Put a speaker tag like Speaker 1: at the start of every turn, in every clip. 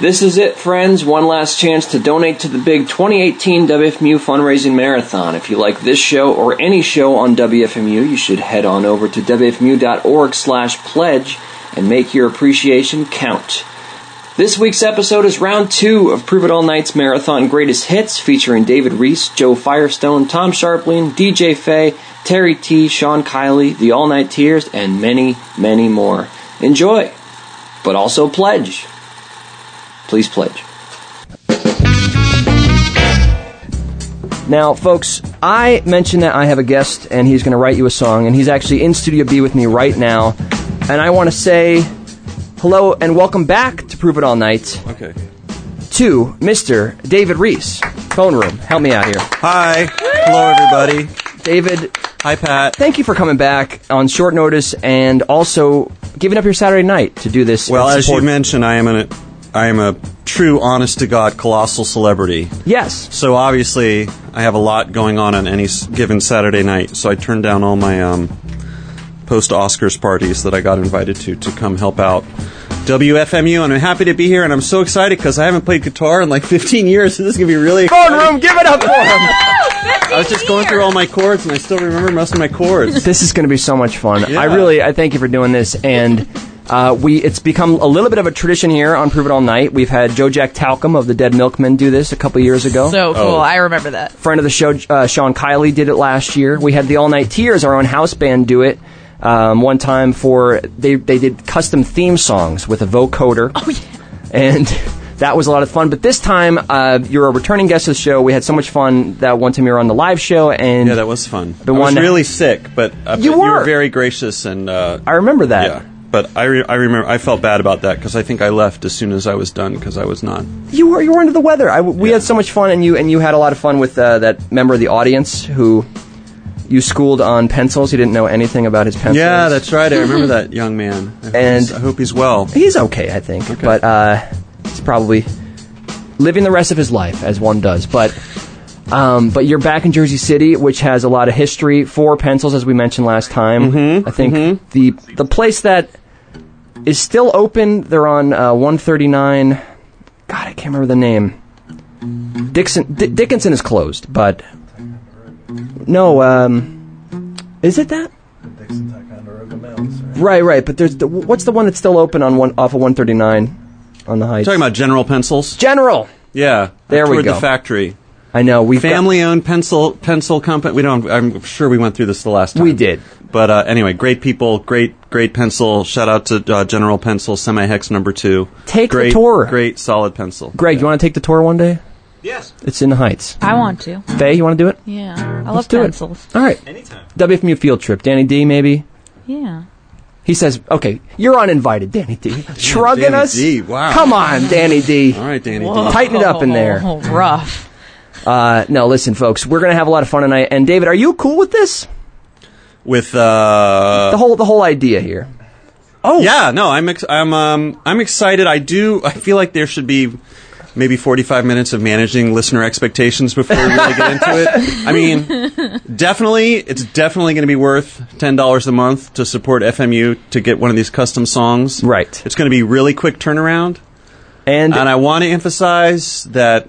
Speaker 1: This is it, friends. One last chance to donate to the big 2018 WFMU fundraising marathon. If you like this show or any show on WFMU, you should head on over to wfmu.org/pledge and make your appreciation count. This week's episode is round two of Prove It All Night's Marathon Greatest Hits, featuring David Reese, Joe Firestone, Tom Sharpling, DJ Fay, Terry T, Sean Kiley, The All Night Tears, and many, many more. Enjoy, but also pledge. Please pledge. Now, folks, I mentioned that I have a guest and he's going to write you a song, and he's actually in Studio B with me right now. And I want to say hello and welcome back to Prove It All Night
Speaker 2: Okay.
Speaker 1: to Mr. David Reese. Phone room, help me out here.
Speaker 2: Hi. Hello, everybody.
Speaker 1: David,
Speaker 2: Hi, Pat.
Speaker 1: thank you for coming back on short notice and also giving up your Saturday night to do this.
Speaker 2: Well,
Speaker 1: and
Speaker 2: as you
Speaker 1: support-
Speaker 2: mentioned, I am an I am a true, honest to God, colossal celebrity.
Speaker 1: Yes.
Speaker 2: So obviously, I have a lot going on on any s- given Saturday night. So I turned down all my um, post Oscars parties that I got invited to to come help out. WFMU, and I'm happy to be here, and I'm so excited because I haven't played guitar in like 15 years, so this is gonna be really.
Speaker 1: Phone room, give it up for him!
Speaker 2: I was just going through all my chords, and I still remember most of my chords.
Speaker 1: this is going to be so much fun.
Speaker 2: Yeah.
Speaker 1: I really, I thank you for doing this, and uh, we it's become a little bit of a tradition here on Prove It All Night. We've had Joe Jack Talcum of the Dead Milkmen do this a couple years ago.
Speaker 3: So cool.
Speaker 2: Oh.
Speaker 3: I remember that.
Speaker 1: Friend of the show, uh, Sean Kiley did it last year. We had the All Night Tears, our own house band, do it. Um, one time for they they did custom theme songs with a vocoder. Oh yeah, and that was a lot of fun. But this time uh, you're a returning guest of the show. We had so much fun that one time you were on the live show, and
Speaker 2: Yeah, that was fun.
Speaker 1: The
Speaker 2: I
Speaker 1: one
Speaker 2: was
Speaker 1: that-
Speaker 2: really sick, but uh,
Speaker 1: You
Speaker 2: but you
Speaker 1: were.
Speaker 2: were very gracious, and uh,
Speaker 1: I remember that.
Speaker 2: yeah. But I, re- I remember I felt bad about that because I think I left as soon as I was done because I was not.
Speaker 1: You were you were under the weather. I, we had so much fun, and you and you had a lot of fun with uh, that member of the audience who you schooled on pencils. He didn't know anything about his pencils.
Speaker 2: Yeah, that's right. I remember that young man. I hope
Speaker 1: And-
Speaker 2: he's- I hope he's well.
Speaker 1: he's okay, I think, but uh, he's probably living the rest of his life as one does. But um, but you're back in Jersey City, which has a lot of history for pencils, as we mentioned last time. I think the the place that is still open. They're on uh, 139. God, I can't remember the name. Dixon D- Dickinson is closed, but no. Um, is it that? Right, right. But there's the, what's the one that's still open on one off of 139 on the Heights?
Speaker 2: Talking about General Pencils.
Speaker 1: General.
Speaker 2: yeah,
Speaker 1: There we
Speaker 2: toward
Speaker 1: go.
Speaker 2: The factory,
Speaker 1: I know we
Speaker 2: family-owned pencil pencil company. We don't. I'm sure we went through this the last time.
Speaker 1: We did.
Speaker 2: But uh, anyway, great people, great great pencil. Shout out to uh, General Pencil, Semi Hex Number Two.
Speaker 1: Take the
Speaker 2: great,
Speaker 1: tour.
Speaker 2: Great solid pencil.
Speaker 1: Greg, you want to take the tour one day?
Speaker 2: Yes.
Speaker 1: It's in the Heights.
Speaker 3: I want to.
Speaker 1: Faye, you want to do it?
Speaker 3: Yeah. I
Speaker 1: Let's
Speaker 3: love
Speaker 1: do
Speaker 3: pencils.
Speaker 1: it. All right.
Speaker 2: Anytime.
Speaker 1: WFMU field trip. Danny D, maybe.
Speaker 3: Yeah.
Speaker 1: He says, "Okay, you're uninvited, Danny D." Shrugging
Speaker 2: Danny
Speaker 1: us.
Speaker 2: D, wow.
Speaker 1: Come on, Danny D.
Speaker 2: All right, Danny. D.
Speaker 1: Tighten it up in there.
Speaker 3: Oh, rough.
Speaker 1: Uh, no, listen, folks, we're gonna have a lot of fun tonight. And David, are you cool with this?
Speaker 2: With uh,
Speaker 1: The whole the whole idea here. Oh.
Speaker 2: Yeah, no, I'm ex- I'm um I'm excited. I do. I feel like there should be maybe 45 minutes of managing listener expectations before we really get into it. I mean, definitely, it's definitely going to be worth ten dollars a month to support FMU to get one of these custom songs.
Speaker 1: Right.
Speaker 2: It's going to be really quick turnaround,
Speaker 1: And,
Speaker 2: and I want to emphasize that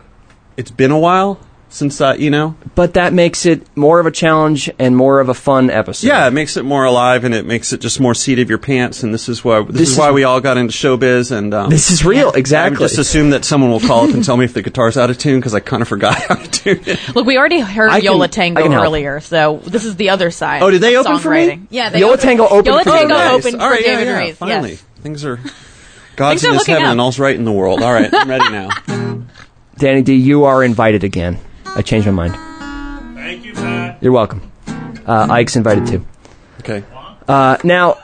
Speaker 2: it's been a while since I, you know,
Speaker 1: but that makes it more of a challenge and more of a fun episode.
Speaker 2: Yeah, it makes it more alive, and it makes it just more seat of your pants. And this is why this,
Speaker 1: This
Speaker 2: is, why
Speaker 1: is-
Speaker 2: we all got into showbiz. And um,
Speaker 1: This is real, exactly.
Speaker 2: I would just assume that someone will call up and tell me if the guitar's out of tune because I kind of forgot how to tune it.
Speaker 3: Look, we already heard
Speaker 1: I can-
Speaker 3: Yola
Speaker 1: I can
Speaker 3: Tango
Speaker 1: help.
Speaker 3: earlier, so this is the other side.
Speaker 2: Oh, did they
Speaker 3: of
Speaker 2: open for me?
Speaker 3: songwriting. Yeah, they
Speaker 1: Yola
Speaker 3: opened-
Speaker 1: Tango opened
Speaker 3: Yola
Speaker 1: for
Speaker 3: Tango
Speaker 1: David Reese.
Speaker 3: opened for
Speaker 2: all right,
Speaker 3: David
Speaker 2: yeah, yeah,
Speaker 3: Reese.
Speaker 2: Finally,
Speaker 3: Yes.
Speaker 2: things are God's
Speaker 3: Things are
Speaker 2: in His
Speaker 3: looking
Speaker 2: heaven
Speaker 3: up.
Speaker 2: and all's right in the world. All right, I'm ready now.
Speaker 1: Danny D, you are invited again. I changed my mind.
Speaker 4: Thank you, Pat.
Speaker 1: You're welcome. Uh, Ike's invited too.
Speaker 2: Okay.
Speaker 1: Uh, now,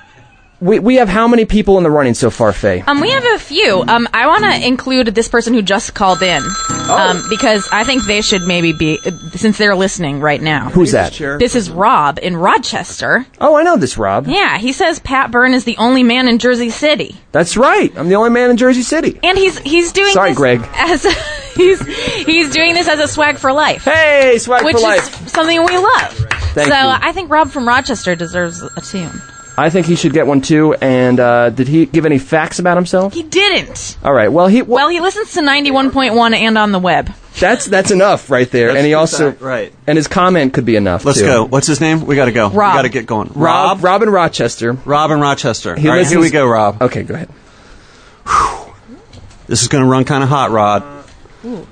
Speaker 1: we, we have how many people in the running so far, Faye?
Speaker 3: Um, we have a few. Um, I want to include this person who just called in,
Speaker 1: Oh.
Speaker 3: um, because I think they should maybe be uh, since they're listening right now.
Speaker 1: Who's that?
Speaker 3: This is Rob in Rochester.
Speaker 1: Oh, I know this, Rob.
Speaker 3: Yeah, he says Pat Byrne is the only man in Jersey City.
Speaker 1: That's right. I'm the only man in Jersey City.
Speaker 3: And he's he's doing
Speaker 1: Sorry,
Speaker 3: this
Speaker 1: Greg.
Speaker 3: as he's he's doing this as a swag for life,
Speaker 1: Hey, swag
Speaker 3: which
Speaker 1: for
Speaker 3: is
Speaker 1: life.
Speaker 3: something we love.
Speaker 1: Thank
Speaker 3: so
Speaker 1: you.
Speaker 3: I think Rob from Rochester deserves a tune.
Speaker 1: I think he should get one too. And uh, did he give any facts about himself?
Speaker 3: He didn't.
Speaker 1: All right. Well, he
Speaker 3: Well, he listens to 91.1 and on the web.
Speaker 1: that's that's enough right there.
Speaker 2: That's
Speaker 1: and he
Speaker 2: the
Speaker 1: also
Speaker 2: fact, right.
Speaker 1: And his comment could be enough.
Speaker 2: Let's
Speaker 1: too.
Speaker 2: go. What's his name? We got to go.
Speaker 3: Rob.
Speaker 2: We got to get going.
Speaker 1: Rob Rob in Rochester.
Speaker 2: Rob in Rochester. All right,
Speaker 1: listens-
Speaker 2: here we go, Rob.
Speaker 1: Okay, go ahead.
Speaker 2: This is going to run kind of hot, Rod.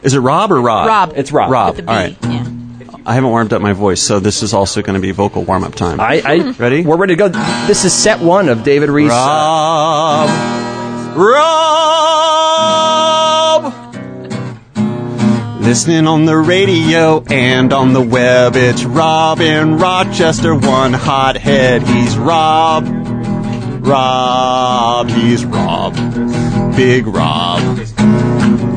Speaker 2: Is it Rob or Rod?
Speaker 3: Rob.
Speaker 1: It's Rob.
Speaker 2: Rob.
Speaker 3: The B.
Speaker 2: All right.
Speaker 3: Yeah.
Speaker 2: I haven't warmed up my voice, so this is also going to be vocal warm up time.
Speaker 1: I, I
Speaker 2: Ready?
Speaker 1: We're ready to go. This is set one of David Reese.
Speaker 2: Rob. Rob. Listening on the radio and on the web, it's Rob in Rochester, one hothead. He's Rob. Rob. He's Rob. Big Rob.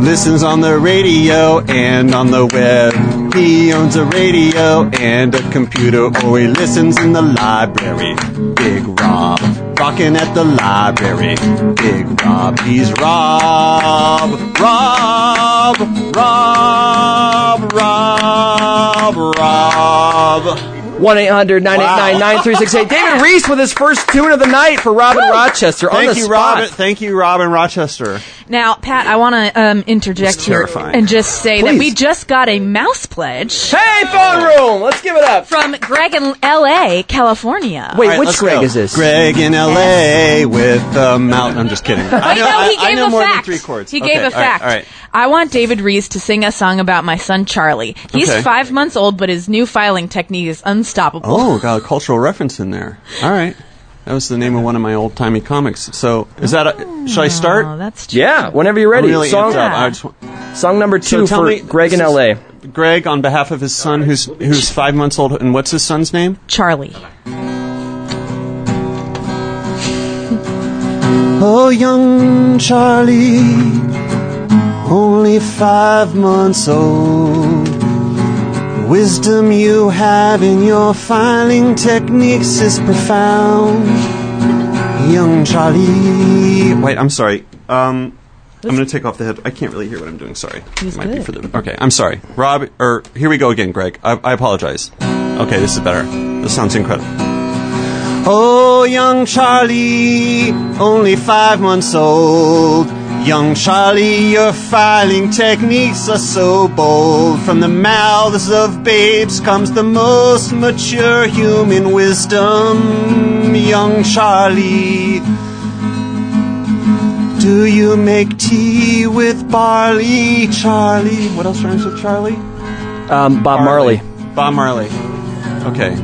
Speaker 2: Listens on the radio and on the web. He owns a radio and a computer, or he listens in the library. Big Rob, rocking at the library. Big Rob, he's Rob, Rob, Rob, Rob, Rob.
Speaker 1: One 800 9368 David Reese with his first tune of the night for Robin Rochester on
Speaker 2: Thank
Speaker 1: the
Speaker 2: you,
Speaker 1: spot.
Speaker 2: Robin. Thank you, Robin Rochester.
Speaker 3: Now, Pat, I want to um, interject
Speaker 2: It's
Speaker 3: here
Speaker 2: terrifying.
Speaker 3: and just say
Speaker 1: Please.
Speaker 3: that we just got a mouse pledge
Speaker 1: Hey, phone room. Let's give it up.
Speaker 3: from Greg in L.A., California.
Speaker 1: Wait,
Speaker 2: All right,
Speaker 1: which
Speaker 2: let's
Speaker 1: Greg
Speaker 2: go.
Speaker 1: is this?
Speaker 2: Greg in L.A. with the mountain. I'm just kidding. I
Speaker 3: Wait,
Speaker 2: know,
Speaker 3: no, he
Speaker 2: I- I
Speaker 3: gave
Speaker 2: know
Speaker 3: a
Speaker 2: more
Speaker 3: fact.
Speaker 2: Than three chords.
Speaker 3: He
Speaker 2: Okay,
Speaker 3: gave a
Speaker 2: all right,
Speaker 3: fact.
Speaker 2: all right.
Speaker 3: I want David Reese to sing a song about my son Charlie. He's
Speaker 2: Okay.
Speaker 3: five months old, but his new filing technique is unstoppable.
Speaker 2: Oh, got a cultural reference in there. All right. That was the name of one of my old timey comics. So, is that a, should I start?
Speaker 3: Oh, that's true.
Speaker 1: Yeah, whenever you're
Speaker 2: I'm
Speaker 1: ready.
Speaker 2: really
Speaker 1: song,
Speaker 2: amped up. I just want-
Speaker 1: song number
Speaker 2: so
Speaker 1: two
Speaker 2: tell
Speaker 1: for
Speaker 2: me,
Speaker 1: Greg in
Speaker 2: this is
Speaker 1: LA.
Speaker 2: Greg, on behalf of his son, who's who's five months old, and what's his son's name?
Speaker 3: Charlie.
Speaker 2: Oh, young Charlie, only five months old. Wisdom you have in your filing techniques is profound. Young Charlie. Wait, I'm sorry. Um, I'm going to take off the head. I can't really hear what I'm doing. Sorry.
Speaker 3: He's
Speaker 2: Might be
Speaker 3: good.
Speaker 2: for the- okay, I'm sorry. Rob, or here we go again, Greg. I, I apologize. Okay, this is better. This sounds incredible. Oh, young Charlie, only five months old. Young Charlie, your filing techniques are so bold. From the mouths of babes comes the most mature human wisdom. Young Charlie, do you make tea with barley, Charlie? What else rhymes with Charlie?
Speaker 1: Um, Bob Marley.
Speaker 2: Bob Marley. Okay.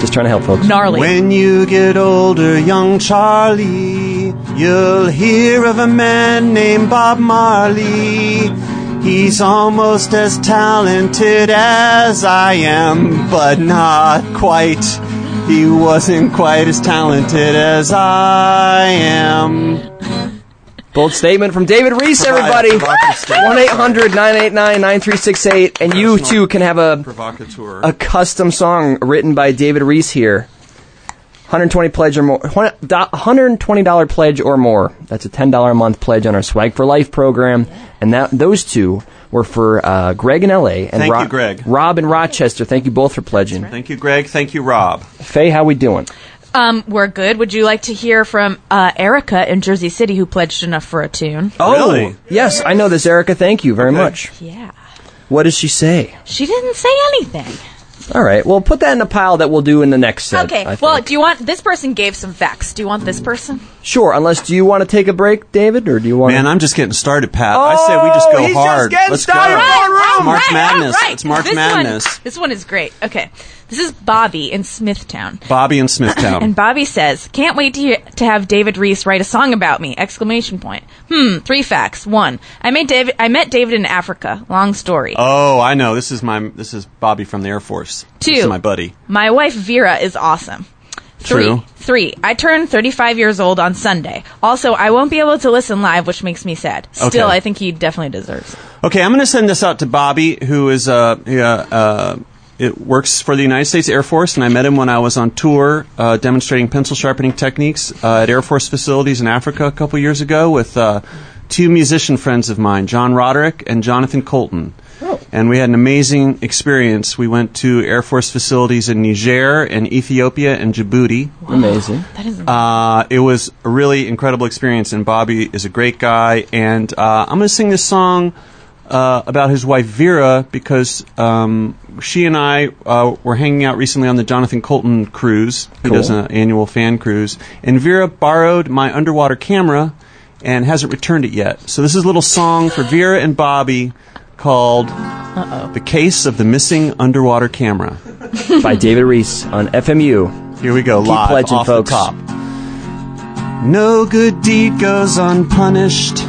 Speaker 1: Just trying to help folks.
Speaker 3: Gnarly.
Speaker 2: When you get older, young Charlie, you'll hear of a man named Bob Marley. He's almost as talented as I am, but not quite. He wasn't quite as talented as I am.
Speaker 1: Bold statement from David Reese, everybody.
Speaker 2: Provocative statement.
Speaker 1: 1 800 989 9368. And you
Speaker 2: Personal.
Speaker 1: too can have a,
Speaker 2: Provocateur.
Speaker 1: a custom song written by David Reese here. 120 pledge or more, $120 pledge or more. That's a $10 a month pledge on our Swag for Life program. And that those two were for uh, Greg in LA and
Speaker 2: Thank
Speaker 1: Ro-
Speaker 2: you, Greg.
Speaker 1: Rob in Rochester. Thank you both for pledging.
Speaker 2: Thank you, Greg. Thank you, Rob.
Speaker 1: Faye, how we doing?
Speaker 3: Um, we're good. Would you like to hear from uh, Erica in Jersey City who pledged enough for a tune?
Speaker 2: Oh. Really?
Speaker 1: yes, I know this, Erica. Thank you very
Speaker 2: Okay.
Speaker 1: much.
Speaker 3: Yeah.
Speaker 1: What does she say?
Speaker 3: She didn't say anything.
Speaker 1: All right. Well, put that in a pile that we'll do in the next set. I
Speaker 3: Okay.
Speaker 1: think.
Speaker 3: Well, do you want this person gave some facts? Do you want this person?
Speaker 1: sure. Unless, do you want to take a break, David, or do you want?
Speaker 2: Man,
Speaker 1: to...
Speaker 2: I'm just getting started, Pat. Uh, I say we just
Speaker 1: Oh,
Speaker 2: go
Speaker 1: he's just
Speaker 2: hard.
Speaker 1: getting
Speaker 2: Let's
Speaker 1: started.
Speaker 2: go.
Speaker 1: Right,
Speaker 2: It's March Madness. It's March
Speaker 3: this
Speaker 2: Madness.
Speaker 3: One, this one is great. Okay. This is Bobby in Smithtown.
Speaker 2: Bobby in Smithtown.
Speaker 3: And Bobby says, "Can't wait to hear, to have David Reese write a song about me!" Exclamation point. Hmm. Three facts. One, I met David. I met David in Africa. Long story.
Speaker 2: Oh, I know. This is my this is Bobby from the Air Force. This is
Speaker 3: Two.
Speaker 2: my buddy.
Speaker 3: My wife Vera is awesome. Three.
Speaker 2: True.
Speaker 3: Three. I turned 35 years old on Sunday. Also, I won't be able to listen live, which makes me sad. Still,
Speaker 2: Okay.
Speaker 3: I think he definitely deserves. it.
Speaker 2: Okay, I'm going to send this out to Bobby, who is uh, he, uh, uh, it works for the United States Air Force, and I met him when I was on tour uh, demonstrating pencil sharpening techniques uh, at Air Force facilities in Africa a couple years ago with uh, two musician friends of mine, John Roderick and Jonathan Colton. and we had an amazing experience. We went to Air Force facilities in Niger and Ethiopia and Djibouti.
Speaker 1: Amazing.
Speaker 3: That is
Speaker 2: Uh, it was a really incredible experience, and Bobby is a great guy. And uh, I'm going to sing this song uh, about his wife Vera because um, she and I uh, were hanging out recently on the Jonathan Colton cruise, who
Speaker 1: Cool.
Speaker 2: does an annual fan cruise. And Vera borrowed my underwater camera and hasn't returned it yet. So this is a little song for Vera and Bobby called "The Case of the Missing Underwater Camera."
Speaker 1: By David Reese on FMU.
Speaker 2: Here we go, live
Speaker 1: pledging,
Speaker 2: off
Speaker 1: folks.
Speaker 2: the top. No good deed goes unpunished.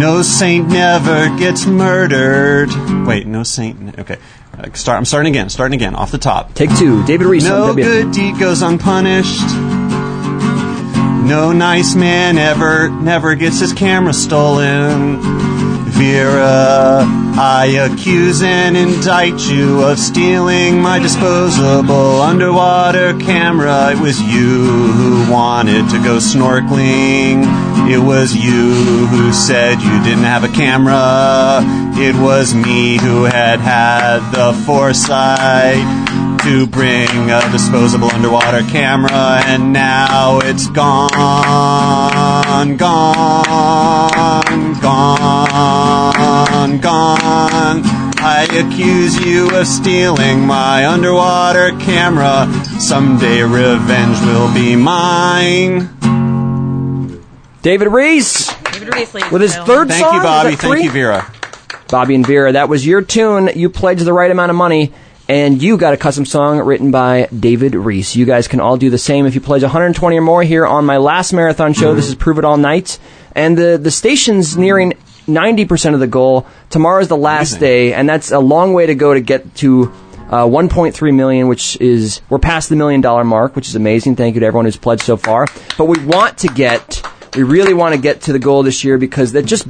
Speaker 2: No saint never gets murdered. Wait, no saint. Okay, Uh, start. I'm starting again. Starting again, off the top.
Speaker 1: Take two. David Reese
Speaker 2: No
Speaker 1: on WFMU.
Speaker 2: good deed goes unpunished. No nice man ever, never gets his camera stolen. Vera, I accuse and indict you of stealing my disposable underwater camera. It was you who wanted to go snorkeling. It was you who said you didn't have a camera. It was me who had had the foresight to bring a disposable underwater camera, and now it's gone, gone, gone, gone. I accuse you of stealing my underwater camera. Someday revenge will be mine.
Speaker 1: David Reese
Speaker 3: David Reese, ladies
Speaker 1: with his
Speaker 3: and
Speaker 1: third
Speaker 2: Thank
Speaker 1: song.
Speaker 2: you,
Speaker 1: Is
Speaker 2: Bobby.
Speaker 1: that
Speaker 2: Thank
Speaker 1: three?
Speaker 2: you, Vera.
Speaker 1: Bobby and Vera, that was your tune. You pledged the right amount of money, and you got a custom song written by David Reese. You guys can all do the same if you pledge 120 or more here on my last marathon show. This is Prove It All Night, and the the station's nearing 90% of the goal. Tomorrow's the last
Speaker 2: Amazing.
Speaker 1: day, and that's a long way to go to get to. Uh, 1.3 million, which is we're past the million dollar mark, which is amazing. Thank you to everyone who's pledged so far. But we want to get, we really want to get to the goal this year because that just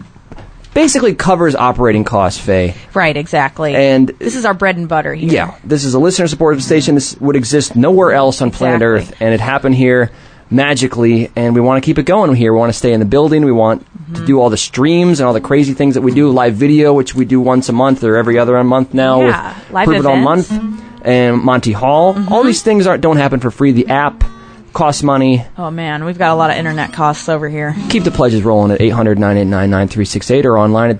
Speaker 1: basically covers operating costs, Faye.
Speaker 3: gentlemen. Right, exactly.
Speaker 1: And-
Speaker 3: this is our bread and butter here.
Speaker 1: Yeah, this is a listener supported station. This would exist nowhere else on planet
Speaker 3: Exactly.
Speaker 1: Earth, and it happened here magically. And we want to keep it going here. We want to stay in the building. We want
Speaker 3: Mm-hmm.
Speaker 1: to do all the streams and all the crazy things that we do. Live video, which we do once a month or every other month now.
Speaker 3: Yeah,
Speaker 1: with
Speaker 3: live
Speaker 1: Prove It All
Speaker 3: events. Mm-hmm.
Speaker 1: month and Monty Hall. All these things aren't don't happen for free. The app costs money.
Speaker 3: Oh man, we've got a lot of internet costs over here.
Speaker 1: Keep the pledges rolling at 800 989 9368 or online at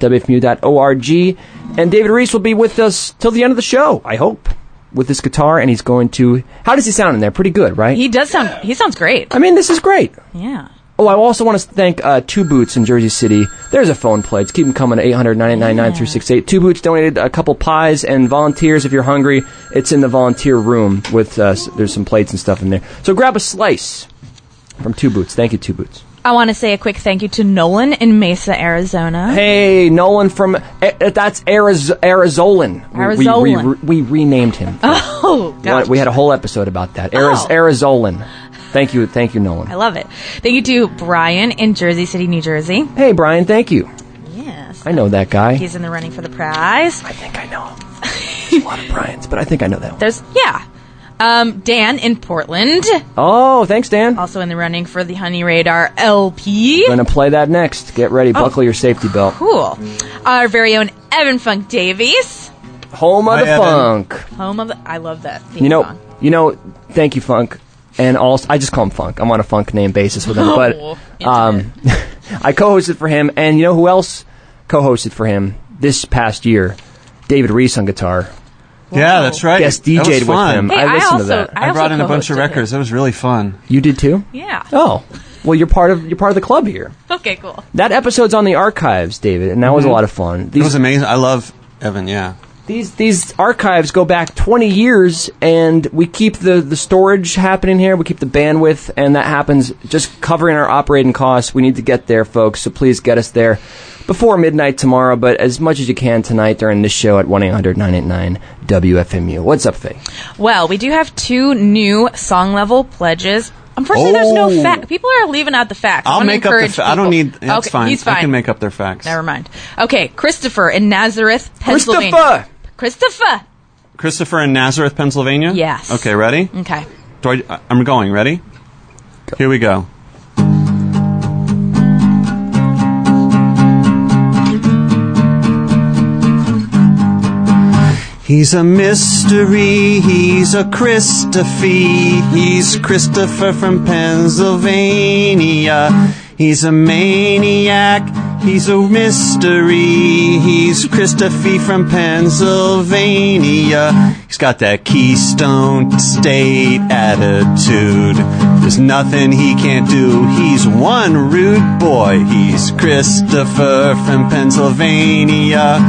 Speaker 1: WFMU.org. And David Reese will be with us till the end of the show, I hope, with this guitar. And he's going to. How does he sound in there? Pretty good, right?
Speaker 3: He does sound. He sounds great.
Speaker 1: I mean, this is great.
Speaker 3: Yeah.
Speaker 1: Oh, I also want to thank uh, Two Boots in Jersey City. There's a phone pledge. Keep them coming at 800 989 9368. Two Boots donated a couple pies and volunteers if you're hungry. It's in the volunteer room with uh, s- there's some plates and stuff in there. So grab a slice from Two Boots. Thank you, Two Boots.
Speaker 3: I want to say a quick thank you to Nolan in Mesa, Arizona.
Speaker 1: Hey, Nolan from eh, eh, that's Ariz- Arizolan. We- We, we,
Speaker 3: Arizolan.
Speaker 1: we renamed him.
Speaker 3: Oh,
Speaker 1: One-
Speaker 3: gosh.
Speaker 1: we had a whole episode about that. Ariz-
Speaker 3: Oh.
Speaker 1: Arizolan. Thank you, thank you, Nolan.
Speaker 3: I love it. Thank you to Brian in Jersey City, New Jersey.
Speaker 1: Hey, Brian. Thank you.
Speaker 3: Yes.
Speaker 1: I know that guy.
Speaker 3: He's in the running for the prize.
Speaker 1: I think I know him. There's a lot of Brian's, but I think I know that one.
Speaker 3: There's yeah. Um, Dan in Portland,
Speaker 1: Oh, thanks, Dan. I'm
Speaker 3: also in the running for the Honey Radar LP.
Speaker 1: gonna play that next. Get
Speaker 3: Oh.
Speaker 1: ready. Buckle your safety belt.
Speaker 3: Cool. Our very own Evan Funk Davies,
Speaker 1: Home of
Speaker 2: Hi,
Speaker 1: the
Speaker 2: Evan.
Speaker 1: funk.
Speaker 3: home of the. I love that theme
Speaker 1: You know.
Speaker 3: song.
Speaker 1: You know. Thank you, Funk. And also, I just call him Funk. I'm on a Funk name basis with him,
Speaker 3: Oh,
Speaker 1: but um, I co-hosted for him. And you know who else co-hosted for him this past year? David Reese on guitar.
Speaker 2: Yeah, that's right.
Speaker 1: Guest
Speaker 2: That was
Speaker 1: DJ'd with
Speaker 2: fun.
Speaker 1: him.
Speaker 3: Hey,
Speaker 1: I
Speaker 3: I
Speaker 1: listened to
Speaker 3: also-
Speaker 1: that.
Speaker 2: I,
Speaker 3: I
Speaker 2: brought
Speaker 3: also
Speaker 2: in a bunch of
Speaker 3: co-hosted it.
Speaker 2: records. That was really fun.
Speaker 1: You did too.
Speaker 3: Yeah.
Speaker 1: Oh, well, you're part of you're part of the club here.
Speaker 3: Okay. Cool.
Speaker 1: That episode's on the archives, David, and that was a lot of fun.
Speaker 2: Mm-hmm. It
Speaker 1: These
Speaker 2: was amazing. I love Evan. Yeah.
Speaker 1: these these archives go back 20 years and we keep the the storage happening here we keep the bandwidth and that happens just covering our operating costs we need to get there folks so please get us there before midnight tomorrow but as much as you can tonight during this show at 1-800-989-WFMU what's up Faye
Speaker 3: Well, we do have two new song level pledges. Unfortunately, there's no
Speaker 2: Oh.
Speaker 3: fact. People are leaving out the facts. I
Speaker 2: I'll
Speaker 3: wanna
Speaker 2: make up the.
Speaker 3: encourage
Speaker 2: Fa- I don't
Speaker 3: people.
Speaker 2: need. That's
Speaker 3: okay,
Speaker 2: fine.
Speaker 3: He's fine.
Speaker 2: I can make up their facts.
Speaker 3: Never mind. Okay, Christopher in Nazareth, Pennsylvania.
Speaker 1: Christopher!
Speaker 3: Christopher.
Speaker 2: Christopher in Nazareth, Pennsylvania.
Speaker 3: Yes.
Speaker 2: Okay, ready?
Speaker 3: Okay.
Speaker 2: Do I, I- I'm going. Ready? Here we go. He's a mystery, he's a Christophy, he's Christopher from Pennsylvania. He's a maniac, he's a mystery, he's Christophy from Pennsylvania. He's got that Keystone State attitude. There's nothing he can't do, he's one rude boy, he's Christopher from Pennsylvania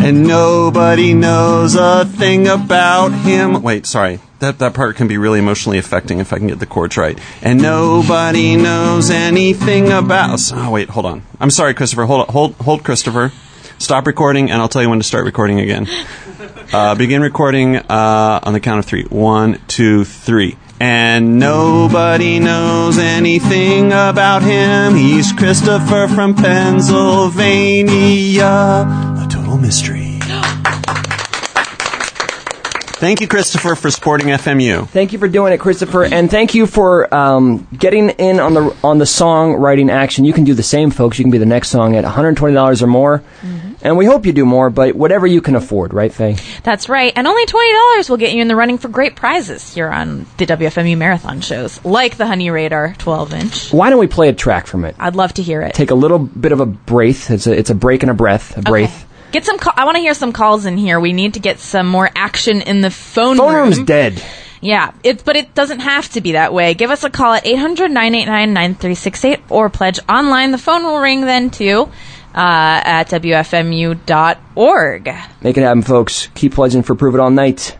Speaker 2: and nobody knows a thing about him. Wait, sorry. That, that part can be really emotionally affecting if I can get the chords right. And nobody knows anything about. Oh wait, hold on. I'm sorry, Christopher. Hold hold hold, Christopher. Stop recording, and I'll tell you when to start recording again. Uh, begin recording uh, on the count of three. One, two, three. And nobody knows anything about him. He's Christopher from Pennsylvania. A total mystery. Thank you, Christopher, for supporting FMU.
Speaker 1: Thank you for doing it, Christopher, and thank you for um, getting in on the on the songwriting action. You can do the same, folks. You can be the next song at one hundred twenty dollars or more, and we hope you do more. But whatever you can afford, right, Faye?
Speaker 3: That's right. And only $20 will get you in the running for great prizes here on the WFMU marathon shows, like the Honey Radar 12 inch.
Speaker 1: Why don't we play a track from it?
Speaker 3: I'd love to hear it.
Speaker 1: Take a little bit of a breath. It's a it's a break and a breath. A breath.
Speaker 3: Get some. Call- I want to hear some calls in here. We need to get some more action in the phone.
Speaker 1: Phone
Speaker 3: room.
Speaker 1: room's dead.
Speaker 3: Yeah, it, but it doesn't have to be that way. Give us a call at 800 989 9368 or pledge online. The phone will ring then too uh, at WFMU.org.
Speaker 1: Make it happen, folks. Keep pledging for Prove It All Night.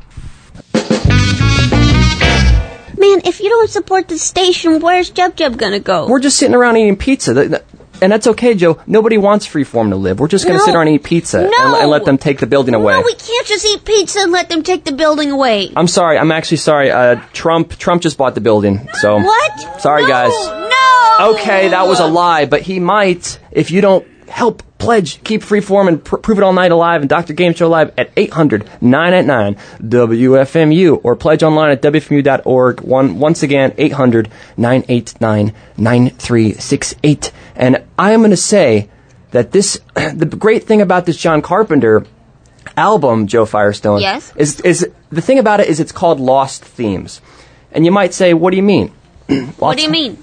Speaker 5: Man, if you don't support the station, where's Jub Jub gonna go?
Speaker 1: We're just sitting around eating pizza. Th- th- And that's okay, Joe. Nobody wants freeform to live. We're just going to
Speaker 5: No.
Speaker 1: sit around and eat pizza and-
Speaker 5: No.
Speaker 1: and, let them take the building away.
Speaker 5: No, we can't just eat pizza and let them take the building away.
Speaker 1: I'm sorry. I'm actually sorry. Uh, Trump Trump just bought the building. So
Speaker 5: what?
Speaker 1: Sorry,
Speaker 5: No,
Speaker 1: guys.
Speaker 5: No.
Speaker 1: Okay, that was a lie, but he might if you don't help pledge, keep freeform, and pr- prove it all night alive and Dr. Game Show Live at 800 989 WFMU or pledge online at WFMU.org. One, once again, 800 989 9368. And I am going to say that this, the great thing about this John Carpenter album, Joe Firestone,
Speaker 5: Yes.
Speaker 1: is, is the thing about it is it's called Lost Themes. And you might say, what do you mean?
Speaker 5: What do you mean?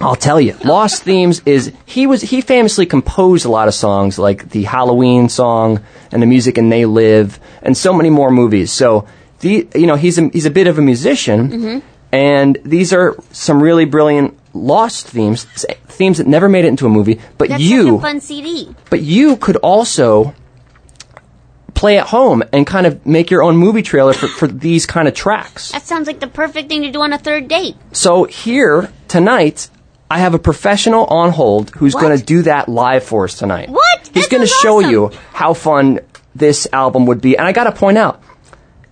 Speaker 1: I'll tell you. Lost Themes is he was he famously composed a lot of songs like the Halloween song and the music in They Live and so many more movies. So the you know he's a, he's a bit of a musician
Speaker 5: Mm-hmm.
Speaker 1: and these are some really brilliant lost themes s- themes that never made it into a movie. But
Speaker 5: That's
Speaker 1: you
Speaker 5: like a fun CD.
Speaker 1: but you could also play at home and kind of make your own movie trailer for, for these kind of tracks.
Speaker 5: That sounds like the perfect thing to do on a third date.
Speaker 1: So here tonight, I have a professional on hold who's
Speaker 5: What?
Speaker 1: going to do that live for us tonight.
Speaker 5: What?
Speaker 1: He's
Speaker 5: That
Speaker 1: going to
Speaker 5: sounds
Speaker 1: show
Speaker 5: awesome.
Speaker 1: you how fun this album would be. And I got to point out,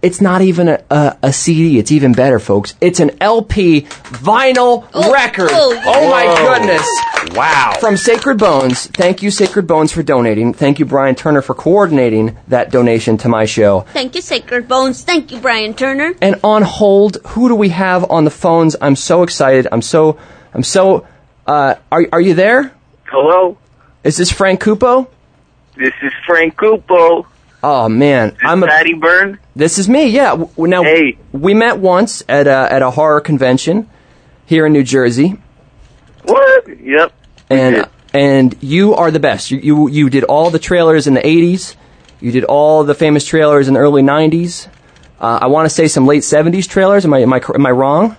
Speaker 1: it's not even a, a, a CD. It's even better, folks. It's an LP vinyl record.
Speaker 5: oh,
Speaker 1: oh my goodness
Speaker 2: Wow.
Speaker 1: from Sacred Bones. Thank you, Sacred Bones, for donating. Thank you, Brian Turner, for coordinating that donation to my show.
Speaker 5: Thank you, Sacred Bones. Thank you, Brian Turner.
Speaker 1: And on hold, who do we have on the phones? I'm so excited. I'm so, I'm so. Uh, are are you there?
Speaker 6: Hello,
Speaker 1: Is this Frank Cupo?
Speaker 6: this is Frank Cupo.
Speaker 1: Oh man, I'm a.
Speaker 6: Patty Byrne.
Speaker 1: This is me. Yeah. W- Now
Speaker 6: Hey.
Speaker 1: we met once at a at a horror convention here in New Jersey,
Speaker 6: What? Yep.
Speaker 1: and
Speaker 6: did.
Speaker 1: and you are the best. You, you you did all the trailers in the '80s. You did all the famous trailers in the early '90s. Uh, I want to say some late '70s trailers. Am I am I cor- am I wrong?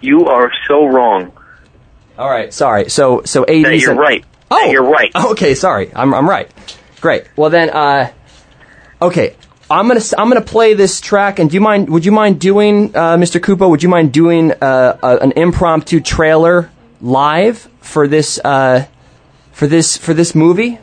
Speaker 6: You are so wrong.
Speaker 1: All right. Sorry. So so '80s.
Speaker 6: That you're
Speaker 1: and-
Speaker 6: right.
Speaker 1: Oh,
Speaker 6: That you're right.
Speaker 1: Okay, sorry, I'm I'm right. Great. Well then, uh, okay, I'm gonna s- I'm gonna play this track. And do you mind? Would you mind doing, uh, Mr. Kupo? Would you mind doing uh, a, an impromptu trailer live for this uh, for this for this movie?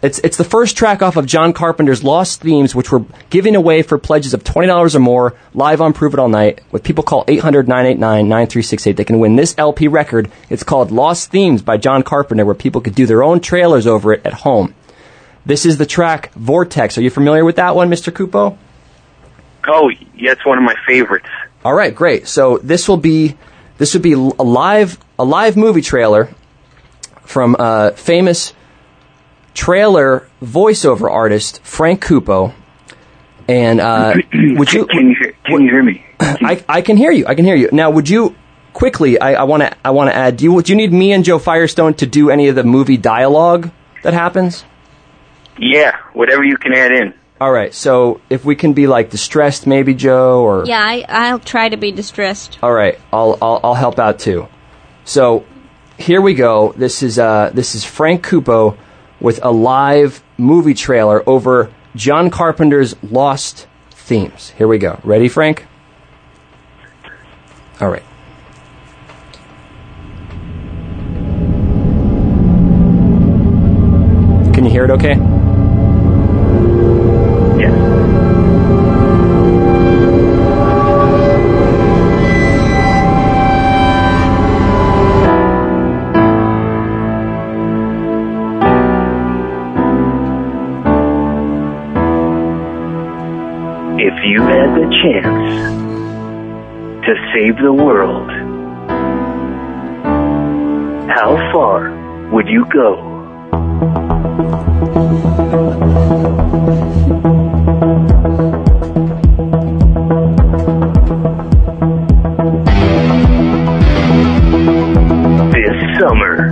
Speaker 1: It's it's the first track off of John Carpenter's Lost Themes, which we're giving away for pledges of twenty dollars or more live on Prove It All Night. With people call 800-989-9368. they can win this LP record. It's called Lost Themes by John Carpenter, where people could do their own trailers over it at home. This is the track Vortex. Are you familiar with that one, Mr. Kupo?
Speaker 6: Oh, yeah, it's one of my favorites.
Speaker 1: All right, great. So this will be this would be l- a live a live movie trailer from uh, famous trailer voiceover artist Frank Cupo, And uh, would you?
Speaker 6: Can you hear, can you hear me?
Speaker 1: I, I can hear you. I can hear you. Now, would you quickly? I want to. I want to add. Do you? Do you need me and Joe Firestone to do any of the movie dialogue that happens?
Speaker 6: Yeah, whatever you can add in.
Speaker 1: All right. So if we can be like distressed, maybe Joe, or
Speaker 5: Yeah, I, I'll try to be distressed.
Speaker 1: All right, I'll, I'll I'll help out too. So here we go. This is uh this is Frank Cupo with a live movie trailer over John Carpenter's Lost themes. Here we go. Ready, Frank? All right. Can you hear it okay?
Speaker 6: Yes. If you had the chance to save the world, how far would you go? This summer,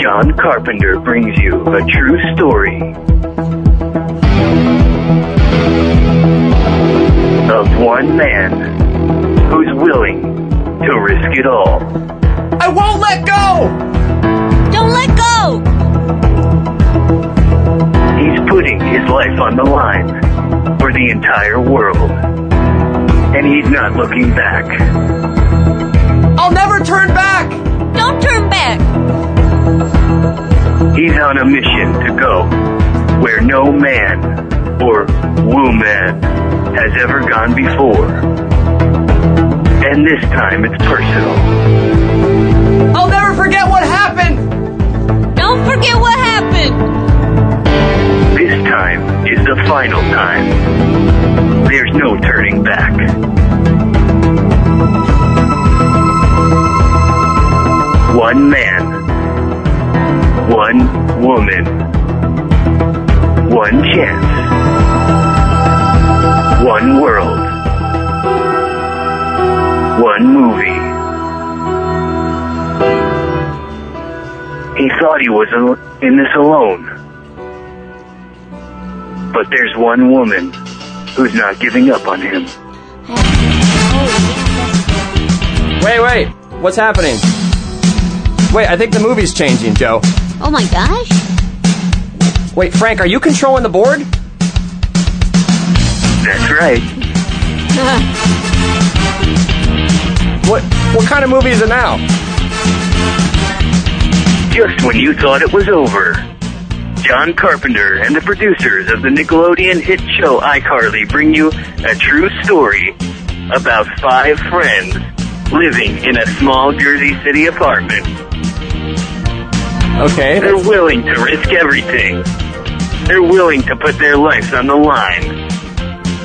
Speaker 6: John Carpenter brings you a true story of one man who's willing to risk it all.
Speaker 1: I won't let go.
Speaker 5: Don't let go!
Speaker 6: He's putting his life on the line for the entire world. And he's not looking back.
Speaker 1: I'll never turn back.
Speaker 5: Don't turn back!
Speaker 6: He's on a mission to go where no man or woman has ever gone before. And this time it's personal.
Speaker 1: I'll never forget what happened.
Speaker 5: Don't forget what happened!
Speaker 6: This time is the final time. There's no turning back. One man, one woman, one chance, one world, one movie. He thought he was al- in this alone. But there's one woman who's not giving up on him.
Speaker 1: Wait, wait. What's happening? Wait, I think the movie's changing, Joe.
Speaker 5: Oh my gosh!
Speaker 1: Wait, Frank, are you controlling the board?
Speaker 6: That's right.
Speaker 1: What what kind of movie is it now?
Speaker 6: Just when you thought it was over, John Carpenter and the producers of the Nickelodeon hit show iCarly bring you a true story about five friends living in a small Jersey City apartment.
Speaker 1: Okay.
Speaker 6: They're willing to risk everything. They're willing to put their lives on the line.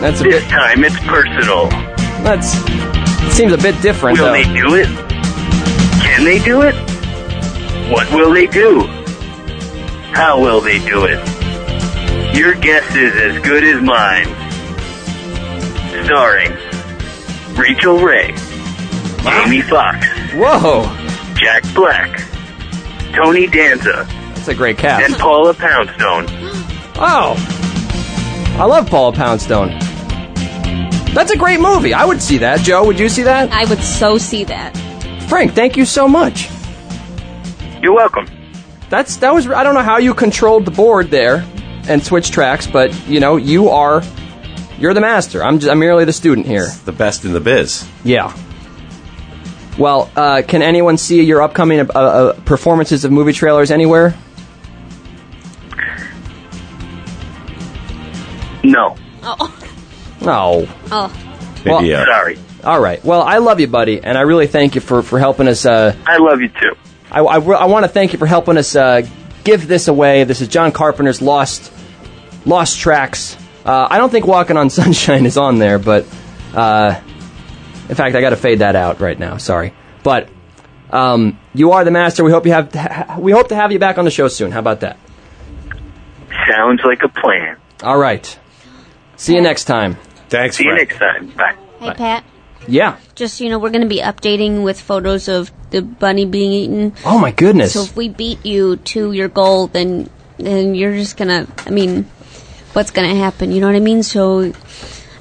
Speaker 1: That's a
Speaker 6: This
Speaker 1: bit
Speaker 6: time it's personal.
Speaker 1: that's it seems a bit different
Speaker 6: Will
Speaker 1: though.
Speaker 6: they do it? Can they do it? What will they do? How will they do it? Your guess is as good as mine. Starring Rachel Ray, Jamie Foxx,
Speaker 1: Whoa.
Speaker 6: Jack Black, Tony Danza,
Speaker 1: That's a great cast.
Speaker 6: and Paula Poundstone.
Speaker 1: Oh. I love Paula Poundstone. That's a great movie. I would see that. Joe, would you see that?
Speaker 5: I would so see that.
Speaker 1: Frank, thank you so much.
Speaker 6: You're welcome.
Speaker 1: That's that was I don't know how you controlled the board there and switched tracks, but you know, you are you're the master. I'm just, I'm merely the student here.
Speaker 7: The best in the biz.
Speaker 1: Yeah. Well, uh, can anyone see your upcoming uh, uh, performances of movie trailers anywhere?
Speaker 6: No,
Speaker 1: No.
Speaker 5: Oh,
Speaker 7: Maybe, uh,
Speaker 6: sorry.
Speaker 1: All right. Well, I love you, buddy, and I really thank you for, for helping us. Uh,
Speaker 6: I love you too.
Speaker 1: I, I, want to thank you for helping us uh, give this away. This is John Carpenter's Lost Lost Tracks. Uh, I don't think Walking on Sunshine is on there, but uh, in fact, I got to fade that out right now. Sorry, but um, you are the master. We hope you have ha- we hope to have you back on the show soon. How about that?
Speaker 6: Sounds like a plan.
Speaker 1: All right. See you next time.
Speaker 7: Thanks,
Speaker 6: See you
Speaker 7: Frank.
Speaker 6: next time. Bye.
Speaker 5: Hey, Pat.
Speaker 1: Yeah.
Speaker 5: Just, you know, we're going to be updating with photos of the bunny being eaten.
Speaker 1: Oh my goodness.
Speaker 5: So if we beat you to your goal, then then you're just gonna. I mean, what's gonna happen? You know what I mean? So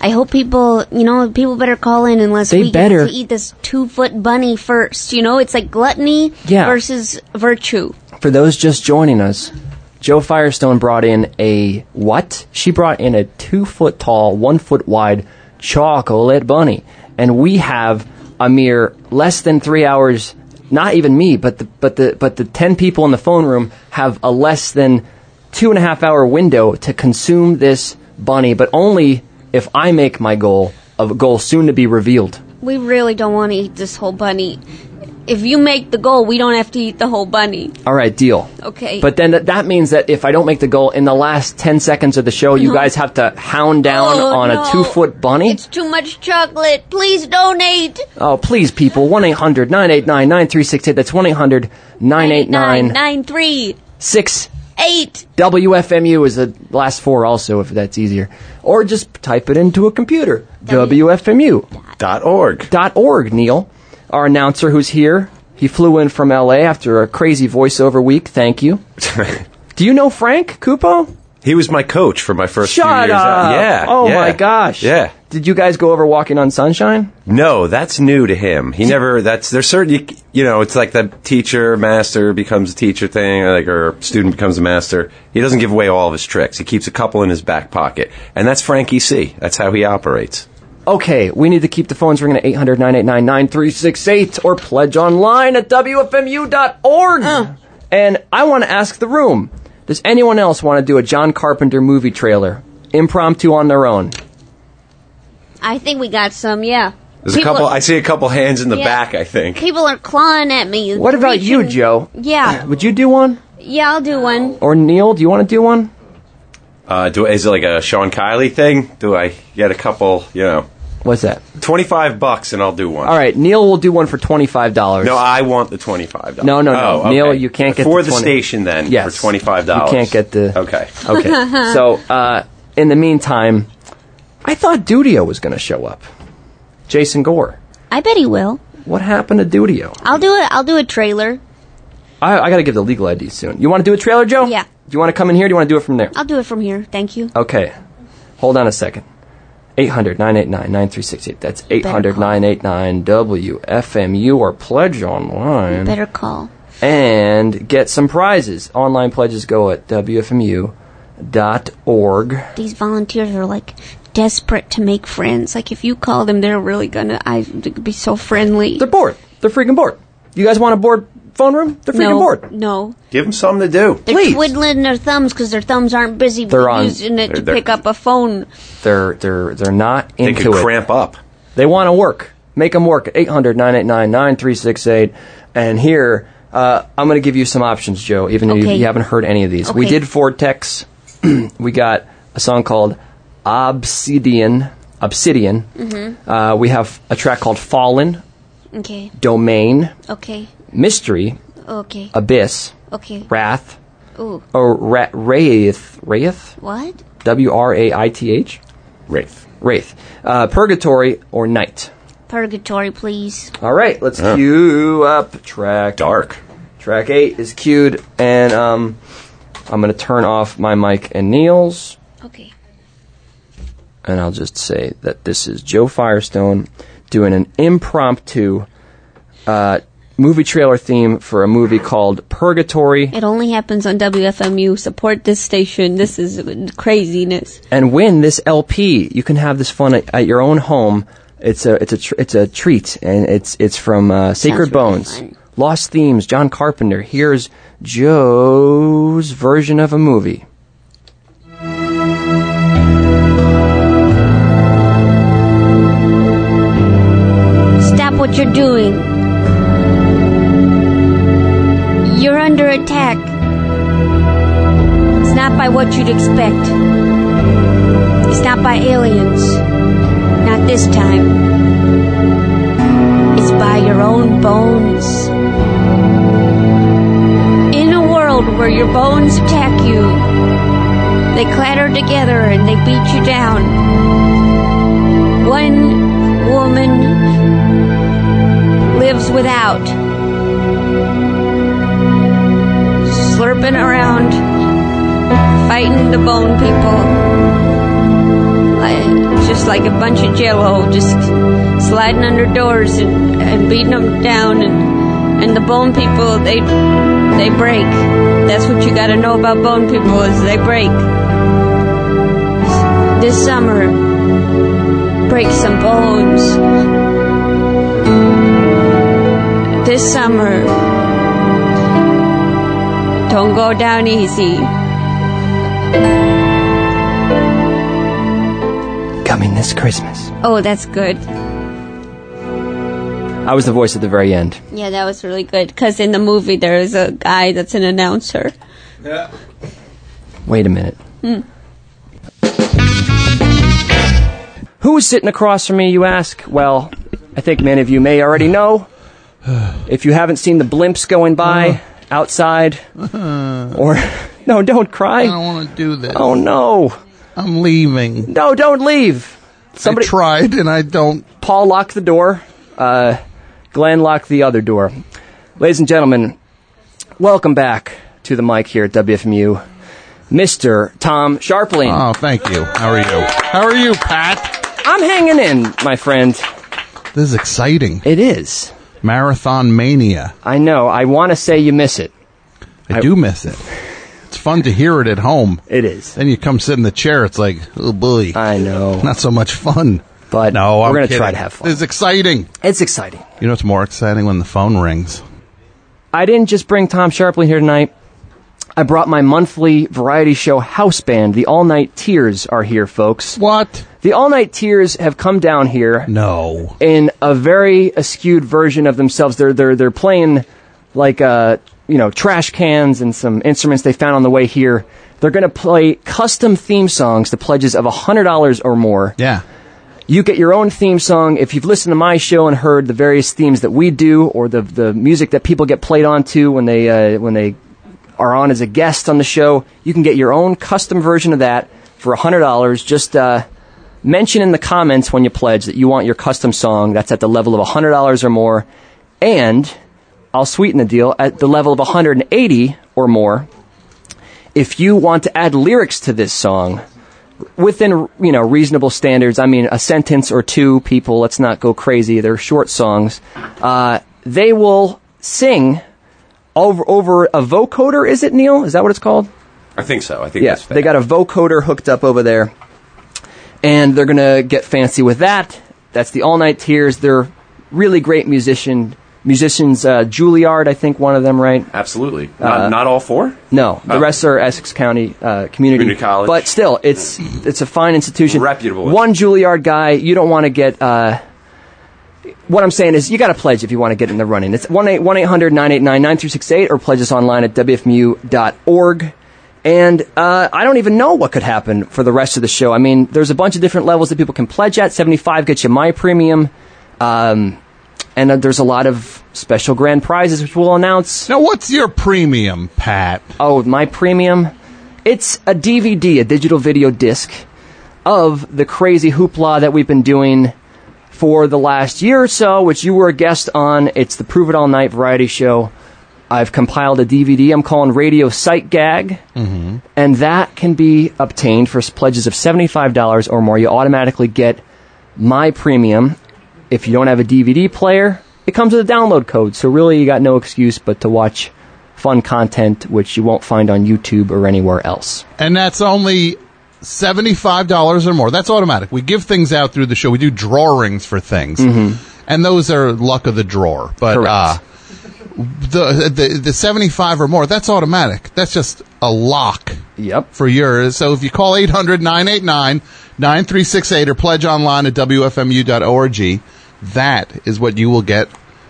Speaker 5: I hope people, you know, people better call in unless
Speaker 1: They
Speaker 5: we
Speaker 1: better.
Speaker 5: get to eat this two foot bunny first. You know, it's like gluttony
Speaker 1: Yeah.
Speaker 5: versus virtue.
Speaker 1: For those just joining us, Joe Firestone brought in a what? She brought in a two foot tall, one foot wide chocolate bunny. And we have a mere less than three hours not even me, but the but the but the ten people in the phone room have a less than two and a half hour window to consume this bunny, but only if I make my goal of goal soon to be revealed.
Speaker 5: We really don't want to eat this whole bunny. If you make the goal, we don't have to eat the whole bunny.
Speaker 1: All right, deal.
Speaker 5: Okay.
Speaker 1: But then th- that means that if I don't make the goal in the last 10 seconds of the show, you guys have to hound down
Speaker 5: Uh-huh. Oh,
Speaker 1: on
Speaker 5: no.
Speaker 1: a two foot bunny?
Speaker 5: It's too much chocolate. Please donate.
Speaker 1: oh, please, people. 1 800 989 9368. That's 1 800 989
Speaker 5: nine three
Speaker 1: 6.
Speaker 5: eight.
Speaker 1: WFMU is the last four, also, if that's easier. Or just type it into a computer. WFMU.org,
Speaker 7: Dot org.
Speaker 1: Neil. Our announcer who's here, he flew in from LA after a crazy voiceover week. Thank you. Do you know Frank Cupo?
Speaker 7: he was my coach for my first few
Speaker 1: Shut
Speaker 7: years out.
Speaker 1: up!
Speaker 7: Yeah.
Speaker 1: Oh
Speaker 7: yeah.
Speaker 1: my gosh.
Speaker 7: Yeah.
Speaker 1: Did you guys go over walking on sunshine?
Speaker 7: No, that's new to him. He never. That's there's certain. You, you know, it's like the teacher master becomes a teacher thing, or like or student becomes a master. He doesn't give away all of his tricks. He keeps a couple in his back pocket, and that's Frankie C. That's how he operates.
Speaker 1: Okay, we need to keep the phones ringing at 800 989 9368 or pledge online at WFMU.org.
Speaker 5: Oh.
Speaker 1: And I want to ask the room Does anyone else want to do a John Carpenter movie trailer? Impromptu on their own.
Speaker 5: I think we got some. Yeah.
Speaker 7: There's
Speaker 5: People-
Speaker 7: a couple. I see a couple hands in the
Speaker 5: Yeah.
Speaker 7: back. I think.
Speaker 5: People are clawing at me.
Speaker 1: What about you,
Speaker 5: Reaching-
Speaker 1: Joe?
Speaker 5: Yeah,
Speaker 1: Would you do one?
Speaker 5: yeah, I'll do one.
Speaker 1: Or Neil, do you want to do one?
Speaker 7: Uh, do is it like a Sean Kiley thing? Do I get a couple? You know,
Speaker 1: What's that?
Speaker 7: twenty five bucks, and I'll do one.
Speaker 1: All right, Neil will do one for $25.
Speaker 7: No, I want the twenty five dollars. Oh,
Speaker 1: No, no, no. Neil, you can't get
Speaker 7: for
Speaker 1: the
Speaker 7: the,
Speaker 1: 20
Speaker 7: station then.
Speaker 1: Yes.
Speaker 7: for twenty five dollars.
Speaker 1: You can't get the-
Speaker 7: Okay.
Speaker 1: Okay. so, uh, in the meantime, I thought Dudio was going to show up. Jason Gore.
Speaker 5: I bet he will.
Speaker 1: What happened to Dudio?
Speaker 5: I'll do it. I'll do a trailer.
Speaker 1: I, I got to give the legal ID soon. You want to do a trailer, Joe?
Speaker 5: Yeah.
Speaker 1: Do you want to come in here? Or do you want to do it from there?
Speaker 5: I'll do it from here. Thank you.
Speaker 1: Okay. Hold on a second. 800 989 9368. That's 800 989 WFMU or pledge online.
Speaker 5: Better call.
Speaker 1: And get some prizes. Online pledges go at WFMU.org.
Speaker 5: These volunteers are like desperate to make friends. Like if you call them, they're really gonna. I they'd be so friendly.
Speaker 1: They're bored. They're freaking bored. You guys want a bored phone room? They're freaking
Speaker 5: no,
Speaker 1: bored.
Speaker 5: no.
Speaker 7: Give him something to do.
Speaker 5: They're
Speaker 1: Please.
Speaker 5: twiddling their thumbs because their thumbs aren't busy
Speaker 1: They're on-
Speaker 5: using it to
Speaker 7: they're-
Speaker 5: pick up a phone.
Speaker 1: They're they're they're not
Speaker 7: They
Speaker 1: into
Speaker 7: could
Speaker 1: it.
Speaker 7: cramp up.
Speaker 1: They want to work. Make them work at 800 989 9368. And here, uh, I'm going to give you some options, Joe, even if you,
Speaker 5: Okay.
Speaker 1: you haven't heard any of these. We
Speaker 5: Okay.
Speaker 1: did Vortex. we got a song called Obsidian. Obsidian.
Speaker 7: Mm-hmm.
Speaker 1: Uh, we have a track called Fallen,
Speaker 5: Okay,
Speaker 1: Domain,
Speaker 5: okay,
Speaker 1: Mystery,
Speaker 5: okay,
Speaker 1: Abyss,
Speaker 5: okay.
Speaker 1: Wrath,
Speaker 5: Ooh,
Speaker 1: or Ra- Wraith. Wraith?
Speaker 5: what?
Speaker 1: W R A I T H?
Speaker 7: Wraith.
Speaker 1: Wraith. Uh, Purgatory or Night.
Speaker 5: Purgatory, please.
Speaker 1: All right, let's cue up track.
Speaker 7: Dark.
Speaker 1: Track eight is cued, and um, I'm gonna turn off my mic and Neil's,
Speaker 5: Okay.
Speaker 1: and I'll just say that this is Joe Firestone doing an impromptu uh, movie trailer theme for a movie called Purgatory.
Speaker 5: It only happens on WFMU. Support this station. This is craziness.
Speaker 1: and win this LP. You can have this fun at, at your own home. It's a it's a tr- it's a treat, and it's it's from uh, Sacred
Speaker 5: really
Speaker 1: Bones,
Speaker 5: fun.
Speaker 1: Lost Themes, John Carpenter. Here's Joe's version of a movie.
Speaker 5: Stop what you're doing. You're under attack. It's not by what you'd expect. It's not by aliens. Not this time. It's by your own bones. In a world where your bones attack you, They clattered together and they beat you down. One woman lives without, slurping around, fighting the bone people. Like, just like a bunch of jello, just sliding under doors and, and beating them down. And, and the bone people, they, they break. That's what you gotta know about bone people is they break. This summer, break some bones. This summer, don't go down easy.
Speaker 1: Coming this Christmas.
Speaker 5: Oh, that's good.
Speaker 1: I was the voice at the very end.
Speaker 5: Yeah, that was really good. Because in the movie, there is a guy that's an announcer.
Speaker 1: Wait a minute. Who is sitting across from me, you ask? Well, I think many of you may already know. If you haven't seen the blimps going by outside, or. No, don't
Speaker 8: I don't
Speaker 1: cry.
Speaker 8: want to do this.
Speaker 1: Oh, no.
Speaker 8: I'm leaving.
Speaker 1: No, don't leave. Somebody.
Speaker 8: I tried and I don't.
Speaker 1: Paul locked the door. Uh, Glenn locked the other door. Ladies and gentlemen, welcome back to the mic here at WFMU, Mr. Tom Sharpling.
Speaker 8: Oh, thank you. How are you? How are you, Pat?
Speaker 1: I'm hanging in, my friend.
Speaker 8: This is exciting.
Speaker 1: It is.
Speaker 8: Marathon mania.
Speaker 1: I know. I want to say you miss it.
Speaker 8: I do miss it. It's fun to hear it at home.
Speaker 1: It is.
Speaker 8: Then you come sit in the chair. It's like, oh boy,
Speaker 1: I know.
Speaker 8: not so much fun.
Speaker 1: But
Speaker 8: No,
Speaker 1: we're
Speaker 8: I'm
Speaker 1: gonna
Speaker 8: kidding.
Speaker 1: try to have fun.
Speaker 8: This is exciting.
Speaker 1: It's exciting.
Speaker 8: You know what's more exciting when the phone rings?
Speaker 1: I didn't just bring Tom Sharpling here tonight. I brought my monthly variety show house band. The All Night Tears are here, folks.
Speaker 8: What?
Speaker 1: The All Night Tears have come down here
Speaker 8: No.
Speaker 1: in a very askewed version of themselves. They're they're they're playing like uh you know trash cans and some instruments they found on the way here. They're going to play custom theme songs to pledges of hundred dollars or more.
Speaker 8: Yeah.
Speaker 1: You get your own theme song if you've listened to my show and heard the various themes that we do or the the music that people get played on to when they uh, when they are on as a guest on the show. You can get your own custom version of that for hundred dollars. Just uh, mention in the comments when you pledge that you want your custom song. That's at the level of hundred dollars or more, and I'll sweeten the deal at the level of one hundred and eighty or more. If you want to add lyrics to this song within you know reasonable standards. I mean, a sentence or two. People, let's not go crazy. They're short songs. Uh, they will sing over over a vocoder. Is it Neil? Is that what it's called?
Speaker 7: I think so. I think that's
Speaker 1: they got a vocoder hooked up over there, and they're gonna get fancy with that. That's the All Night Tears. They're really great musician musicians. Uh, Juilliard, I think one of them, right? Uh,
Speaker 7: absolutely not, not all four.
Speaker 1: No, the
Speaker 7: Oh.
Speaker 1: rest are Essex County uh, community.
Speaker 7: Community college.
Speaker 1: But still, it's it's a fine institution,
Speaker 7: Reputable.
Speaker 1: One Juilliard guy. You don't want to get. Uh, what I'm saying is, you got to pledge if you want to get in the running. It's one eight one eight hundred nine eight nine nine three six eight, or pledge us online at wfmu.org. And uh, I don't even know what could happen for the rest of the show. I mean, there's a bunch of different levels that people can pledge at. Seventy five gets you my premium, um, and uh, there's a lot of special grand prizes which we'll announce.
Speaker 8: Now, what's your premium, Pat?
Speaker 1: Oh, my premium. It's a DVD, a digital video disc of the crazy hoopla that we've been doing for the last year or so, which you were a guest on. It's the Prove It All Night variety show. I've compiled a DVD I'm calling Radio Sight Gag,
Speaker 2: Mm-hmm.
Speaker 1: and that can be obtained for pledges of $75 or more. You automatically get my premium. If you don't have a DVD player, it comes with a download code, so really you got no excuse but to watch fun content which you won't find on YouTube or anywhere else.
Speaker 8: And that's only $75 or more. That's automatic. We give things out through the show. We do drawings for things. And those are luck of the drawer. But
Speaker 1: Mm-hmm. Correct.
Speaker 8: uh the, the the 75 or more, that's automatic. That's just a lock
Speaker 1: Yep.
Speaker 8: for yours. So if you call 800-989-9368 or pledge online at wfmu.org, that is what you will get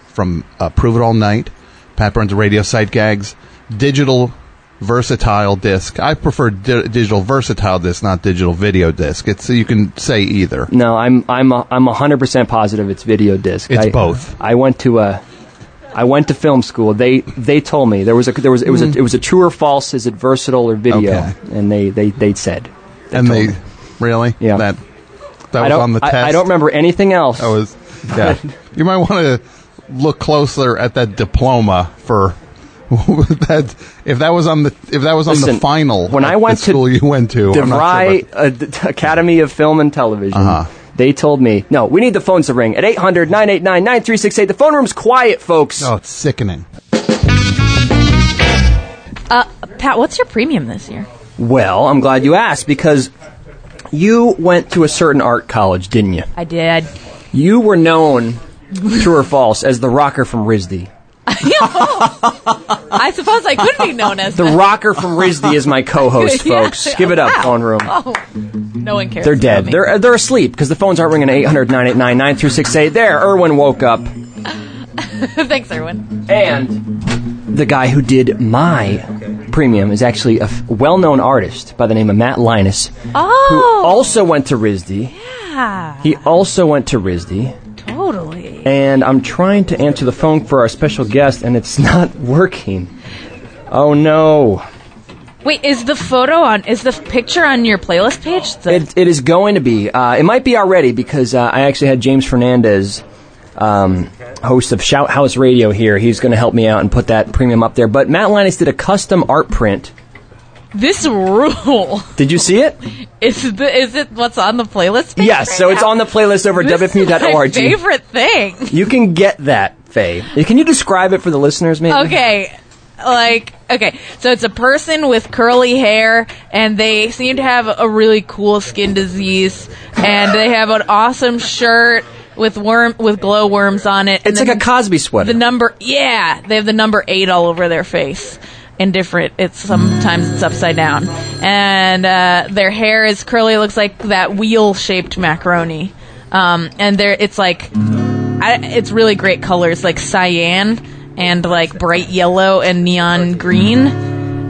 Speaker 8: from uh, Prove It All Night, Pat Burns Radio Site Gags, digital versatile disc. I prefer di- digital versatile disc, not digital video disc. It's you can say either.
Speaker 1: No, I'm I'm a, I'm 100% positive it's video disc.
Speaker 8: It's
Speaker 1: I-
Speaker 8: both.
Speaker 1: I went to a I went to film school. They they told me there was a there was it was a, it was a true or false. Is it versatile or video?
Speaker 8: Mm-hmm. Okay.
Speaker 1: And they they they said.
Speaker 8: and they really
Speaker 1: Yeah.
Speaker 8: that that
Speaker 1: I
Speaker 8: was
Speaker 1: don't
Speaker 8: on the
Speaker 1: I-
Speaker 8: test. Oh,
Speaker 1: I, don't remember anything else.
Speaker 8: That was yeah. you might want to look closer at that diploma for that. If that was on the if that was on
Speaker 1: Listen,
Speaker 8: the final
Speaker 1: when
Speaker 8: at
Speaker 1: I went
Speaker 8: the
Speaker 1: to
Speaker 8: school you went to I'm not sure
Speaker 1: DeVry
Speaker 8: about-
Speaker 1: uh, d- t- Academy of Film and Television.
Speaker 8: Uh-huh.
Speaker 1: They told me, no, we need the phones to ring at 800 989 9368. The phone room's quiet, folks.
Speaker 8: oh, it's sickening.
Speaker 3: Uh, Pat, what's your premium this year?
Speaker 1: Well, I'm glad you asked because you went to a certain art college, didn't you?
Speaker 3: I did.
Speaker 1: You were known, true or false, as the rocker from RISD.
Speaker 3: I suppose I could be known as
Speaker 1: The rocker from RISD is my co host,
Speaker 3: Yeah.
Speaker 1: folks. Give it up,
Speaker 3: Wow.
Speaker 1: phone room.
Speaker 3: Oh, no one cares.
Speaker 1: They're
Speaker 3: about
Speaker 1: dead.
Speaker 3: me.
Speaker 1: They're they're asleep because the phones aren't ringing. Eight hundred nine eight nine nine three six eight. There, Irwin woke up,
Speaker 3: Thanks, Erwin.
Speaker 1: and the guy who did my premium is actually a f- well-known artist by the name of Matt Linus,
Speaker 3: Oh,
Speaker 1: who also went to RISD.
Speaker 3: yeah,
Speaker 1: He also went to RISD,
Speaker 3: Ah, totally.
Speaker 1: and I'm trying to answer the phone for our special guest, and it's not working. Oh no!
Speaker 3: Wait, is the photo on? Is the picture on your playlist page? The-
Speaker 1: It, it is going to be. Uh, it might be already because uh, I actually had James Fernandez, um, host of Shout House Radio here. He's going to help me out and put that premium up there. But Matt Linus did a custom art print.
Speaker 3: this rule
Speaker 1: Did you see it?
Speaker 3: is the, is it what's on the playlist? Page
Speaker 1: yes.
Speaker 3: right
Speaker 1: So it's
Speaker 3: now?
Speaker 1: on the playlist over at
Speaker 3: This is my
Speaker 1: WFMU.org.
Speaker 3: Favorite thing.
Speaker 1: You can get that, Faye. Can you describe it for the listeners, maybe?
Speaker 3: Okay. Like, okay. So it's a person with curly hair, and they seem to have a really cool skin disease, and they have an awesome shirt with worm with glow worms on it. and
Speaker 1: It's like
Speaker 3: then
Speaker 1: a Cosby sweater.
Speaker 3: The number, yeah, they have the number eight all over their face. And different. It's sometimes it's upside down, and uh, their hair is curly. Looks like that wheel-shaped macaroni, um, and there it's like I, it's really great colors like cyan and like bright yellow and neon green.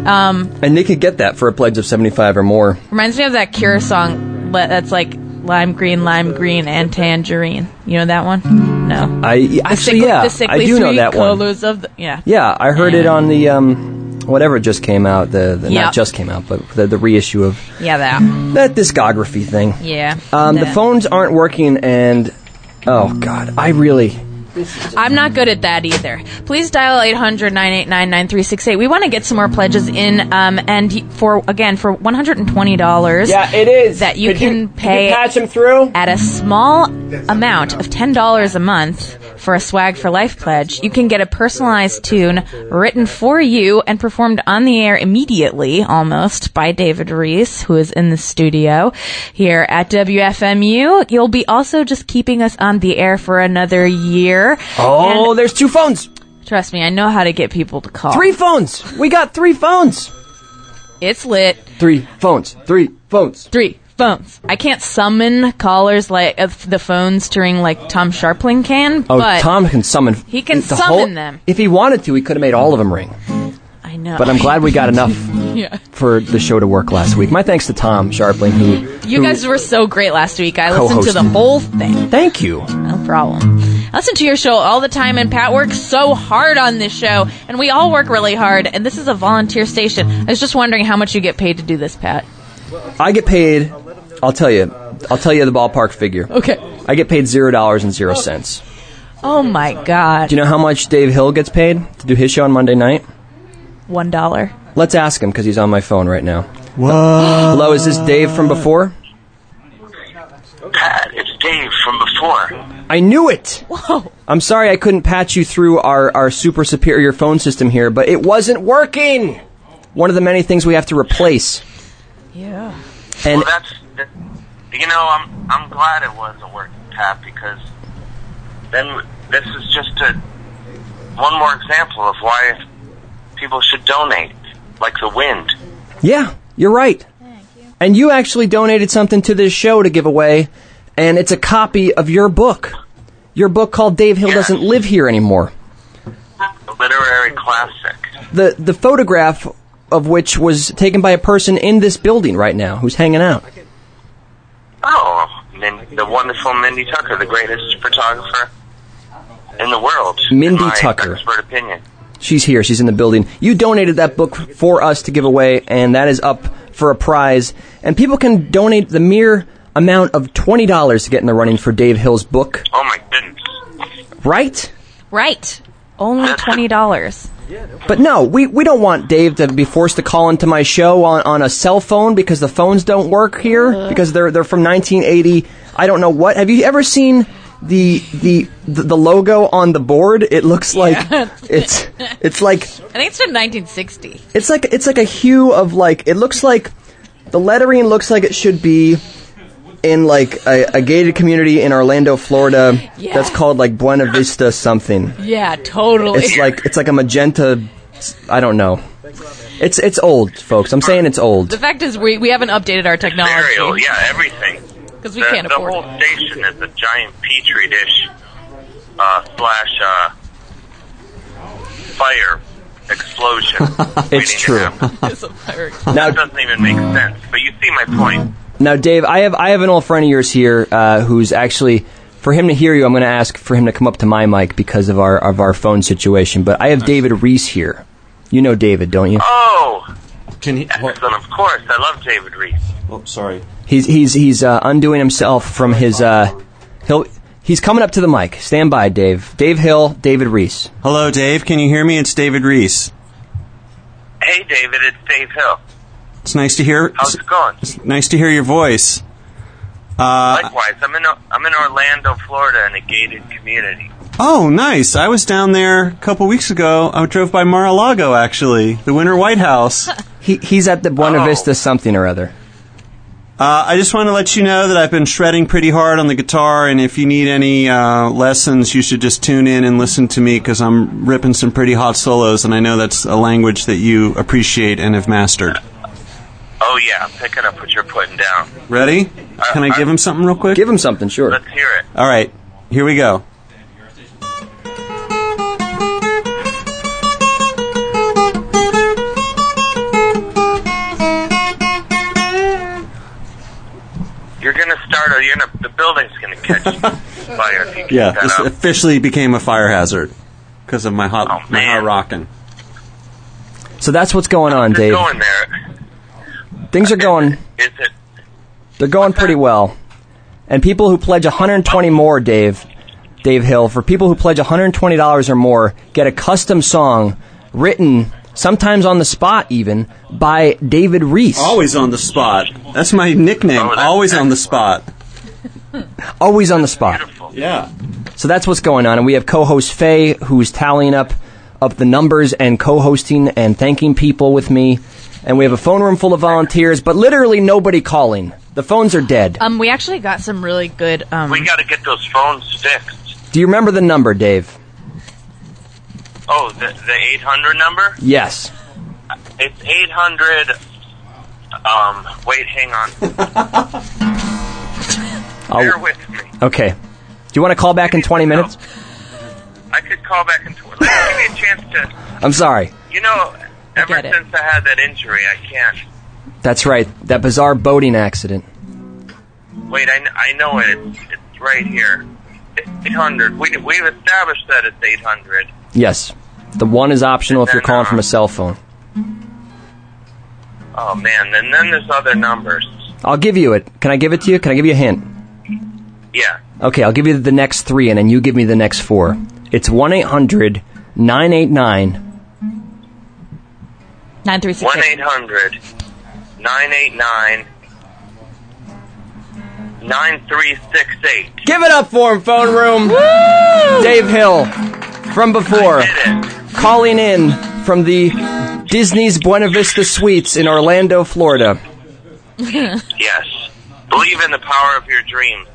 Speaker 3: Um,
Speaker 1: and they could get that for a pledge of seventy-five or more.
Speaker 3: Reminds me of that Cure song but that's like lime green, lime green, and tangerine. You know that one? No.
Speaker 1: I actually,
Speaker 3: Sickly-
Speaker 1: yeah,
Speaker 3: the sickly
Speaker 1: I do know
Speaker 3: sweet
Speaker 1: that one.
Speaker 3: colors of the yeah.
Speaker 1: Yeah, I heard it on the um, whatever just came out. The, the
Speaker 3: Yeah.
Speaker 1: not just came out, but the, the reissue of
Speaker 3: Yeah, that.
Speaker 1: that discography thing.
Speaker 3: Yeah.
Speaker 1: Um, the
Speaker 3: that.
Speaker 1: phones aren't working, and oh god, I really
Speaker 3: I'm not good at that either. Please dial 800-989-9368. We want to get some more pledges in um and y- for again for $120.
Speaker 1: it is
Speaker 3: That you Could you- can could you pay- patch
Speaker 1: them through.
Speaker 3: At a small amount of $10 a month for a Swag for Life pledge, you can get a personalized tune written for you and performed on the air immediately, almost, by David Reese, who is in the studio here at WFMU. You'll be also just keeping us on the air for another year.
Speaker 1: Oh,
Speaker 3: And
Speaker 1: there's two phones,
Speaker 3: trust me, I know how to get people to call.
Speaker 1: three phones. We got three phones,
Speaker 3: It's lit.
Speaker 1: three phones, three phones.
Speaker 3: Three phones. I can't summon callers like uh, the phones to ring like Tom Sharpling can,
Speaker 1: Oh,
Speaker 3: but
Speaker 1: Tom can summon.
Speaker 3: He can
Speaker 1: the
Speaker 3: summon
Speaker 1: whole-
Speaker 3: them.
Speaker 1: If he wanted to, he could have made all of them ring.
Speaker 3: I know.
Speaker 1: But I'm glad we got enough
Speaker 3: Yeah.
Speaker 1: for the show to work last week. My thanks to Tom Sharpling, who
Speaker 3: You guys were so great last week. I listened to
Speaker 1: Co-hosted.
Speaker 3: the whole thing.
Speaker 1: Thank you.
Speaker 3: No problem. I listen to your show all the time, and Pat works so hard on this show, and we all work really hard, and this is a volunteer station. I was just wondering how much you get paid to do this, Pat.
Speaker 1: I get paid. I'll tell you. I'll tell you the ballpark figure.
Speaker 3: Okay.
Speaker 1: I get paid zero dollars and zero cents.
Speaker 3: Oh my god.
Speaker 1: Do you know how much Dave Hill gets paid to do his show on Monday night?
Speaker 3: One dollar.
Speaker 1: Let's ask him because he's on my phone right now. Hello, is this Dave from before?
Speaker 6: Pat, it's Dave from before.
Speaker 1: I knew it. Whoa. I'm sorry I couldn't patch you through our, our super superior phone system here, but it wasn't working. One of the many things we have to replace.
Speaker 3: Yeah.
Speaker 1: And
Speaker 6: Well, that's that, you know I'm I'm glad it wasn't working, Pat, because then this is just a one more example of why people should donate, like the wind.
Speaker 1: Yeah, you're right. And you actually donated something to this show to give away, and it's a copy of your book. Your book called Dave Hill
Speaker 6: Yeah.
Speaker 1: Doesn't Live Here Anymore.
Speaker 6: A literary classic.
Speaker 1: The the photograph of which was taken by a person in this building right now who's hanging out.
Speaker 6: Oh, Min- the wonderful Mindy Tucker, the greatest photographer
Speaker 9: in the world.
Speaker 1: Mindy
Speaker 9: in my
Speaker 1: Tucker.
Speaker 9: Expert opinion.
Speaker 1: She's here. She's in the building. You donated that book for us to give away, and that is up for a prize. And people can donate the mere amount of twenty dollars to get in the running for Dave Hill's book.
Speaker 9: Oh my goodness.
Speaker 1: Right?
Speaker 3: Right. Only twenty dollars.
Speaker 1: But no, we, we don't want Dave to be forced to call into my show on, on a cell phone because the phones don't work here because they're they're from 1980. I don't know what. Have you ever seen the the the, the logo on the board? It looks like it's it's like
Speaker 3: I think it's from 1960.
Speaker 1: it's like it's like a hue of like it looks like the lettering looks like it should be in like a, a gated community in Orlando, Florida.
Speaker 3: Yeah.
Speaker 1: That's called like Buena Vista something.
Speaker 3: Yeah, totally.
Speaker 1: It's like it's like a magenta. I don't know. It's it's old, folks. I'm saying it's
Speaker 3: the
Speaker 1: old.
Speaker 3: fact is, we, we haven't updated our
Speaker 9: Burial,
Speaker 3: technology
Speaker 9: yeah, everything.
Speaker 3: because we
Speaker 9: the,
Speaker 3: can't
Speaker 9: the
Speaker 3: afford
Speaker 9: whole
Speaker 3: it.
Speaker 9: station is a giant petri dish uh, slash uh, fire explosion. waiting to
Speaker 1: true.
Speaker 9: happen.
Speaker 3: It's a fire-
Speaker 1: Now,
Speaker 9: It doesn't even make sense, but you see my point.
Speaker 1: now, Dave, I have I have an old friend of yours here uh, who's actually for him to hear you. I'm going to ask for him to come up to my mic because of our of our phone situation. But I have David Reese here. You know David, don't you?
Speaker 9: Oh,
Speaker 2: Can he? Hold,
Speaker 9: excellent! Of course, I love David Reese.
Speaker 2: oh, sorry.
Speaker 1: He's he's he's uh, undoing himself from his. Uh, he'll he's coming up to the mic. Stand by, Dave. Dave Hill, David Reese.
Speaker 2: Hello, Oh, Dave. Can you hear me? It's David Reese.
Speaker 9: Hey, David, it's Dave Hill.
Speaker 2: It's nice to hear.
Speaker 9: How's it going?
Speaker 2: It's nice to hear your voice. Uh,
Speaker 9: Likewise, I'm in o- I'm in Orlando, Florida, in a gated community.
Speaker 2: Oh, nice. I was down there a couple weeks ago. I drove by Mar-a-Lago, actually, the Winter White House. uh,
Speaker 1: He he's at the Buena
Speaker 9: Oh.
Speaker 1: Vista something or other.
Speaker 2: Uh, I just want to let you know that I've been shredding pretty hard on the guitar, and if you need any uh, lessons, you should just tune in and listen to me because I'm ripping some pretty hot solos, and I know that's a language that you appreciate and have mastered.
Speaker 9: Oh yeah, I'm picking up what you're putting down.
Speaker 2: Ready? Can I give him something real quick?
Speaker 1: Give him something, sure.
Speaker 9: Let's hear it.
Speaker 2: All right, here we go.
Speaker 9: You're gonna start. A, you're gonna. The building's gonna catch fire. If you keep
Speaker 2: Yeah,
Speaker 9: that
Speaker 2: this
Speaker 9: up.
Speaker 2: officially became a fire hazard because of my hot,
Speaker 9: uh, Oh,
Speaker 2: my hot
Speaker 9: man.
Speaker 2: rocking.
Speaker 1: So that's what's going on,
Speaker 9: Just
Speaker 1: Dave.
Speaker 9: going there.
Speaker 1: Things are going.
Speaker 9: Is it?
Speaker 1: They're going pretty well. And people who pledge 120 more, Dave, Dave Hill, for people who pledge $120 or more, get a custom song written sometimes on the spot even by David Reese.
Speaker 2: Always on the spot. That's my nickname.
Speaker 9: Oh, that's
Speaker 2: Always on the spot.
Speaker 1: Always on the spot.
Speaker 2: Yeah.
Speaker 1: So that's what's going on. And we have co-host Faye who's tallying up up the numbers and co-hosting and thanking people with me. And we have a phone room full of volunteers, but literally nobody calling. The phones are dead.
Speaker 3: Um, we actually got some really good. Um,
Speaker 9: We got to get those phones fixed.
Speaker 1: Do you remember the number, Dave?
Speaker 9: Oh, the the 800 number.
Speaker 1: Yes.
Speaker 9: It's 800. Um, wait, hang on. Bear
Speaker 1: I'll,
Speaker 9: with me.
Speaker 1: okay. Do you want to call back in 20 minutes?
Speaker 9: I could call back and tw- give me a chance to.
Speaker 1: I'm sorry.
Speaker 9: You know, ever
Speaker 3: get it.
Speaker 9: since I had that injury, I can't.
Speaker 1: That's right. That bizarre boating accident.
Speaker 9: Wait, I, kn- I know it. It's, it's right here. 800. We, we've established that it's 800.
Speaker 1: Yes. The one is optional if you're calling
Speaker 9: uh,
Speaker 1: from a cell phone.
Speaker 9: Oh, man. And then there's other numbers.
Speaker 1: I'll give you it. Can I give it to you? Can I give you a hint?
Speaker 9: Yeah.
Speaker 1: Okay, I'll give you the next three and then you give me the next four. It's 1 800 989
Speaker 3: nine three six
Speaker 9: 1
Speaker 3: eight.
Speaker 9: 800 989 9368.
Speaker 1: Give it up for him, phone room. Dave Hill from before,
Speaker 9: Did it.
Speaker 1: calling in from the Disney's Buena Vista Suites in Orlando, Florida.
Speaker 9: Yes. Believe in the power of your dreams.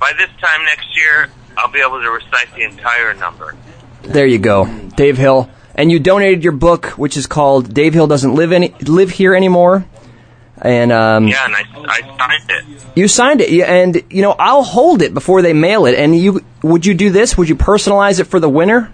Speaker 9: By this time next year, I'll be able to recite the entire number.
Speaker 1: There you go, Dave Hill. And you donated your book, which is called "Dave Hill Doesn't Live Any Live Here Anymore," and um,
Speaker 9: Yeah, and I, I signed it.
Speaker 1: you signed it. You- And you know, I'll hold it before they mail it. And you would you do this? Would you personalize it for the winner?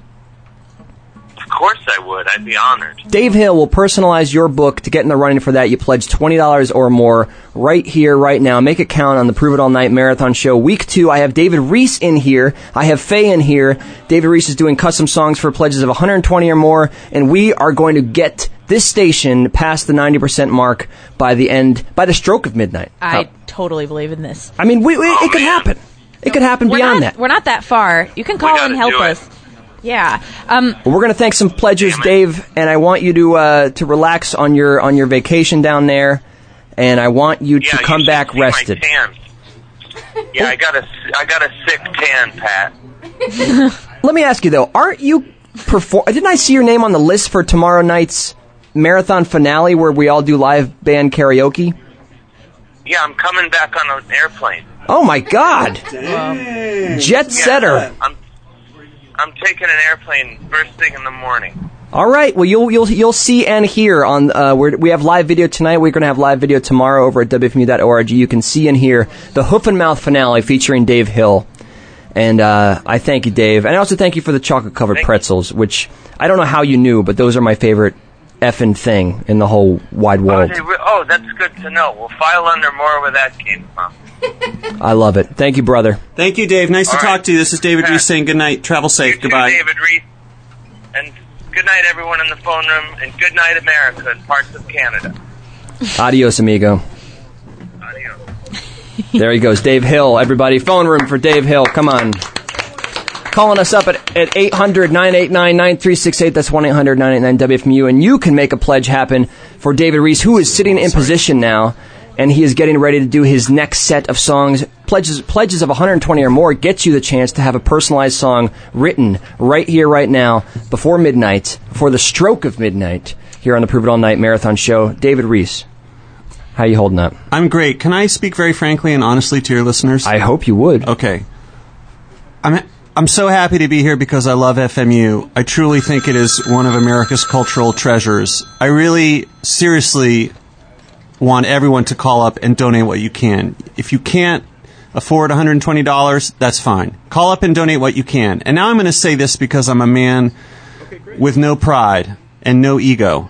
Speaker 9: Of course I would. I'd be honored.
Speaker 1: Dave Hill will personalize your book to get in the running for that. You pledge $20 or more right here, right now. Make it count on the Prove It All Night Marathon Show. Week two, I have David Reese in here. I have Faye in here. David Reese is doing custom songs for pledges of 120 or more, and we are going to get this station past the 90% mark by the end, by the stroke of midnight.
Speaker 3: I
Speaker 1: How-
Speaker 3: totally believe in this.
Speaker 1: I mean, we, we, it could happen. It could happen
Speaker 3: We're
Speaker 1: beyond
Speaker 3: not,
Speaker 1: that.
Speaker 3: We're not that far. You can call
Speaker 9: gotta
Speaker 3: and help
Speaker 9: do it.
Speaker 3: us. Yeah. Um,
Speaker 1: Well, we're going to thank some pledgers, Dave, and I want you to uh, to relax on your on your vacation down there, and I want you
Speaker 9: Yeah,
Speaker 1: to come
Speaker 9: you should
Speaker 1: back
Speaker 9: see my
Speaker 1: rested.
Speaker 9: tan. Yeah, I got a s- I got a sick tan, Pat.
Speaker 1: Let me ask you though, aren't you perform? Didn't I see your name on the list for tomorrow night's marathon finale where we all do live band karaoke?
Speaker 9: Yeah, I'm coming back on an airplane.
Speaker 1: Oh my God! Jet setter.
Speaker 9: I'm I'm taking an airplane first thing in the morning.
Speaker 1: All right. Well, you'll you'll you'll see and hear on uh, we're, we have live video tonight. We're going to have live video tomorrow over at wfmu.org. You can see and hear the Hoof and Mouth finale featuring Dave Hill. And uh, I thank you, Dave, and I also thank you for the chocolate covered
Speaker 9: Thank you.
Speaker 1: pretzels, which I don't know how you knew, but those are my favorite effing thing in the whole wide
Speaker 9: Oh,
Speaker 1: world.
Speaker 9: they re- oh, that's good to know. We'll file under more where that came from.
Speaker 1: I love it. Thank you, brother.
Speaker 2: Thank you, Dave. Nice
Speaker 9: All
Speaker 2: to
Speaker 9: right.
Speaker 2: talk to you. This is David
Speaker 9: Pat.
Speaker 2: Reese saying good night. Travel safe.
Speaker 9: You too,
Speaker 2: Goodbye.
Speaker 9: David Reese. And good night, everyone in the phone room, and good night, America and parts of Canada.
Speaker 1: Adios, amigo.
Speaker 9: Adios.
Speaker 1: There he goes. Dave Hill, everybody. Phone room for Dave Hill. Come on. Calling us up at, at 800-989-9368. That's 1-800-989-WFMU. And you can make a pledge happen for David Reese, who is sitting in position now. And he is getting ready to do his next set of songs. Pledges, pledges of 120 or more gets you the chance to have a personalized song written right here, right now, before midnight, before the stroke of midnight, here on the Prove It All Night Marathon Show. David Reese, how you holding up?
Speaker 2: I'm great. Can I speak very frankly and honestly to your listeners?
Speaker 1: I hope you would.
Speaker 2: Okay. I'm I'm so happy to be here because I love FMU. I truly think it is one of America's cultural treasures. I really seriously want everyone to call up and donate what you can. If you can't afford $120, that's fine. Call up and donate what you can. And now I'm going to say this because I'm a man with no pride and no ego.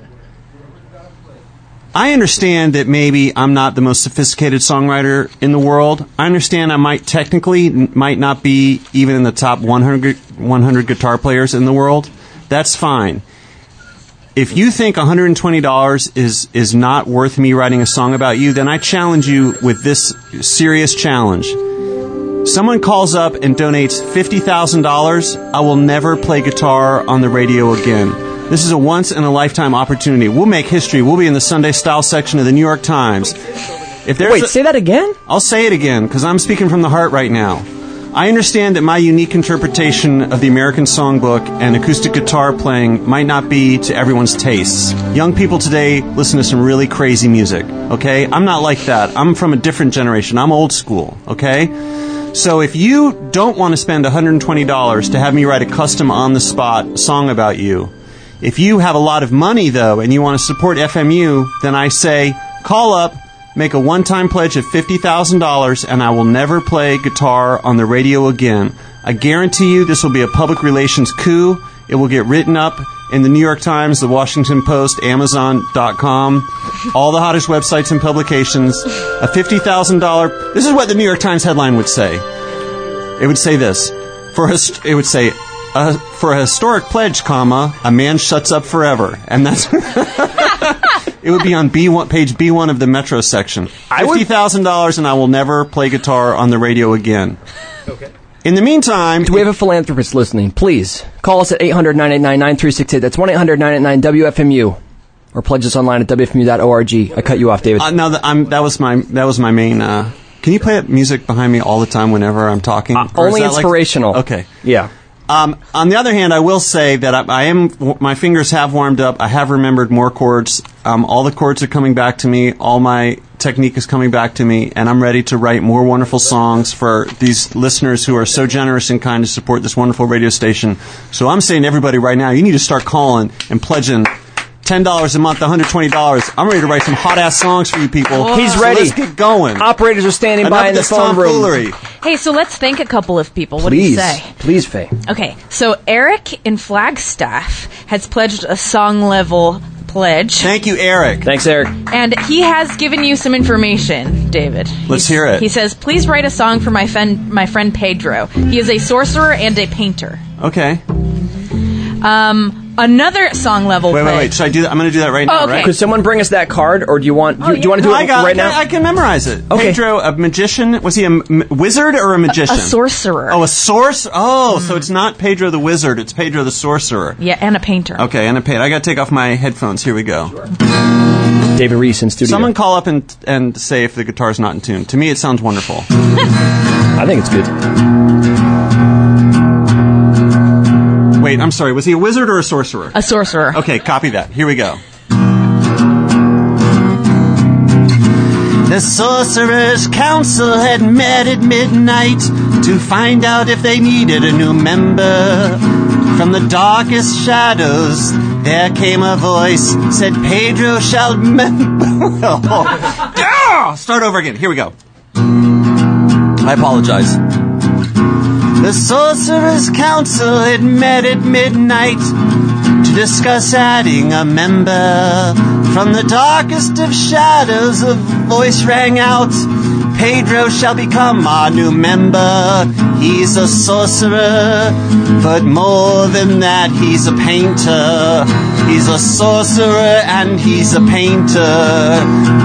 Speaker 2: I understand that maybe I'm not the most sophisticated songwriter in the world. I understand I might technically n- might not be even in the top 100, 100 guitar players in the world. That's fine. If you think $120 is is not worth me writing a song about you, then I challenge you with this serious challenge. Someone calls up and donates $50,000, I will never play guitar on the radio again. This is a once in a lifetime opportunity. We'll make history. We'll be in the Sunday Style section of the New York Times. If there's
Speaker 1: Wait,
Speaker 2: a-
Speaker 1: say that again?
Speaker 2: I'll say it again because I'm speaking from the heart right now. I understand that my unique interpretation of the American songbook and acoustic guitar playing might not be to everyone's tastes. Young people today listen to some really crazy music, okay? I'm not like that. I'm from a different generation. I'm old school, okay? So if you don't want to spend $120 to have me write a custom on the spot song about you, if you have a lot of money though and you want to support FMU, then I say call up Make a one time pledge of $50,000 and I will never play guitar on the radio again. I guarantee you this will be a public relations coup. It will get written up in the New York Times, the Washington Post, Amazon.com, all the hottest websites and publications. A $50,000, this is what the New York Times headline would say. It would say this. For his, it would say, uh, for a historic pledge, comma, a man shuts up forever. And that's. It would be on B1 page B1 of the Metro section. Fifty thousand dollars, and I will never play guitar on the radio again. Okay. In the meantime,
Speaker 1: Do we have a philanthropist listening? Please call us at 800 989 9368. That's 1 800 989 WFMU. Or pledge us online at WFMU.org. I cut you off, David.
Speaker 2: uh, no, th- I'm, that was my that was my main. Uh, can you play music behind me all the time whenever I'm talking? Or is
Speaker 1: Uh, Only
Speaker 2: that like-
Speaker 1: inspirational.
Speaker 2: okay.
Speaker 1: Yeah.
Speaker 2: Um, on the other hand, I will say that I, I am w- my fingers have warmed up. I have remembered more chords. Um, all the chords are coming back to me. All my technique is coming back to me, and I'm ready to write more wonderful songs for these listeners who are so generous and kind to support this wonderful radio station. So I'm saying, everybody, right now, you need to start calling and pledging ten dollars a month, one hundred twenty dollars. I'm ready to write some hot ass songs for you people.
Speaker 1: He's
Speaker 2: So
Speaker 1: ready.
Speaker 2: let's get going.
Speaker 1: Operators are standing
Speaker 2: Enough
Speaker 1: by
Speaker 2: of
Speaker 1: in the
Speaker 2: this
Speaker 1: phone room.
Speaker 2: tomfoolery.
Speaker 3: Hey, so let's thank a couple of people. What
Speaker 1: Please,
Speaker 3: do you say?
Speaker 1: please, Faye.
Speaker 3: Okay, so Eric in Flagstaff has pledged a song level pledge,
Speaker 2: Thank you, Eric.
Speaker 1: Thanks, Eric.
Speaker 3: and he has given you some information, David.
Speaker 2: Let's hear it.
Speaker 3: He says, "Please write a song for my friend, my friend Pedro. He is a sorcerer and a painter."
Speaker 2: Okay.
Speaker 3: Um, another song level
Speaker 2: Wait, wait,
Speaker 3: pledge.
Speaker 2: wait. Should I do that? I'm going to do that right now,
Speaker 3: Oh, okay.
Speaker 2: right?
Speaker 1: Could someone bring us that card, or do you want
Speaker 3: Oh,
Speaker 1: do, you- do you want to do
Speaker 2: I
Speaker 1: it
Speaker 2: got
Speaker 1: right
Speaker 2: I can-
Speaker 1: now?
Speaker 2: I can memorize it.
Speaker 1: Okay.
Speaker 2: Pedro, a magician. Was he a m- wizard or a magician?
Speaker 3: A sorcerer. Hmm.
Speaker 2: Oh, a sorcerer. Oh, so it's not Pedro the wizard. It's Pedro the sorcerer.
Speaker 3: yeah, and a painter.
Speaker 2: Okay, and a paid. I got to take off my headphones. Here we go.
Speaker 1: David Reese in studio.
Speaker 2: Someone call up and and say if the guitar's not in tune. To me, it sounds wonderful.
Speaker 1: I think it's good.
Speaker 2: Wait, I'm sorry. Was he a wizard or a sorcerer?
Speaker 3: A sorcerer.
Speaker 2: Okay, copy that. Here we go. The Sorcerer's Council had met at midnight to find out if they needed a new member. From the darkest shadows, there came a voice, said, Pedro shall member. Ah! Start over again. Here we go. I apologize. The Sorcerer's Council had met at midnight to discuss adding a member. From the darkest of shadows, a voice rang out Pedro shall become our new member. He's a sorcerer, but more than that, he's a painter. He's a sorcerer and he's a painter.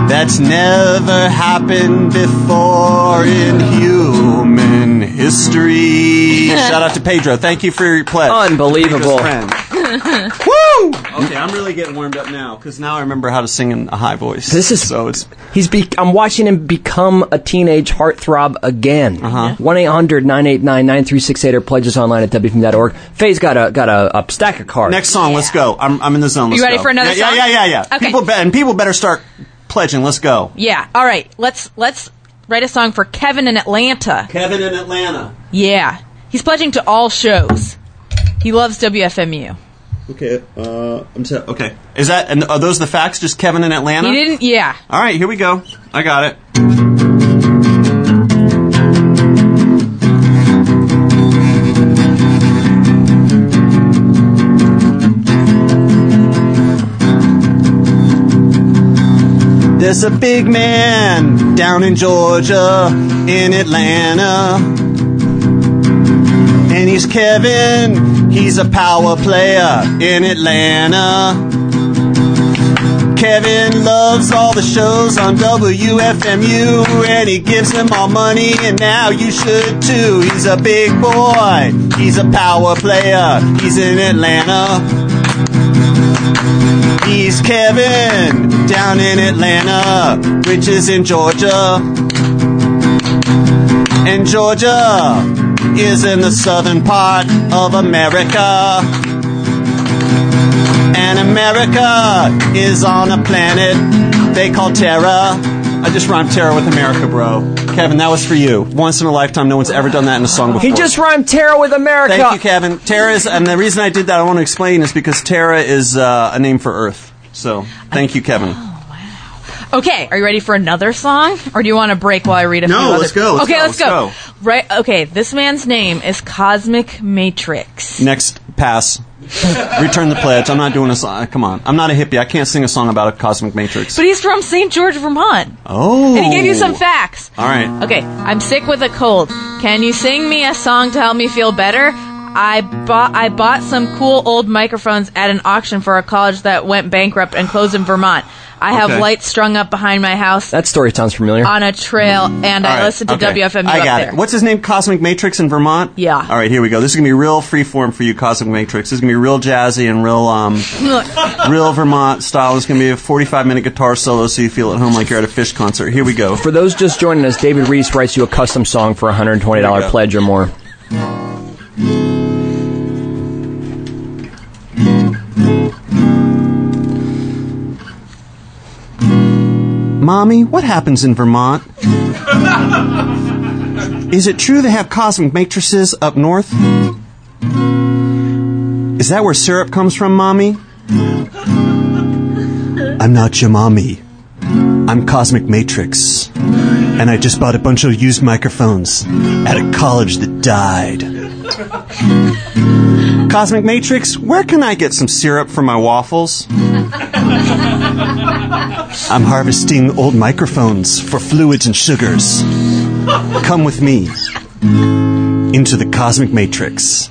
Speaker 2: That's never happened before in human history. Shout out to Pedro. Thank you for your pledge.
Speaker 1: Unbelievable.
Speaker 2: Pedro's friend. Okay, I'm really getting warmed up now because now I remember how to sing in a high voice.
Speaker 1: This is-
Speaker 2: so it's
Speaker 1: He's. Be- I'm watching him become a teenage heartthrob again.
Speaker 2: Uh-huh.
Speaker 1: One 9368 or pledges online at wfm.org. Faye's got a got a, a stack of cards.
Speaker 2: next song. Let's go. I'm, I'm in the zone. Let's
Speaker 3: You ready
Speaker 2: go.
Speaker 3: for another
Speaker 2: yeah,
Speaker 3: song?
Speaker 2: Yeah, yeah, yeah, yeah.
Speaker 3: Okay.
Speaker 2: People be- and people better start pledging. Let's go.
Speaker 3: Yeah. All right. Let's let's write a song for Kevin in Atlanta.
Speaker 2: Kevin in Atlanta.
Speaker 3: Yeah. He's pledging to all shows. He loves WFMU.
Speaker 2: Okay. Uh, I'm so okay. Is that and are those the facts? Just Kevin in Atlanta.
Speaker 3: He didn't. Yeah.
Speaker 2: All right, here we go. I got it. There's a big man down in Georgia, in Atlanta. And he's Kevin, he's a power player in Atlanta. Kevin loves all the shows on WFMU and he gives them all money and now you should too. He's a big boy. He's a power player. He's in Atlanta. He's Kevin down in Atlanta, which is in Georgia. And Georgia is in the southern part of America. And America is on a planet they call Terra. I just rhymed Terra with America, bro. Kevin, that was for you. Once in a lifetime, no one's ever done that in a song before.
Speaker 1: He just rhymed Terra with America.
Speaker 2: Thank you, Kevin. Terra is, and the reason I did that, I want to explain, is because Terra is uh, a name for Earth. So, thank you, Kevin.
Speaker 3: Okay. Are you ready for another song, or do you want to break while I read a
Speaker 2: No,
Speaker 3: few? other-
Speaker 2: let's go, let's
Speaker 3: okay.
Speaker 2: go,
Speaker 3: Let's,
Speaker 2: let's
Speaker 3: go.
Speaker 2: go.
Speaker 3: Right. Okay. This man's name is Cosmic Matrix.
Speaker 2: Next, pass. Return the pledge. I'm not doing a song. Come on. I'm not a hippie. I can't sing a song about a cosmic matrix.
Speaker 3: But he's from St. George, Vermont.
Speaker 2: oh.
Speaker 3: And he gave you some facts.
Speaker 2: All right.
Speaker 3: Okay, I'm sick with a cold. Can you sing me a song to help me feel better? I bought I bought some cool old microphones at an auction for a college that went bankrupt and closed in Vermont. I have
Speaker 2: Okay.
Speaker 3: lights strung up behind my house
Speaker 1: That story sounds familiar.
Speaker 3: on a trail, and
Speaker 2: All
Speaker 3: I
Speaker 2: right,
Speaker 3: listen to
Speaker 2: okay.
Speaker 3: WFMU
Speaker 2: I
Speaker 3: up
Speaker 2: got
Speaker 3: there.
Speaker 2: it. What's his name? Cosmic Matrix in Vermont.
Speaker 3: Yeah.
Speaker 2: All right, here we go. This is gonna be real free form for you, Cosmic Matrix. This is gonna be real jazzy and real um, real Vermont style. It's gonna be a 45 minute guitar solo, so you feel at home like you're at a fish concert. Here we go.
Speaker 1: For those just joining us, David Reese writes you a custom song for a hundred twenty
Speaker 2: There you
Speaker 1: dollar
Speaker 2: go.
Speaker 1: pledge or more.
Speaker 2: Mommy, what happens in Vermont? Is it true they have cosmic matrices up north? Is that where syrup comes from, Mommy?
Speaker 10: I'm not Jamami. I'm Cosmic Matrix. And I just bought a bunch of used microphones at a college that died.
Speaker 2: Cosmic Matrix, where can I get some syrup for my waffles?
Speaker 10: I'm harvesting old microphones for fluids and sugars. Come with me into the Cosmic Matrix.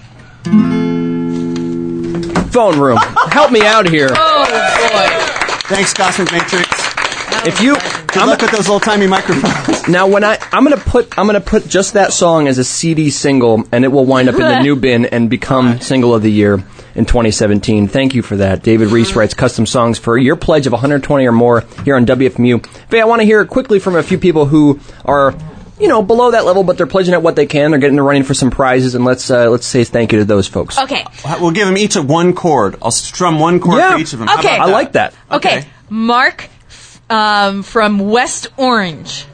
Speaker 1: Phone room. Help me out here.
Speaker 3: Oh,
Speaker 10: Thanks, Cosmic Matrix.
Speaker 1: If you,
Speaker 10: Good luck with those old timey microphones.
Speaker 1: Now, when I I'm gonna put I'm gonna put just that song as a CD single, and it will wind up in the new bin and become single of the year in 2017. Thank you for that, David Reese writes custom songs for your pledge of 120 or more here on WFMU. Faye, I want to hear quickly from a few people who are you know below that level, but they're pledging at what they can. They're getting to running for some prizes, and let's uh, let's say thank you to those folks.
Speaker 3: Okay.
Speaker 2: We'll give them each a one chord. I'll strum one chord
Speaker 1: Yeah.
Speaker 2: for each of them. How
Speaker 3: Okay.
Speaker 2: about
Speaker 1: I like that.
Speaker 3: Okay.
Speaker 2: Okay.
Speaker 3: Mark f- um, from West Orange.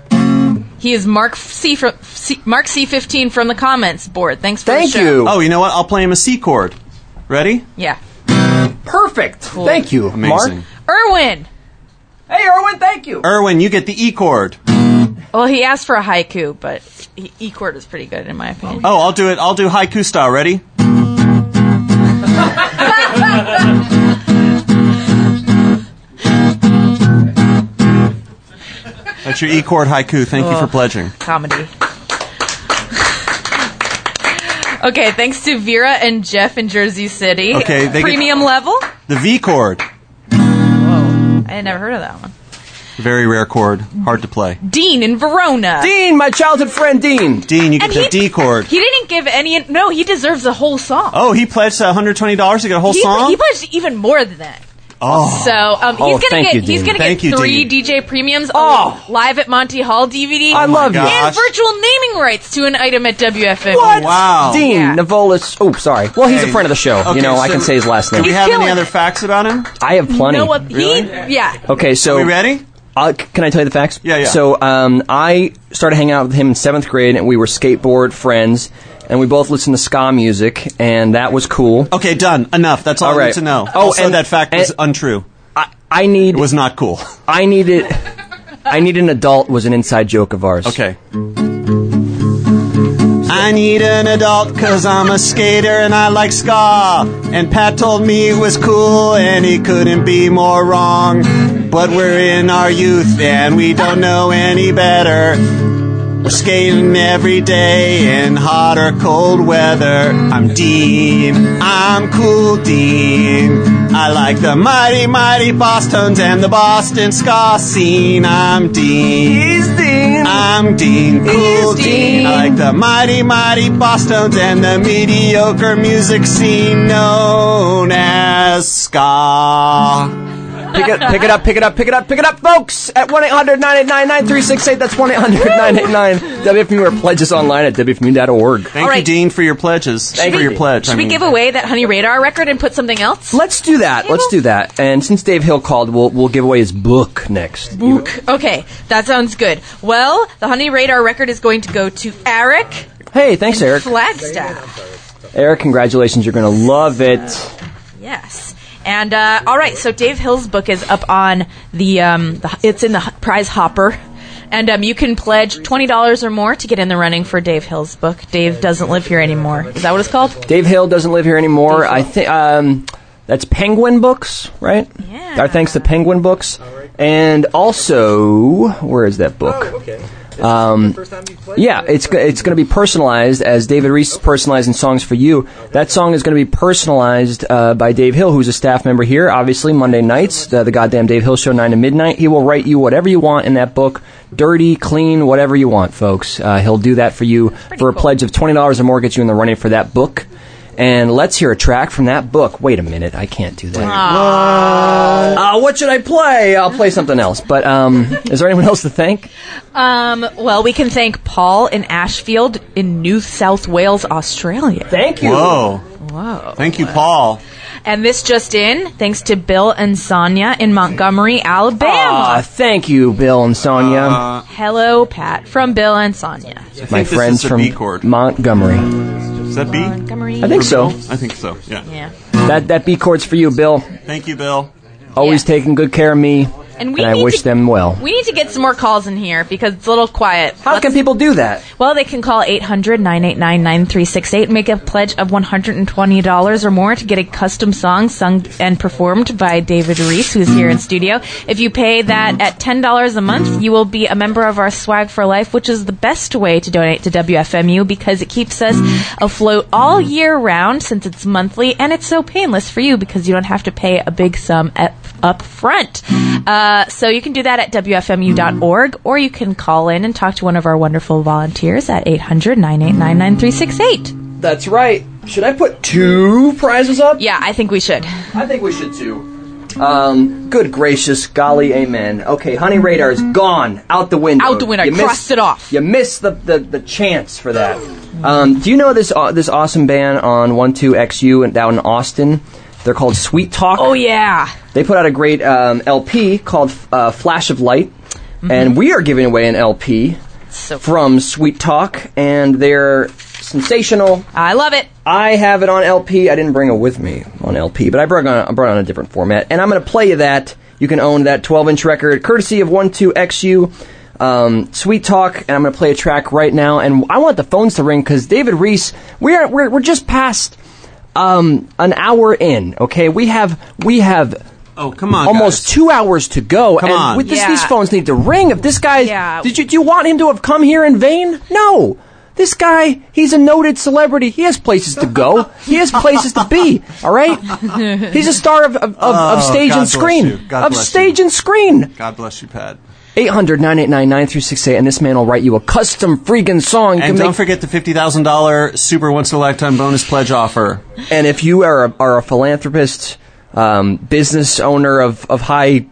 Speaker 3: He is Mark C from C, Mark C15 from the comments board. Thanks for
Speaker 1: Thank
Speaker 3: the show.
Speaker 1: you.
Speaker 2: Oh, you know what? I'll play him a C chord. Ready?
Speaker 3: Yeah.
Speaker 1: Perfect. Thank you,
Speaker 2: Amazing.
Speaker 1: Mark.
Speaker 3: Erwin.
Speaker 1: Hey, Erwin. Thank you.
Speaker 2: Erwin, you get the E chord.
Speaker 3: Well, he asked for a haiku, but he- E chord is pretty good in my opinion.
Speaker 2: Oh, I'll do it. I'll do haiku style. Ready? That's your E chord haiku. Thank
Speaker 1: Oh.
Speaker 2: you for pledging.
Speaker 3: Comedy. okay, thanks to Vera and Jeff in Jersey City.
Speaker 2: Okay, they get-
Speaker 3: premium level.
Speaker 2: The V chord.
Speaker 3: Whoa, I had never heard of that one.
Speaker 2: Very rare chord. Hard to play.
Speaker 3: Dean in Verona.
Speaker 1: Dean, my childhood friend Dean.
Speaker 2: Dean, you get
Speaker 3: And
Speaker 2: the
Speaker 3: he-
Speaker 2: D chord.
Speaker 3: He didn't give any. No, he deserves a whole song.
Speaker 2: oh, he pledged uh, $120 to get a whole
Speaker 3: he,
Speaker 2: song?
Speaker 3: he pledged even more than that.
Speaker 2: oh.
Speaker 3: So um,
Speaker 1: Oh,
Speaker 3: he's gonna
Speaker 1: thank
Speaker 3: get
Speaker 1: you,
Speaker 3: he's
Speaker 1: Dean.
Speaker 3: gonna
Speaker 2: Thank
Speaker 3: get
Speaker 2: you,
Speaker 3: three
Speaker 2: Dean.
Speaker 3: DJ premiums.
Speaker 1: Oh.
Speaker 3: a live at Monty Hall DVD.
Speaker 1: I love you.
Speaker 2: Oh gosh.
Speaker 3: and virtual naming rights to an item at WFM.
Speaker 1: What?
Speaker 2: Wow.
Speaker 1: Dean
Speaker 3: Yeah.
Speaker 1: Nivolis. Oh, sorry. Well, he's
Speaker 2: Hey.
Speaker 1: a friend of the show.
Speaker 2: Okay,
Speaker 1: you know, I
Speaker 2: so-
Speaker 1: can say his last
Speaker 2: Do
Speaker 1: name.
Speaker 2: we have any
Speaker 3: killing
Speaker 2: other
Speaker 3: it.
Speaker 2: facts about him?
Speaker 1: I have plenty.
Speaker 3: No, what he? Yeah.
Speaker 1: okay, so
Speaker 2: Are we ready?
Speaker 1: I'll- c- can I tell you the facts?
Speaker 2: Yeah, yeah.
Speaker 1: So um, I started hanging out with him in seventh grade, and we were skateboard friends, and we both listened to ska music, and that was cool.
Speaker 2: Okay, done. Enough. That's all,
Speaker 1: All
Speaker 2: I need
Speaker 1: right.
Speaker 2: to know.
Speaker 1: Oh,
Speaker 2: also,
Speaker 1: and-
Speaker 2: that fact was
Speaker 1: and-
Speaker 2: untrue.
Speaker 1: I, I need.
Speaker 2: It was not cool.
Speaker 1: I need it. I need an adult was an inside joke of ours.
Speaker 2: Okay. I need an adult because I'm a skater and I like ska. And Pat told me it was cool and he couldn't be more wrong. But we're in our youth and we don't know any better. We're skating every day in hot or cold weather. I'm Dean. I'm cool Dean. I like the mighty, mighty Bostons and the Boston ska scene. I'm Dean. I'm Dean. Cool Dean. I like the mighty, mighty Bostons and the mediocre music scene known as ska.
Speaker 1: Pick it, pick it up, pick it up, pick it up, pick it up, folks! At 1 800 989 9368. That's 1 800 989 WFMU or pledges online at WFMU.org.
Speaker 2: Thank
Speaker 3: right.
Speaker 2: you, Dean, for your pledges. for your pledge.
Speaker 3: Should
Speaker 2: I
Speaker 3: we
Speaker 2: mean.
Speaker 3: give away that Honey Radar record and put something else?
Speaker 1: Let's do that. Let's do that. And since Dave Hill called, we'll we'll give away his book next.
Speaker 3: Okay, that sounds good. Well, the Honey Radar record is going to go to Eric
Speaker 1: Hey, thanks, Eric.
Speaker 3: Flagstaff.
Speaker 1: Eric, congratulations. You're going to love it.
Speaker 3: Yes. And uh, all right, so Dave Hill's book is up on the, um, the it's in the h- prize hopper. And um, you can pledge twenty dollars or more to get in the running for Dave Hill's book. Dave doesn't live here anymore. Is that what it's called?
Speaker 1: Dave Hill doesn't live here anymore. I think um, that's Penguin Books, right?
Speaker 3: Yeah.
Speaker 1: Our thanks to Penguin Books. And also, where is that book? Um,
Speaker 11: Okay.
Speaker 1: Yeah, it's go- it's going to be personalized as David Reese is personalizing songs for you. That song is going to be personalized uh, by Dave Hill, who's a staff member here. Obviously, Monday nights, uh, the, the goddamn Dave Hill show, nine to midnight. He will write you whatever you want in that book, dirty, clean, whatever you want, folks. Uh, he'll do that for you for a pledge of twenty dollars or more. Gets you in the running for that book. And let's hear a track from that book. Wait a minute, I can't do that. Uh, what should I play? I'll play something else. But um, is there anyone else to thank?
Speaker 3: Um, well, we can thank Paul in Ashfield in New South Wales, Australia.
Speaker 1: Thank you.
Speaker 2: Whoa.
Speaker 3: Whoa.
Speaker 2: Thank you, Paul.
Speaker 3: And this just in, thanks to Bill and Sonia in Montgomery,
Speaker 1: Ah,
Speaker 3: Alabama.
Speaker 1: thank you, Bill and Sonia,
Speaker 2: Uh,
Speaker 3: Hello, Pat, from Bill and Sonia.
Speaker 1: my
Speaker 2: this
Speaker 1: friends
Speaker 2: is a
Speaker 1: from
Speaker 2: B chord.
Speaker 1: Montgomery.
Speaker 2: Is that B?
Speaker 3: Montgomery.
Speaker 1: I think so.
Speaker 2: I think so, yeah.
Speaker 3: Yeah.
Speaker 1: That that B chord's for you, Bill.
Speaker 2: Thank you, Bill.
Speaker 1: always taking good care of me,
Speaker 3: And we
Speaker 1: I
Speaker 3: need
Speaker 1: wish
Speaker 3: to-
Speaker 1: them well.
Speaker 3: We need to get some more calls in here because it's a little quiet.
Speaker 1: How can people do that?
Speaker 3: Well, they can call 800 989 9368 make a pledge of $120 or more to get a custom song sung and performed by David Reese, who's here in studio. If you pay that at $10 a month, you will be a member of our Swag for Life, which is the best way to donate to WFMU because it keeps us afloat all year round since it's monthly and it's so painless for you because you don't have to pay a big sum at, up front. Uh, so you can do that at WFMU.org or you can call in and talk to one of our wonderful volunteers at 800 989 9368.
Speaker 1: That's right. Should I put two prizes up?
Speaker 3: Yeah, I think we should.
Speaker 1: I think we should too. Um, good gracious, golly, amen. Okay, honey, radar is gone out the window.
Speaker 3: Out the window. I crossed it off.
Speaker 1: You missed the, the, the chance for that. Um, do you know this uh, this awesome band on One Two XU and down in Austin? They're called Sweet Talk.
Speaker 3: Oh, yeah.
Speaker 1: They put out a great um, LP called uh, Flash of Light, and we are giving away an LP
Speaker 3: Mm-hmm. So-
Speaker 1: from Sweet Talk, and they're sensational.
Speaker 3: I love it.
Speaker 1: I have it on LP. I didn't bring it with me on LP, but I brought it on, I brought it on a different format, and I'm going to play you that. You can own that 12 inch record, courtesy of 12XU. Um, Sweet Talk, and I'm going to play a track right now. And I want the phones to ring because David Reese, we are we're, we're just past um, an hour in. Okay, we have we have
Speaker 2: Oh, come on,
Speaker 1: almost
Speaker 2: guys.
Speaker 1: two hours to go.
Speaker 2: Come
Speaker 1: and
Speaker 2: on.
Speaker 1: With this,
Speaker 3: Yeah.
Speaker 1: these phones need to ring. If this guy,
Speaker 3: Yeah.
Speaker 1: did you do you want him to have come here in vain? No. This guy, he's a noted celebrity. He has places to go. He has places to be. All right. He's a star of of, of, of
Speaker 2: Oh,
Speaker 1: stage
Speaker 2: God
Speaker 1: and
Speaker 2: bless you.
Speaker 1: screen.
Speaker 2: God
Speaker 1: Of
Speaker 2: bless you.
Speaker 1: stage and screen.
Speaker 2: God bless you, Pat.
Speaker 1: 800-989-9368, and this man will write you a custom freaking song. You
Speaker 2: And
Speaker 1: can
Speaker 2: don't
Speaker 1: make-
Speaker 2: forget the fifty thousand dollar super once in a lifetime bonus pledge offer.
Speaker 1: and if you are a, are a philanthropist, um, business owner of, of high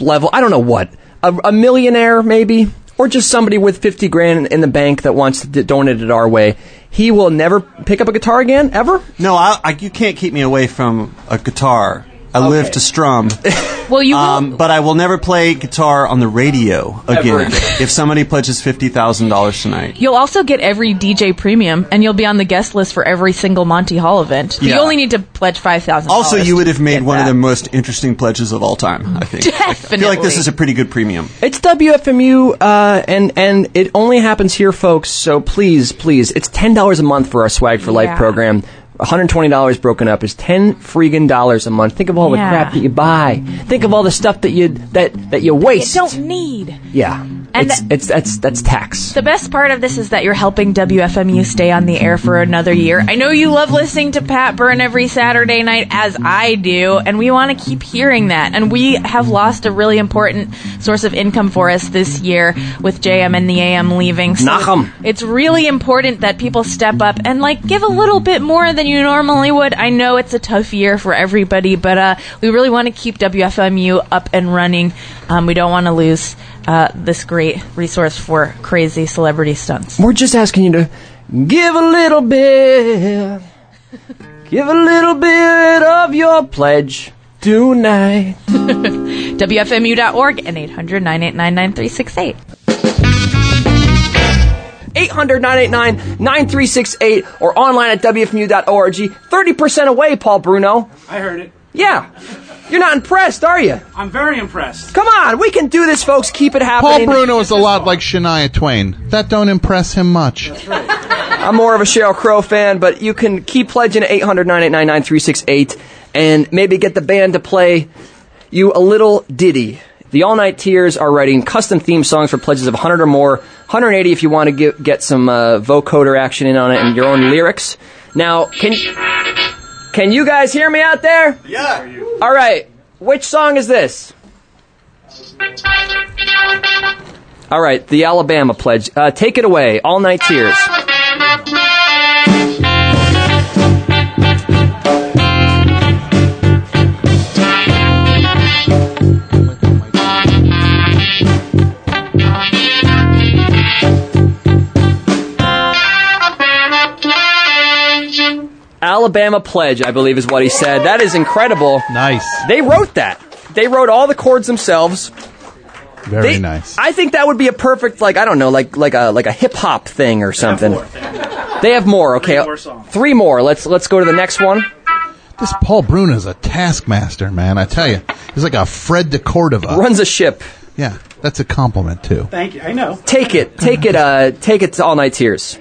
Speaker 1: level, I don't know what, a, a millionaire maybe, or just somebody with 50 grand in the bank that wants to d- donate it our way, he will never pick up a guitar again, ever?
Speaker 2: No, I, I, you can't keep me away from a guitar. I live to strum.
Speaker 3: Well, you will-
Speaker 2: Um, but I will never play guitar on the radio
Speaker 1: Ever
Speaker 2: again
Speaker 1: again.
Speaker 2: if somebody pledges fifty thousand dollars tonight.
Speaker 3: You'll also get every DJ premium, and you'll be on the guest list for every single Monty Hall event. But You
Speaker 2: Yeah.
Speaker 3: only need to pledge five thousand.
Speaker 2: Also, you would have made one of the most interesting pledges of all time. I think. I feel like this
Speaker 3: Definitely.
Speaker 2: is a pretty good premium.
Speaker 1: It's WFMU, uh, and and it only happens here, folks. So please, please, it's ten dollars a month for our Swag for
Speaker 3: Yeah.
Speaker 1: Life program. One hundred twenty dollars broken up is ten freaking dollars a month. Think of all the
Speaker 3: Yeah.
Speaker 1: crap that you buy. Think of all the stuff that you that that you waste.
Speaker 3: You don't need.
Speaker 1: yeah,
Speaker 3: And
Speaker 1: it's,
Speaker 3: th-
Speaker 1: it's that's that's tax.
Speaker 3: The best part of this is that you're helping WFMU stay on the air for another year. I know you love listening to Pat Byrne every Saturday night, as I do, and we want to keep hearing that. And we have lost a really important source of income for us this year with JM and the AM leaving. So
Speaker 1: Knock 'em.
Speaker 3: It's really important that people step up and like give a little bit more than you normally would. I know it's a tough year for everybody, but uh, we really want to keep WFMU up and running. Um, we don't want to lose uh, this great resource for crazy celebrity stunts.
Speaker 1: We're just asking you to give a little bit, give a little bit of your pledge tonight.
Speaker 3: WFMU.org and 800 989 9368.
Speaker 1: 800-989-9368 or online at wfmu.org. 30% away, Paul Bruno.
Speaker 4: I heard it.
Speaker 1: Yeah. You're not impressed, are you?
Speaker 4: I'm very impressed.
Speaker 1: Come on, we can do this, folks. Keep it
Speaker 8: Paul
Speaker 1: happening.
Speaker 8: Bruno is a lot like Shania Twain. That don't impress him much.
Speaker 1: I'm more of a Cheryl Crow fan, but you can keep pledging at 800-989-9368 and maybe get the band to play you a little ditty. The All Night Tears are writing custom theme songs for pledges of 100 or more, 180 if you want to get, get some uh, vocoder action in on it and your own lyrics. Now, can can you guys hear me out there?
Speaker 2: Yeah.
Speaker 1: All right, which song is this? All right, the Alabama Pledge. Uh, take it away, All Night Tears. Alabama Pledge, I believe, is what he said. That is incredible.
Speaker 8: Nice.
Speaker 1: They wrote that. They wrote all the chords themselves.
Speaker 8: Very
Speaker 1: They-
Speaker 8: nice.
Speaker 1: I think that would be a perfect, like I don't know, like like a like a hip hop thing or something. They have more. Okay,
Speaker 4: Three more songs.
Speaker 1: Three more. Let's let's go to the next one.
Speaker 8: This Paul Bruno's a taskmaster, man. I tell you, he's like a Fred de Cordova.
Speaker 1: Runs a ship.
Speaker 8: Yeah, that's a compliment too.
Speaker 11: Thank you. I know.
Speaker 1: Take it, take it, uh, take it to all night tears.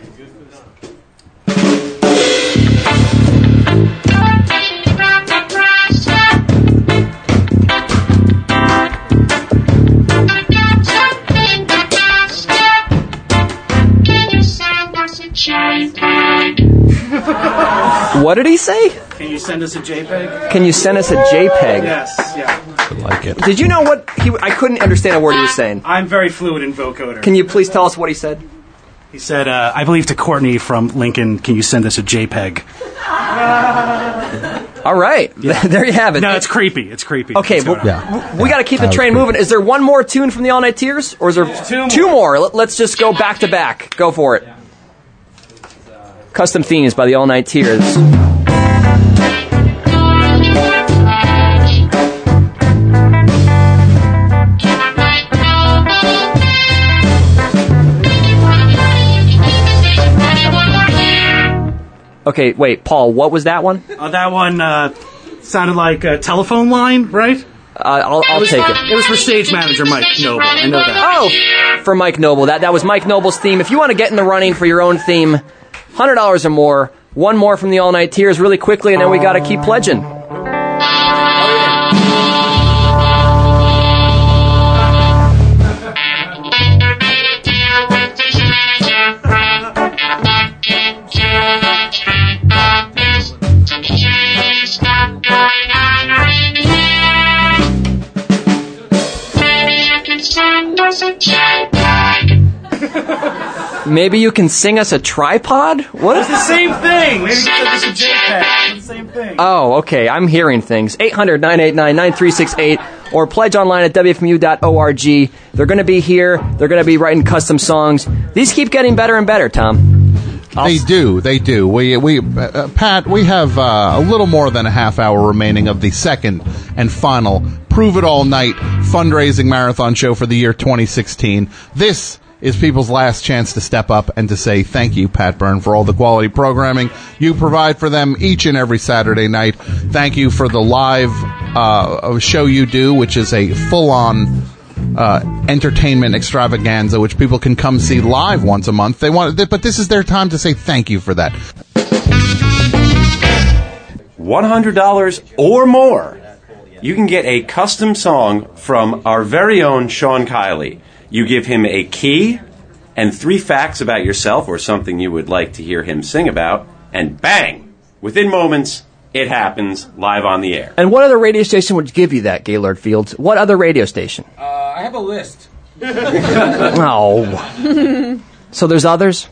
Speaker 1: What did he say?
Speaker 11: Can you send us a JPEG?
Speaker 1: Can you send us a JPEG?
Speaker 11: Yes. Yeah.
Speaker 8: I like it.
Speaker 1: Did you know what he? I couldn't understand a word he was saying.
Speaker 11: I'm very fluid in vocoder.
Speaker 1: Can you please tell us what he said?
Speaker 11: He said, uh, I believe to Courtney from Lincoln, can you send us a JPEG?
Speaker 1: All right, there you have it.
Speaker 11: No, it's creepy. It's creepy.
Speaker 1: Okay,
Speaker 11: That's
Speaker 1: well,
Speaker 11: what I'm-
Speaker 1: we got to keep the
Speaker 8: That was
Speaker 1: train
Speaker 8: good.
Speaker 1: moving. Is there one more tune from the All Night Tears, or is there two more? Let- Let's just go back to back. Go for it. Custom themes by the All Night Tears. Okay, wait, Paul, what was that one?
Speaker 11: Uh, that one uh, sounded like a telephone line, right?
Speaker 1: Uh, I'll, I'll
Speaker 11: was,
Speaker 1: take it.
Speaker 11: It was for stage manager Mike Noble. I know that.
Speaker 1: Oh, for Mike Noble. That that was Mike Noble's theme. If you want to get in the running for your own theme, hundred dollars or more. One more from the All Night Tears, really quickly, and then we got to keep pledging. Maybe you can sing us a tripod. What is
Speaker 11: It's the
Speaker 1: this?
Speaker 11: same thing. Maybe send us a JPEG. It's the same thing.
Speaker 1: Oh, okay. I'm hearing things. 800 989 9368 or pledge online at WFMU.org. They're going to be here. They're going to be writing custom songs. These keep getting better and better, Tom.
Speaker 8: They do. They do. We we uh, uh, Pat, we have uh, a little more than a half hour remaining of the second and final Prove It All Night fundraising marathon show for the year 2016. This is people's last chance to step up and to say thank you, Pat Byrne, for all the quality programming you provide for them each and every Saturday night. Thank you for the live uh, show you do, which is a full on uh, entertainment extravaganza, which people can come see live once a month. They want, but this is their time to say thank you for that.
Speaker 7: $100 or more, you can get a custom song from our very own Sean Kiley. You give him a key and three facts about yourself or something you would like to hear him sing about, and bang! Within moments, it happens live on the air.
Speaker 1: And what other radio station would give you that, Gaylord Fields? What other radio station?
Speaker 12: Uh, I have a list.
Speaker 1: Oh. so there's others?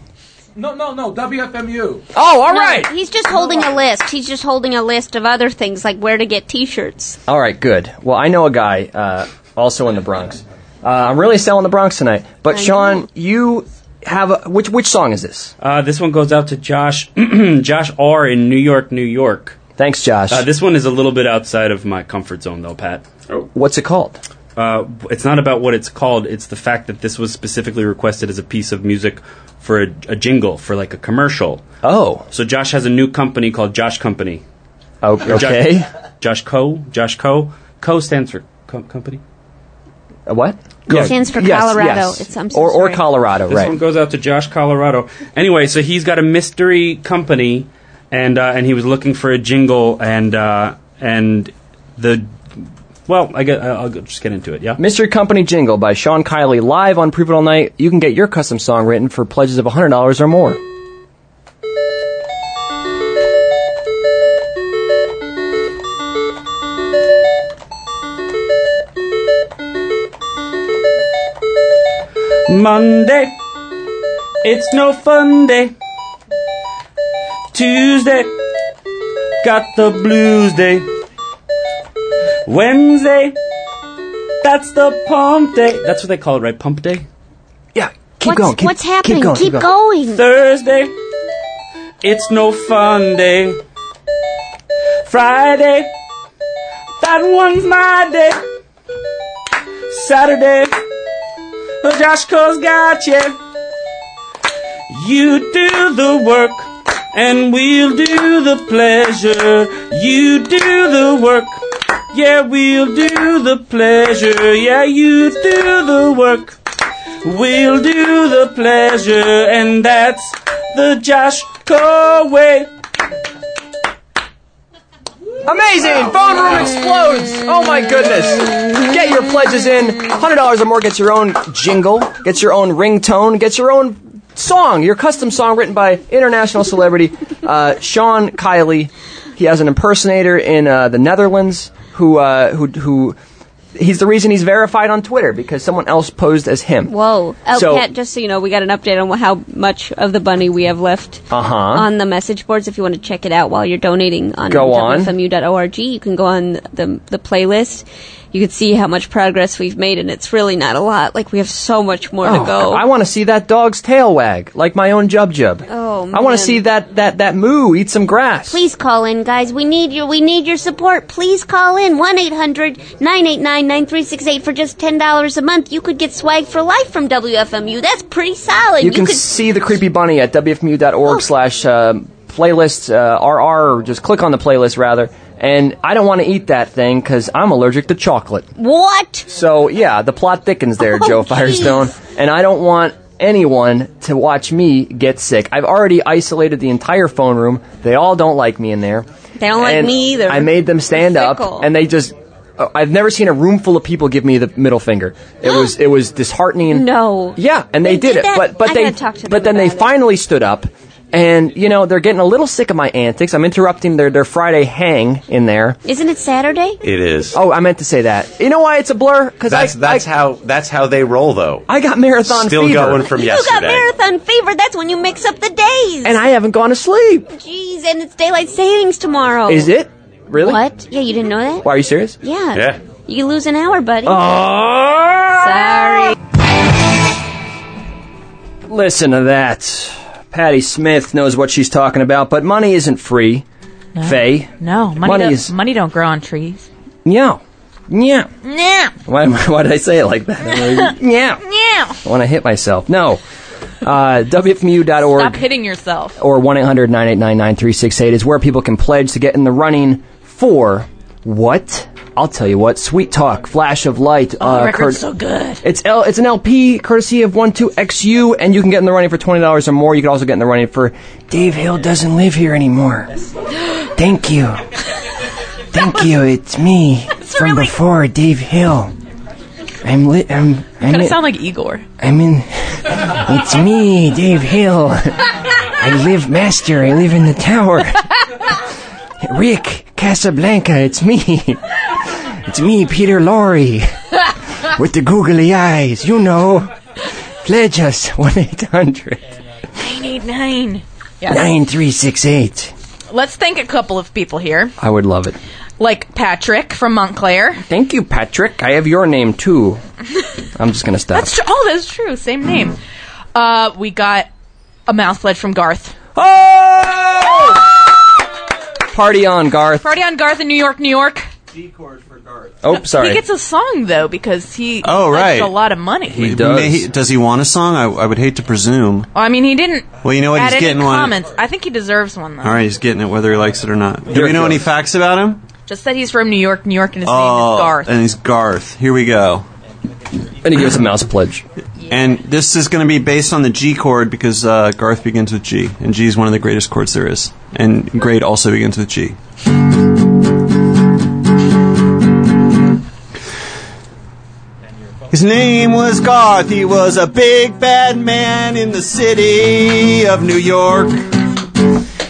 Speaker 12: No, no, no. WFMU.
Speaker 1: Oh, all
Speaker 5: No,
Speaker 1: right.
Speaker 5: He's just holding a list. He's just holding a list of other things like where to get T-shirts.
Speaker 1: All right, good. Well, I know a guy uh, also in the Bronx. Uh, I'm really selling the Bronx tonight. But Sean, you have a, which which song is this?
Speaker 12: Uh, this one goes out to Josh, Josh R in New York, New York.
Speaker 1: Thanks, Josh.
Speaker 12: Uh, this one is a little bit outside of my comfort zone, though, Pat.
Speaker 1: What's it called?
Speaker 12: Uh, it's not about what it's called. It's the fact that this was specifically requested as a piece of music for a, a jingle, for like a commercial.
Speaker 1: Oh,
Speaker 12: So Josh has a new company called Josh Company.
Speaker 1: o-
Speaker 12: Or Josh-
Speaker 1: okay.
Speaker 12: Josh Co. Josh Co. Co. stands for co- company.
Speaker 1: Uh, What?
Speaker 5: It stands for
Speaker 1: yes,
Speaker 5: Colorado.
Speaker 1: yes.
Speaker 5: It's- I'm so
Speaker 1: or or
Speaker 5: sorry.
Speaker 1: Colorado,
Speaker 12: This
Speaker 1: right?
Speaker 12: one goes out to Josh Colorado. Anyway, so he's got a mystery company, and uh, and he was looking for a jingle, and uh, and the well, I guess I'll go- just get into it. Yeah.
Speaker 1: Mystery Company Jingle by Sean Kiley live on Prove It All Night. You can get your custom song written for pledges of $100 or more.
Speaker 12: Monday, it's no fun day. Tuesday, got the blues day. Wednesday, that's the pump day. That's what they call it, right? Pump day.
Speaker 1: Yeah, keep
Speaker 5: what's
Speaker 1: going. Keep,
Speaker 5: what's happening?
Speaker 1: Keep going. keep going.
Speaker 5: going.
Speaker 12: Thursday, it's no fun day. Friday, that one's my day. Saturday, the Josh Cole's got you. You do the work and we'll do the pleasure. You do the work. Yeah, we'll do the pleasure. Yeah, you do the work. We'll do the pleasure, and that's the Josh Way.
Speaker 1: Amazing! Phone room explodes! Oh my goodness! Get your pledges in. $100 or more gets your own jingle, gets your own ringtone, gets your own song, your custom song written by international celebrity uh, Sean Kiley. He has an impersonator in uh, the Netherlands who, uh, who, who, he's the reason he's verified on Twitter because someone else posed as him.
Speaker 5: Whoa. Oh,
Speaker 1: So-
Speaker 5: Kat, just so you know, we got an update on how much of the bunny we have left
Speaker 1: Uh huh.
Speaker 5: on the message boards. If you want to check it out while you're donating on
Speaker 1: Go on.
Speaker 5: WFMU.org, you can go on the, the playlist. You can see how much progress we've made, and it's really not a lot. Like, we have so much more to
Speaker 1: Oh,
Speaker 5: go.
Speaker 1: I want to see that dog's tail wag like my own Jub Jub.
Speaker 5: Oh,
Speaker 1: I want
Speaker 5: man.
Speaker 1: to see that that that moo eat some grass.
Speaker 13: Please call in, guys. We need your we need your support. Please call in 1-800-989-9368 for just $10 a month. You could get swag for life from WFMU. That's pretty solid.
Speaker 1: you can
Speaker 13: could
Speaker 1: see the creepy bunny at
Speaker 5: Oh.
Speaker 1: wfmu.org slash um, playlist uh, rr or just click on the playlist rather and i don't want to eat that thing because i'm allergic to chocolate
Speaker 13: what
Speaker 1: so yeah the plot thickens there
Speaker 5: Oh,
Speaker 1: joe firestone and i don't want anyone to watch me get sick i've already isolated the entire phone room they all don't like me in there
Speaker 5: They don't like
Speaker 1: And
Speaker 5: me either.
Speaker 1: i made them stand up
Speaker 5: Fickle.
Speaker 1: and they just uh, I've never seen a room full of people give me the middle finger. It was it was disheartening.
Speaker 5: No.
Speaker 1: Yeah, and they,
Speaker 5: They
Speaker 1: did, it,
Speaker 5: did that?
Speaker 1: but but
Speaker 5: I
Speaker 1: they
Speaker 5: gotta talk to them
Speaker 1: but then they
Speaker 5: about it.
Speaker 1: finally stood up, and you know they're getting a little sick of my antics. I'm interrupting their their Friday hang in there.
Speaker 13: Isn't it Saturday?
Speaker 7: It is.
Speaker 1: Oh, I meant to say that. You know why it's a blur? Because I,
Speaker 7: That's that's how that's how they roll though.
Speaker 1: I got marathon
Speaker 7: Still
Speaker 1: fever.
Speaker 7: going from
Speaker 13: You got
Speaker 7: yesterday.
Speaker 13: marathon fever. That's when you mix up the days.
Speaker 1: And I haven't gone to sleep.
Speaker 13: Jeez, and it's daylight savings tomorrow.
Speaker 1: Is it really?
Speaker 13: What? Yeah, you didn't know that?
Speaker 1: Why are you serious?
Speaker 13: Yeah.
Speaker 1: Yeah.
Speaker 13: You lose an hour, buddy.
Speaker 1: Sorry. Listen to that. Patty Smith knows what she's talking about, but money isn't free.
Speaker 3: No.
Speaker 1: Faye.
Speaker 3: No, money,
Speaker 1: Money
Speaker 3: don't,
Speaker 1: is-
Speaker 3: money don't grow on trees.
Speaker 1: Yeah. Yeah.
Speaker 3: Yeah.
Speaker 1: Why, am I- why did I say it like that? I don't even- Yeah.
Speaker 3: Yeah.
Speaker 1: I want to hit myself. No. Uh,
Speaker 3: Stop
Speaker 1: WFMU.org
Speaker 3: hitting yourself.
Speaker 1: or 1 800 989 9368 is where people can pledge to get in the running for what? I'll tell you what. Sweet Talk, Flash of Light. uh,
Speaker 3: Oh, the record's so good.
Speaker 1: It's L, it's an LP courtesy of 12XU, and you can get in the running for $20 or more. You can also get in the running for Dave Hill Doesn't Live Here Anymore. Thank you. Thank you. It's me from before, Dave Hill. I'm li- I'm I'm
Speaker 3: Kind of
Speaker 1: in-
Speaker 3: sound like Igor.
Speaker 1: I'm in. It's me, Dave Hill. I live master. I live in the tower. Rick Casablanca. It's me. It's me, Peter Lorre, with the googly eyes. You know. Pledge us one eight hundred
Speaker 3: Nine eight nine. Yeah.
Speaker 1: nine three six eight.
Speaker 3: Let's thank a couple of people here,
Speaker 1: I would love it.
Speaker 3: like Patrick from Montclair.
Speaker 1: Thank you, Patrick. I have your name too. I'm just gonna stop.
Speaker 3: That's true. Oh, that's true. Same name. Uh, we got a mouth pledge from Garth.
Speaker 2: Oh!
Speaker 1: Party on, Garth.
Speaker 3: Party on Garth in New York, New York.
Speaker 1: Oh, sorry.
Speaker 3: He gets a song though because he
Speaker 2: Oh,
Speaker 3: pledged
Speaker 2: right.
Speaker 3: a lot of money.
Speaker 2: May he- does he want a song? I, I would hate to presume.
Speaker 3: Well, I mean, he didn't.
Speaker 2: Well, you know what?
Speaker 3: add
Speaker 2: He's
Speaker 3: any
Speaker 2: getting one.
Speaker 3: comments. I think he deserves one though.
Speaker 2: All right, he's getting it whether he likes it or not. Do we know any facts about him?
Speaker 3: Just that he's from New York, New York, and his name
Speaker 2: oh,
Speaker 3: is Garth.
Speaker 2: and he's Garth. Here we go.
Speaker 1: And he gives a mouse pledge.
Speaker 2: And this is going to be based on the G chord because uh, Garth begins with G, and G is one of the greatest chords there is. And grade also begins with G. His name was Garth. He was a big bad man in the city of New York.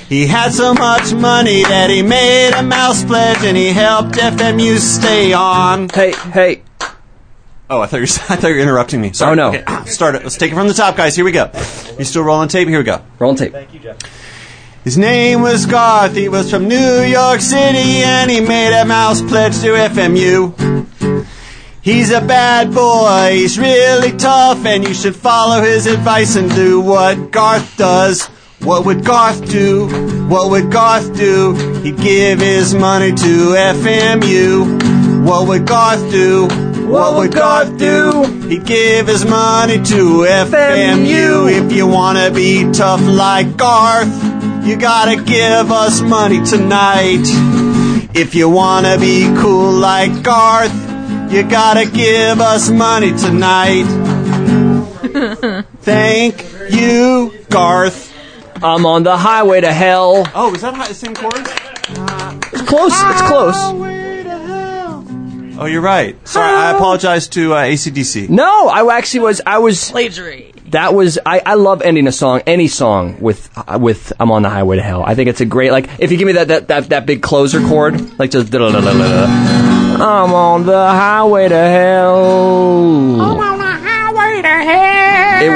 Speaker 2: He had so much money that he made a mouse pledge and he helped FMU stay on.
Speaker 1: Hey, hey.
Speaker 2: Oh, I thought you were, I thought you were interrupting me. Sorry.
Speaker 1: Oh, no.
Speaker 2: Okay, ah, start it. Let's take it from the top, guys. Here we go. You still rolling tape? Here we go.
Speaker 1: Rolling tape.
Speaker 2: His name was Garth. He was from New York City, and he made a mouse pledge to FMU. He's a bad boy. He's really tough, and you should follow his advice and do what Garth does. What would Garth do? What would Garth do? He'd give his money to FMU. What would Garth do? What would Garth do? He'd give his money to FMU. If you wanna be tough like Garth,
Speaker 10: You gotta give us money tonight. If you wanna be cool like Garth, you gotta give us money tonight. Thank you, Garth.
Speaker 1: I'm on the highway to hell.
Speaker 10: Oh, is that high, same chords?
Speaker 1: It's close. It's close.
Speaker 2: Oh, you're right.
Speaker 1: Sorry,
Speaker 2: I apologize to uh, ACDC.
Speaker 1: No, I actually was. I was plagiary. That was. I, I love ending a song, any song with uh, with I'm on the highway to hell. I think it's a great like. If you give me that that that, that big closer chord, like just. I'm on the highway to hell.
Speaker 4: Highway to hell.
Speaker 1: It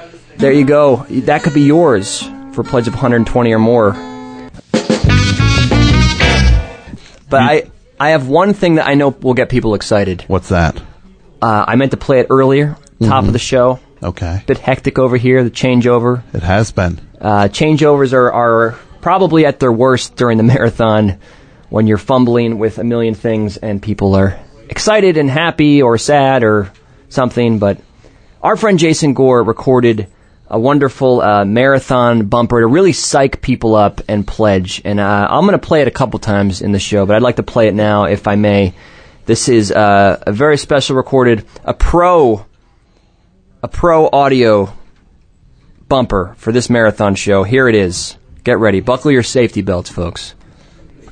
Speaker 1: works. There you go. That could be yours for a pledge of 120 or more. But I, I have one thing that I know will get people excited.
Speaker 8: What's that? Mm-hmm.
Speaker 1: Uh, I meant to play it earlier, top of the show.
Speaker 8: Okay.
Speaker 1: Bit hectic over here. The changeover.
Speaker 8: It has been.
Speaker 1: Uh, changeovers are, are probably at their worst during the marathon when you're fumbling with a million things and people are excited and happy or sad or something. But our friend Jason Gore recorded a wonderful uh, marathon bumper to really psych people up and pledge. And uh, I'm going to play it a couple times in the show, but I'd like to play it now if I may. This is uh, a very special recorded, a pro, a pro audio bumper for this marathon show. Here it is. Get ready. Buckle your safety belts, folks.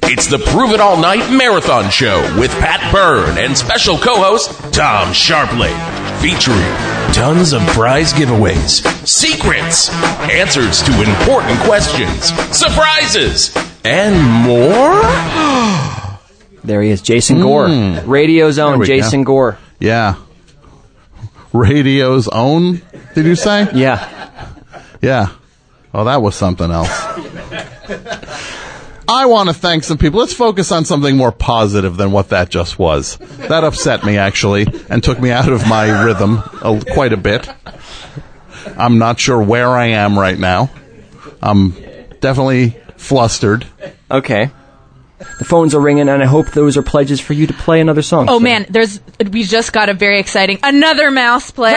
Speaker 14: It's the Prove It All Night Marathon Show with Pat Byrne and special co host Tom Sharpley. Featuring tons of prize giveaways, secrets, answers to important questions, surprises, and more.
Speaker 1: There he is, Jason Gore. Radio's
Speaker 8: Hmm. There
Speaker 1: own
Speaker 8: we
Speaker 1: Jason
Speaker 8: go.
Speaker 1: Gore.
Speaker 8: Yeah. Radio's own, did you say?
Speaker 1: yeah.
Speaker 8: Yeah. Oh, that was something else. I want to thank some people. Let's focus on something more positive than what that just was. That upset me, actually, and took me out of my rhythm a, quite a bit. I'm not sure where I am right now. I'm definitely flustered.
Speaker 1: Okay. The phones are ringing, and I hope those are pledges for you to play another song.
Speaker 3: Oh man, there's we just got a very exciting another mouse pledge.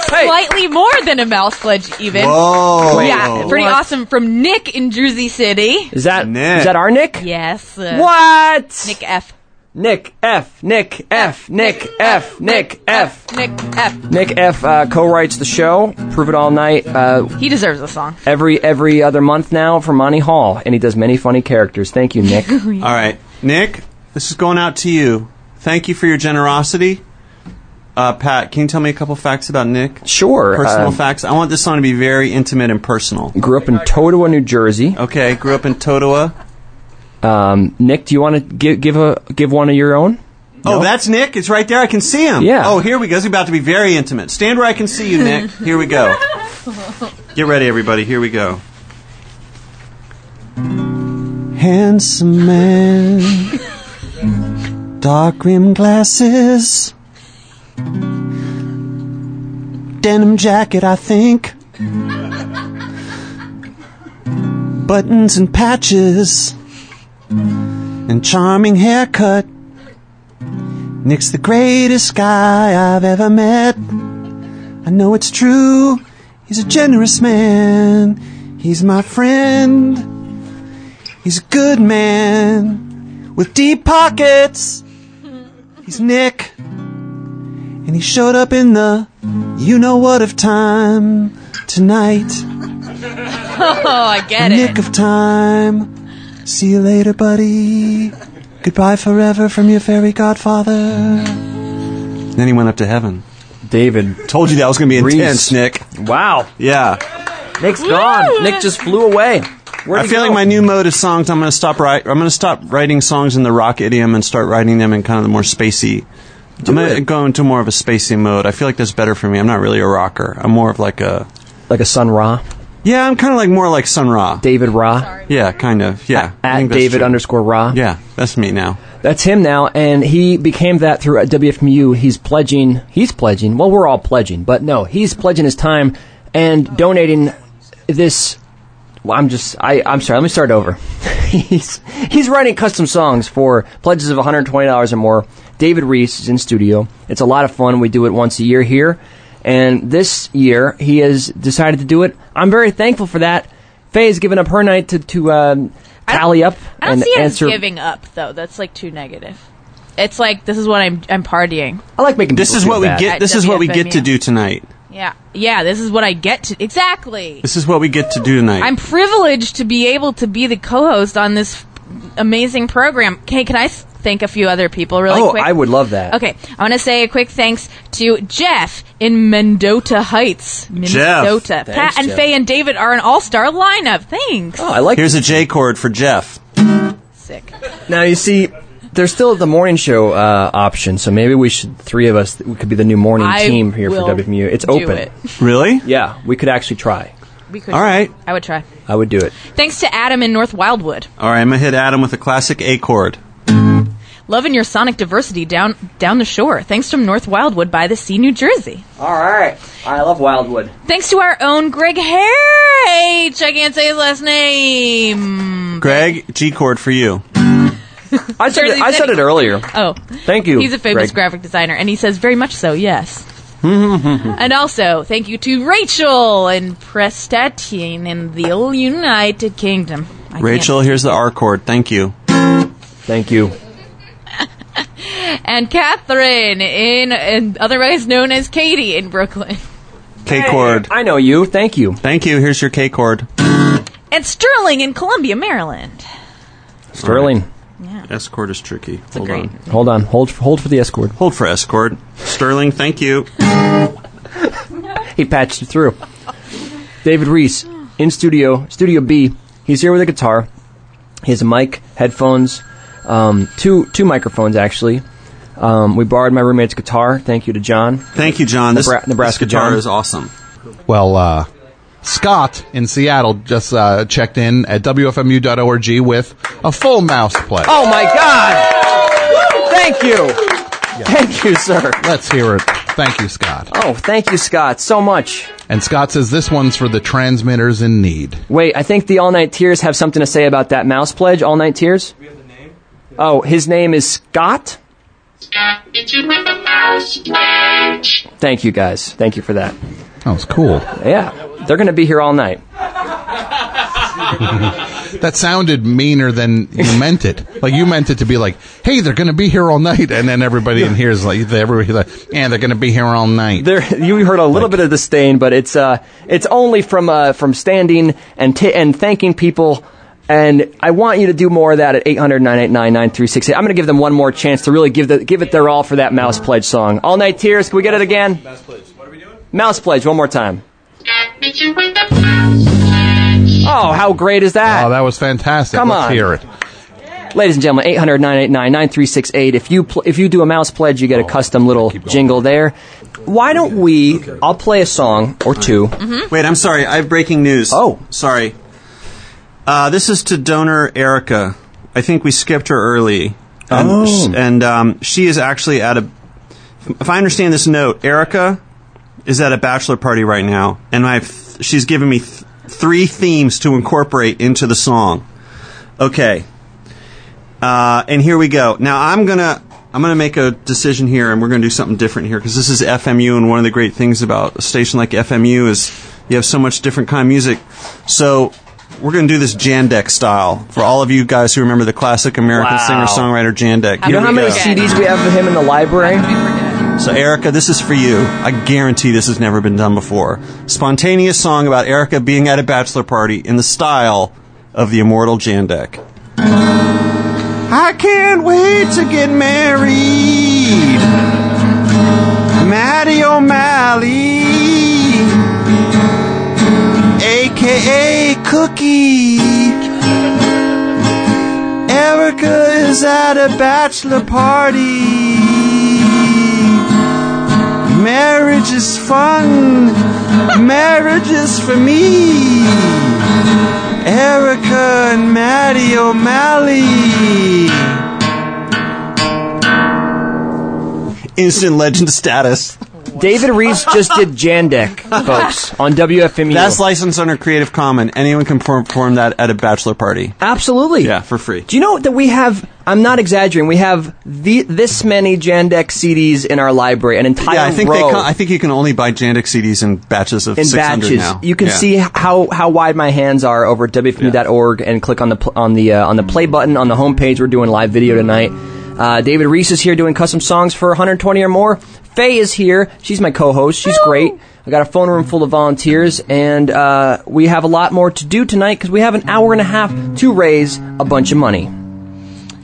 Speaker 3: Slightly more than a mouse pledge, even.
Speaker 1: Whoa.
Speaker 3: Yeah, pretty
Speaker 1: What?
Speaker 3: awesome from Nick in Jersey City.
Speaker 1: Is that is that our Nick?
Speaker 3: Yes. uh,
Speaker 1: What?
Speaker 3: Nick F.
Speaker 1: Nick F. Nick F. Nick F. Nick F.
Speaker 3: Nick F.
Speaker 1: Nick F. Uh, co-writes the show. Prove it all night. Uh,
Speaker 3: He deserves a song.
Speaker 1: every every other month now for Monty Hall, and he does many funny characters. Thank you, Nick.
Speaker 2: All right, Nick, this is going out to you. Thank you for your generosity. Uh, Pat, can you tell me a couple facts about Nick?
Speaker 1: Sure.
Speaker 2: Personal
Speaker 1: uh,
Speaker 2: facts. I want this song to be very intimate and personal.
Speaker 1: Grew up in Totowa, New Jersey.
Speaker 2: Okay, grew up in Totowa.
Speaker 1: Um, Nick, do you want to give give a give one of your own?
Speaker 2: Oh, that's Nick. It's right there. I can see him.
Speaker 1: Yeah.
Speaker 2: Oh, here we go. He's about to be very intimate. Stand where I can see you, Nick. Here we go. Get ready, everybody. Here we go. Handsome man, dark rim glasses, denim jacket, I think, buttons and patches, and charming haircut. Nick's the greatest guy I've ever met. I know it's true. He's a generous man. He's my friend. He's a good man with deep pockets. He's Nick. And he showed up in the you know what of time tonight.
Speaker 3: Oh, I get it.
Speaker 2: Nick of time. See you later, buddy. Goodbye forever from your fairy godfather. Then he went up to heaven.
Speaker 1: David.
Speaker 2: Told you that was going to be
Speaker 1: intense,
Speaker 2: Nick.
Speaker 1: Wow.
Speaker 2: Yeah.
Speaker 1: Nick's gone. Nick just flew away. Where'd
Speaker 2: I
Speaker 1: he
Speaker 2: feel
Speaker 1: go?
Speaker 2: like my new mode of songs. I'm going to stop. Write, I'm going to stop writing songs in the rock idiom and start writing them in kind of the more spacey. I'm going to go into more of a spacey mode. I feel like that's better for me. I'm not really a rocker. I'm more of like a
Speaker 1: like a Sun Ra.
Speaker 2: Yeah, I'm kind of like more like Sun Ra.
Speaker 1: David Ra.
Speaker 2: Yeah, kind of. Yeah. I
Speaker 1: at
Speaker 2: think that's
Speaker 1: David
Speaker 2: true.
Speaker 1: underscore Ra.
Speaker 2: Yeah, that's me now.
Speaker 1: That's him now, and he became that through uh, WFMU. He's pledging. He's pledging. Well, we're all pledging, but no, he's pledging his time and donating this. Well, I'm just. I, I'm sorry. Let me start over. he's he's writing custom songs for pledges of 120 dollars or more. David Reese is in studio. It's a lot of fun. We do it once a year here, and this year he has decided to do it I'm very thankful for that. Faye's given up her night to to um, tally up
Speaker 3: I don't
Speaker 1: and
Speaker 3: see it
Speaker 1: answer.
Speaker 3: as giving up though. That's like too negative. It's like this is what I'm I'm partying.
Speaker 1: I like making.
Speaker 2: This
Speaker 1: people
Speaker 2: is
Speaker 1: feel
Speaker 2: what we
Speaker 1: bad.
Speaker 2: get. This is what we get to
Speaker 3: WFMU.
Speaker 2: do tonight.
Speaker 3: Yeah, yeah. This is what I get to exactly.
Speaker 2: This is what we get to do tonight.
Speaker 3: I'm privileged to be able to be the co-host on this amazing program. Hey, can I s- thank a few other people really
Speaker 1: oh,
Speaker 3: quick?
Speaker 1: I would love that.
Speaker 3: Okay, I want to say a quick thanks to Jeff in Mendota Heights, Minnesota.
Speaker 2: Thanks,
Speaker 3: Pat and
Speaker 2: Jeff.
Speaker 3: Faye and David are an all-star lineup. Thanks.
Speaker 1: Oh, I like.
Speaker 2: Here's a J chord for Jeff.
Speaker 3: Sick.
Speaker 1: Now you see, there's still the morning show uh, option, so maybe we should three of us we could be the new morning
Speaker 3: I
Speaker 1: team here
Speaker 3: will
Speaker 1: for WMU. It's
Speaker 3: do
Speaker 1: open.
Speaker 3: it.
Speaker 2: Really?
Speaker 1: Yeah, we could actually try.
Speaker 3: We could.
Speaker 2: All right.
Speaker 3: I would try.
Speaker 1: I would do it.
Speaker 3: Thanks to Adam in North Wildwood.
Speaker 2: All right, I'm gonna hit Adam with a classic A chord.
Speaker 3: Loving your sonic diversity down down the shore. Thanks from North Wildwood by the sea, New Jersey.
Speaker 1: All right. I love Wildwood.
Speaker 3: Thanks to our own Greg H. I can't say his last name.
Speaker 2: Greg, G chord for you.
Speaker 1: I said it, I said it earlier.
Speaker 3: Oh,
Speaker 1: Thank you.
Speaker 3: he's a famous graphic designer, and he says very much so. Yes. And also, thank you to Rachel and Prestatine in the United Kingdom. I can't-
Speaker 2: Rachel, here's the R chord. Thank you.
Speaker 1: Thank you.
Speaker 3: And Catherine, in, in otherwise known as Katie in Brooklyn.
Speaker 2: K chord.
Speaker 1: I know you. Thank you.
Speaker 2: Thank you. Here's your K chord.
Speaker 3: And Sterling in Columbia, Maryland.
Speaker 1: Sterling.
Speaker 2: S chord is tricky. Hold
Speaker 3: great-
Speaker 2: on.
Speaker 1: Hold on. Hold hold for the escort.
Speaker 2: Hold for S chord. Sterling, thank you.
Speaker 1: He patched it through. David Reese in studio, Studio B. He's here with a guitar. He has a mic, headphones, um, two two microphones actually. Um, we borrowed my roommate's guitar. Thank you to John.
Speaker 2: Thank you, John. This,
Speaker 1: Nebra- Nebraska
Speaker 2: this guitar
Speaker 1: John.
Speaker 2: is awesome.
Speaker 8: Well, uh, Scott in Seattle just uh, checked in at WFMU.org with a full mouse play.
Speaker 1: Oh my God! Thank you, thank you, sir.
Speaker 8: Let's hear it. Thank you, Scott.
Speaker 1: Oh, thank you, Scott, so much.
Speaker 8: And Scott says this one's for the transmitters in need.
Speaker 1: Wait, I think the All Night Tears have something to say about that mouse pledge. All Night Tears. We have the name. Oh, his name is Scott. Thank you guys. Thank you for that.
Speaker 8: That was cool.
Speaker 1: Yeah, they're going to be here all night.
Speaker 8: That sounded meaner than you meant it. Like you meant it to be like, "Hey, they're going to be here all night," and then everybody in here is like, they- "Everybody's like, yeah, they're going to be here all night."
Speaker 1: There, you heard a little bit of disdain, but it's uh, it's only from uh, from standing and t- and thanking people. And I want you to do more of that at 800 989 9368. I'm going to give them one more chance to really give the, give it their all for that Mouse Pledge song. All Night Tears, can we get it again? Mouse Pledge. What are we doing? Mouse Pledge, one more time. Oh, how great is that?
Speaker 8: Oh, that was fantastic.
Speaker 1: Come
Speaker 8: Let's
Speaker 1: on.
Speaker 8: hear it.
Speaker 1: Ladies and gentlemen, 800 989 9368. If you, pl- if you do a mouse pledge, you get a custom little jingle there. Why don't we? I'll play a song or 2
Speaker 2: Wait, I'm sorry. I have breaking news. Oh, sorry. Uh, this is to donor Erica. I think we skipped her early, and,
Speaker 15: Oh.
Speaker 2: s- and um, she is actually at a. If I understand this note, Erica is at a bachelor party right now, and I've she's given me th- three themes to incorporate into the song. Okay, uh, and here we go. Now I'm gonna I'm gonna make a decision here, and we're gonna do something different here because this is FMU, and one of the great things about a station like FMU is you have so much different kind of music. So we're gonna do this Jandek style for all of you guys who remember the classic American
Speaker 1: Wow.
Speaker 2: singer songwriter Jandek.
Speaker 1: You know
Speaker 2: Here
Speaker 1: how
Speaker 2: we
Speaker 1: many
Speaker 2: go.
Speaker 1: CDs we have of him in the library?
Speaker 2: So Erica, this is for you. I guarantee this has never been done before. Spontaneous song about Erica being at a bachelor party in the style of the immortal Jandek. I can't wait to get married. Maddie O'Malley, aka Cookie. Erica is at a bachelor party. Marriage is fun. Marriage is for me. Erica and Maddie O'Malley. Instant legend status.
Speaker 1: David Reese just did Jandek, folks, on WFMU.
Speaker 2: That's licensed under Creative Commons. Anyone can perform- perform that at a bachelor party.
Speaker 1: Absolutely.
Speaker 2: Yeah, for free.
Speaker 1: Do you know that we have? I'm not exaggerating. We have the, this many Jandek CDs in our library, an entire
Speaker 2: yeah, I think
Speaker 1: row
Speaker 2: they. Con- I think you can only buy Jandic CDs in batches of
Speaker 1: in
Speaker 2: 600
Speaker 1: batches.
Speaker 2: now.
Speaker 1: You can
Speaker 2: Yeah.
Speaker 1: see how how wide my hands are over at wfmu.org E and click on the pl- on the uh, on the play button on the homepage. We're doing live video tonight. Uh, David Reese is here doing custom songs for 120 or more. Faye is here. She's my co-host. She's great. I got a phone room full of volunteers, and uh, we have a lot more to do tonight because we have an hour and a half to raise a bunch of money.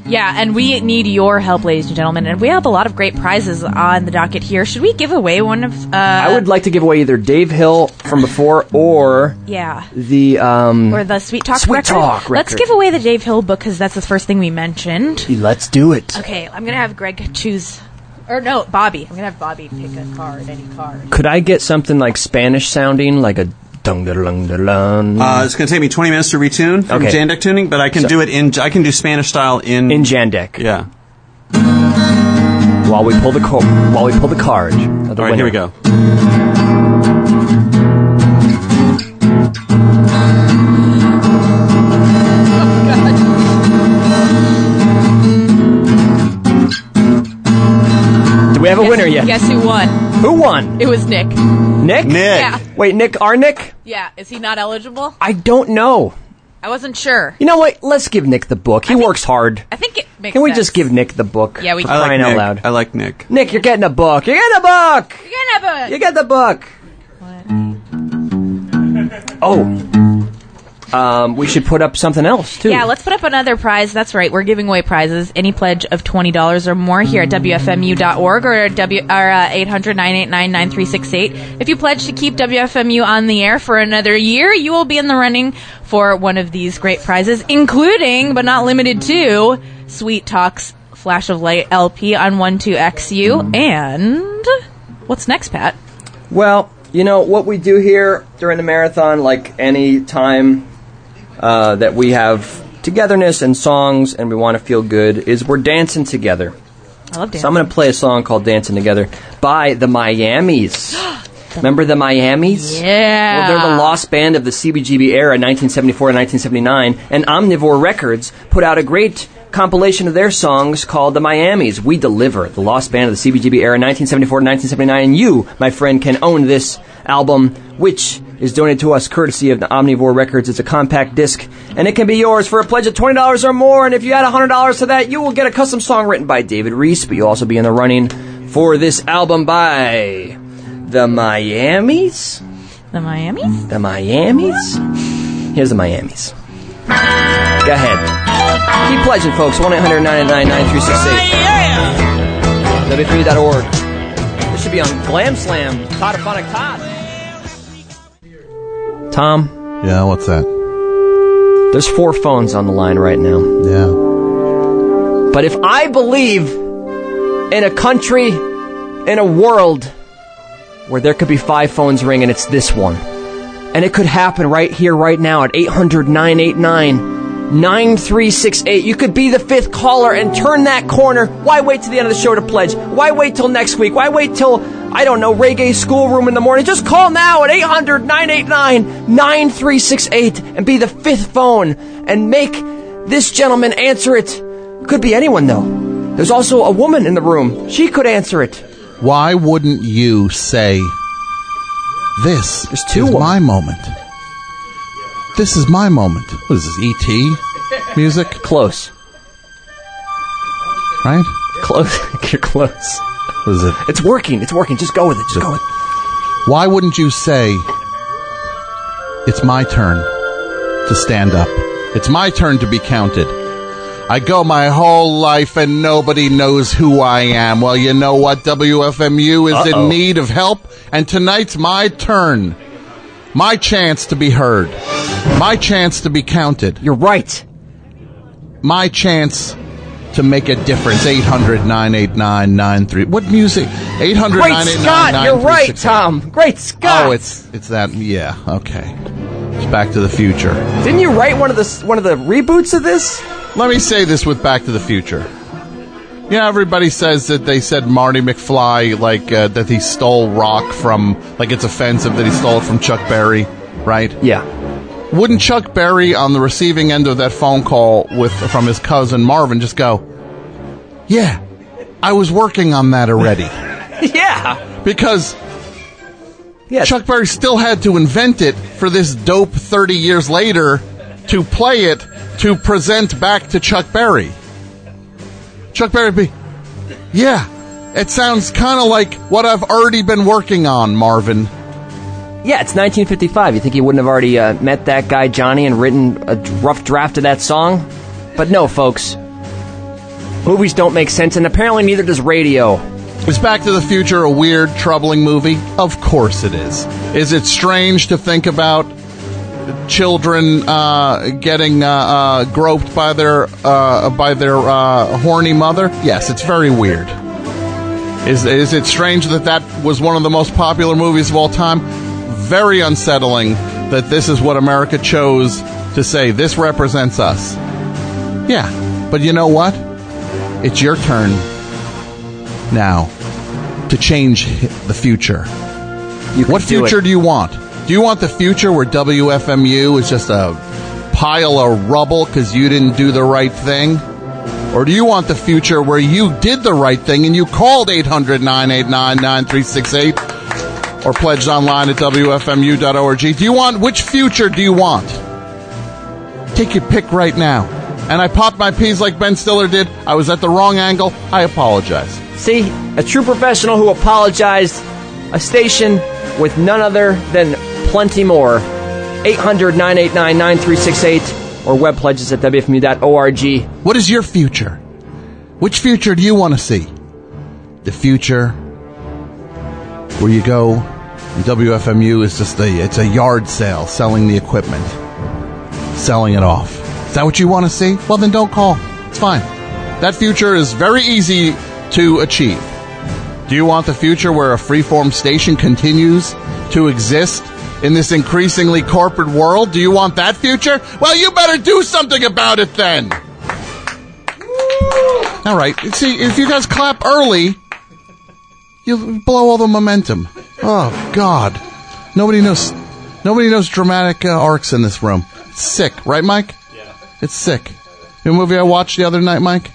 Speaker 3: Yeah, and we need your help, ladies and gentlemen. And we have a lot of great prizes on the docket here. Should we give away one of? Uh,
Speaker 1: I would like to give away either Dave Hill from before or
Speaker 3: Yeah.
Speaker 1: the um
Speaker 3: Or the Sweet Talk
Speaker 1: Sweet
Speaker 3: record.
Speaker 1: Talk
Speaker 3: Let's
Speaker 1: record.
Speaker 3: give away the Dave Hill book because that's the first thing we mentioned.
Speaker 1: Let's do it.
Speaker 3: Okay, I'm gonna have Greg choose, or no, Bobby. I'm gonna have Bobby pick a card, any card.
Speaker 1: Could I get something like Spanish sounding, like a dung da lung da lung?
Speaker 2: Uh, it's going to take me 20 minutes to retune from
Speaker 1: Okay.
Speaker 2: Jandek tuning, but I can
Speaker 1: So-
Speaker 2: do it in. I can do Spanish style in
Speaker 1: in Jandek.
Speaker 2: Yeah.
Speaker 1: While we pull the co- while we pull the card. All
Speaker 2: right, here we go.
Speaker 1: Do we have a winner yet?
Speaker 3: Guess who won?
Speaker 1: Who won?
Speaker 3: It was Nick.
Speaker 1: Nick. Nick.
Speaker 3: Yeah.
Speaker 1: Wait, Nick. Our Nick.
Speaker 3: Yeah, is he not eligible?
Speaker 1: I don't know.
Speaker 3: I wasn't sure.
Speaker 1: You know what? Let's give Nick the book. He works hard.
Speaker 3: I think it makes.
Speaker 1: Can we
Speaker 3: sense.
Speaker 1: just give Nick the book?
Speaker 3: Yeah, we
Speaker 1: for
Speaker 3: can. I like
Speaker 1: crying out
Speaker 2: Nick.
Speaker 1: loud.
Speaker 2: I like Nick.
Speaker 1: Nick, you're getting a book. You're getting a book.
Speaker 3: You get a book.
Speaker 1: You get the book. Oh. Um, we should put up something else too.
Speaker 3: Yeah, let's put up another prize. That's right. We're giving away prizes. Any pledge of $20 or more here at WFMU.org or, w- or uh, 800-989-9368. If you pledge to keep WFMU on the air for another year, you will be in the running for one of these great prizes, including, but not limited to, Sweet Talks Flash of Light LP on 12XU. And what's next, Pat?
Speaker 1: Well, you know what we do here during the marathon, like any time uh, that we have togetherness and songs, and we want to feel good, is we're dancing together.
Speaker 3: I love
Speaker 1: So I'm going to play a song called "Dancing Together" by the Miamis. Remember the Miamis?
Speaker 3: Yeah.
Speaker 1: Well, they're the lost band of the CBGB era, 1974 to 1979, and Omnivore Records put out a great compilation of their songs called The Miamis. We Deliver, the lost band of the CBGB era, 1974 to 1979, and you, my friend, can own this album, which is donated to us courtesy of the Omnivore Records. It's a compact disc, and it can be yours for a pledge of $20 or more, and if you add $100 to that, you will get a custom song written by David Reese, but you'll also be in the running for this album by The Miamis?
Speaker 3: The Miamis?
Speaker 1: The Miamis? Here's the Miamis. Go ahead. Keep pledging, folks. 1 800 9368. WFMU.org. This should be on Glam Slam. Todd upon a Todd. Tom,
Speaker 8: Yeah, what's that?
Speaker 1: there's four phones on the line right now.
Speaker 8: Yeah.
Speaker 1: But if I believe in a country, in a world where there could be five phones ringing, it's this one. And it could happen right here, right now at 800 989 9368. You could be the fifth caller and turn that corner. Why wait till the end of the show to pledge? Why wait till next week? Why wait till, I don't know, reggae schoolroom in the morning? Just call now at 800 989 9368 and be the fifth phone and make this gentleman answer it. Could be anyone, though. There's also a woman in the room. She could answer it.
Speaker 8: Why wouldn't you say, "This is my moment. This is my moment." What is this? ET music?
Speaker 1: Close.
Speaker 8: Right?
Speaker 1: Close. You're close.
Speaker 8: What is it?
Speaker 1: It's working. It's working. Just go with it. Just go with it.
Speaker 8: Why wouldn't you say, It's my turn to stand up? It's my turn to be counted. I go my whole life and nobody knows who I am. Well, you know what? WFMU is
Speaker 15: Uh-oh.
Speaker 8: in need of help, and tonight's my turn. My chance to be heard. My chance to be counted.
Speaker 1: You're right.
Speaker 8: My chance to make a difference. 800 989 93. What music? 800
Speaker 1: Great Scott, you're right, Tom. Great Scott.
Speaker 8: Oh, it's it's that. Yeah. Okay. It's Back to the Future.
Speaker 1: Didn't you write one of the one of the reboots of this?
Speaker 8: Let me say this with Back to the Future. You know, everybody says that they said Marty McFly, like, uh, that he stole rock from, like, it's offensive that he stole it from Chuck Berry, right?
Speaker 1: Yeah.
Speaker 8: Wouldn't Chuck Berry, on the receiving end of that phone call with from his cousin Marvin, just go, Yeah, I was working on that already?
Speaker 1: yeah.
Speaker 8: Because Chuck Berry still had to invent it for this dope 30 years later to play it to present back to Chuck Berry. Chuck Berry be, yeah, it sounds kind of like what I've already been working on, Marvin.
Speaker 1: Yeah, it's 1955. You think he wouldn't have already uh, met that guy Johnny and written a d- rough draft of that song? But no, folks. Movies don't make sense, and apparently neither does radio.
Speaker 8: Is Back to the Future a weird, troubling movie? Of course it is. Is it strange to think about children uh, getting uh, uh, groped by their uh, by their uh, horny mother? Yes, it's very weird. Is is it strange that that was one of the most popular movies of all time? Very unsettling that this is what America chose to say. This represents us. Yeah, but you know what? It's your turn now to change the future. what
Speaker 1: do
Speaker 8: future
Speaker 1: it.
Speaker 8: do you want? Do you want the future where WFMU is just a pile of rubble because you didn't do the right thing? Or do you want the future where you did the right thing and you called 800 989 9368 or pledged online at WFMU.org? Do you want which future do you want? Take your pick right now. And I popped my peas like Ben Stiller did. I was at the wrong angle. I apologize.
Speaker 1: See, a true professional who apologized, a station with none other than plenty more. 800 989 9368 or web pledges at WFMU.org.
Speaker 8: What is your future? Which future do you want to see? The future where you go, and WFMU is just a it's a yard sale selling the equipment, selling it off. Is that what you want to see? Well, then don't call. It's fine. That future is very easy to achieve. Do you want the future where a freeform station continues to exist in this increasingly corporate world? Do you want that future? Well, you better do something about it then. All right. See, if you guys clap early, you blow all the momentum. Oh God, nobody knows. Nobody knows dramatic uh, arcs in this room. It's sick, right, Mike? Yeah. It's sick. You know a movie I watched the other night, Mike?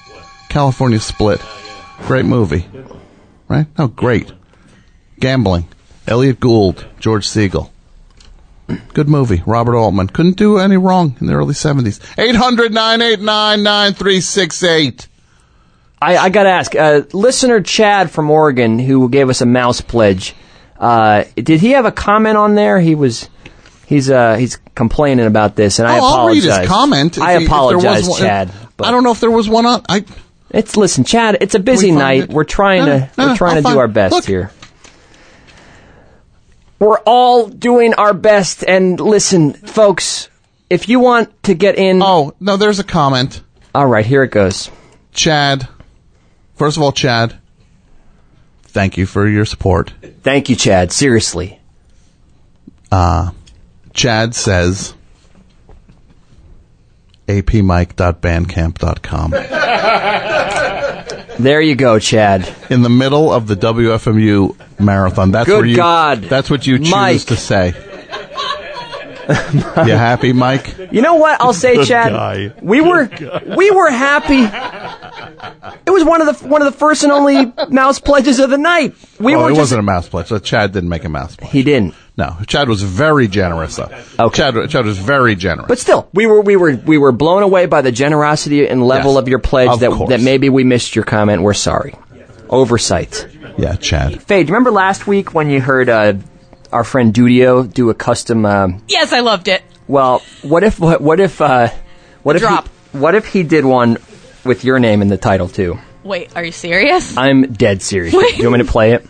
Speaker 8: California Split. Great movie. Right? Oh, great. Gambling. Elliot Gould, George Siegel. Good movie. Robert Altman. Couldn't do any wrong in the early 70s. 800 989 9368.
Speaker 1: I, I gotta ask, uh, listener Chad from Oregon, who gave us a mouse pledge, uh, did he have a comment on there? He was, he's, uh, he's complaining about this, and I
Speaker 8: Oh, I'll read
Speaker 1: apologize.
Speaker 8: his comment. If
Speaker 1: I
Speaker 8: he- if there was
Speaker 1: apologize,
Speaker 8: one-
Speaker 1: Chad.
Speaker 8: I don't know if there was one on. I,
Speaker 1: it's listen, Chad. It's a busy
Speaker 8: We found
Speaker 1: night.
Speaker 8: it.
Speaker 1: We're trying
Speaker 8: No,
Speaker 1: to,
Speaker 8: no,
Speaker 1: we're trying
Speaker 8: I'll
Speaker 1: to do
Speaker 8: find-
Speaker 1: our best
Speaker 8: Look.
Speaker 1: here. We're all doing our best, and listen, folks, if you want to get in,
Speaker 8: oh no, there's a comment.
Speaker 1: All right, here it goes.
Speaker 8: Chad. First of all, Chad, thank you for your support.
Speaker 1: Thank you, Chad. Seriously.
Speaker 8: Uh, Chad says apmike.bandcamp.com.
Speaker 1: There you go, Chad.
Speaker 8: In the middle of the WFMU marathon. That's
Speaker 1: Good
Speaker 8: where you,
Speaker 1: God.
Speaker 8: That's what you choose
Speaker 1: Mike.
Speaker 8: to say. you happy, Mike?
Speaker 1: You know what? I'll say,
Speaker 8: Good
Speaker 1: Chad.
Speaker 8: guy.
Speaker 1: We were we were happy. It was one of the one of the first and only mouse pledges of the night. We
Speaker 8: well,
Speaker 1: were
Speaker 8: it
Speaker 1: just,
Speaker 8: wasn't a mouse pledge. So Chad didn't make a mouse pledge.
Speaker 1: He didn't.
Speaker 8: No, Chad was very generous though. Okay. Chad, Chad was very generous.
Speaker 1: but still, we were we were we were blown away by the generosity and level
Speaker 8: Yes.
Speaker 1: of your pledge
Speaker 8: Of
Speaker 1: that
Speaker 8: course.
Speaker 1: that maybe we missed your comment. We're sorry. Oversight.
Speaker 8: Yeah, Chad.
Speaker 1: Faye, do you remember last week when you heard uh, our friend Dudio do a custom um,
Speaker 3: Yes, I loved it.
Speaker 1: Well, what if what, what if uh, what if
Speaker 3: Drop.
Speaker 1: He, what if he did one with your name in the title too?
Speaker 3: Wait, are you serious?
Speaker 1: I'm dead serious. Do
Speaker 3: Wait.
Speaker 1: you want me to play it?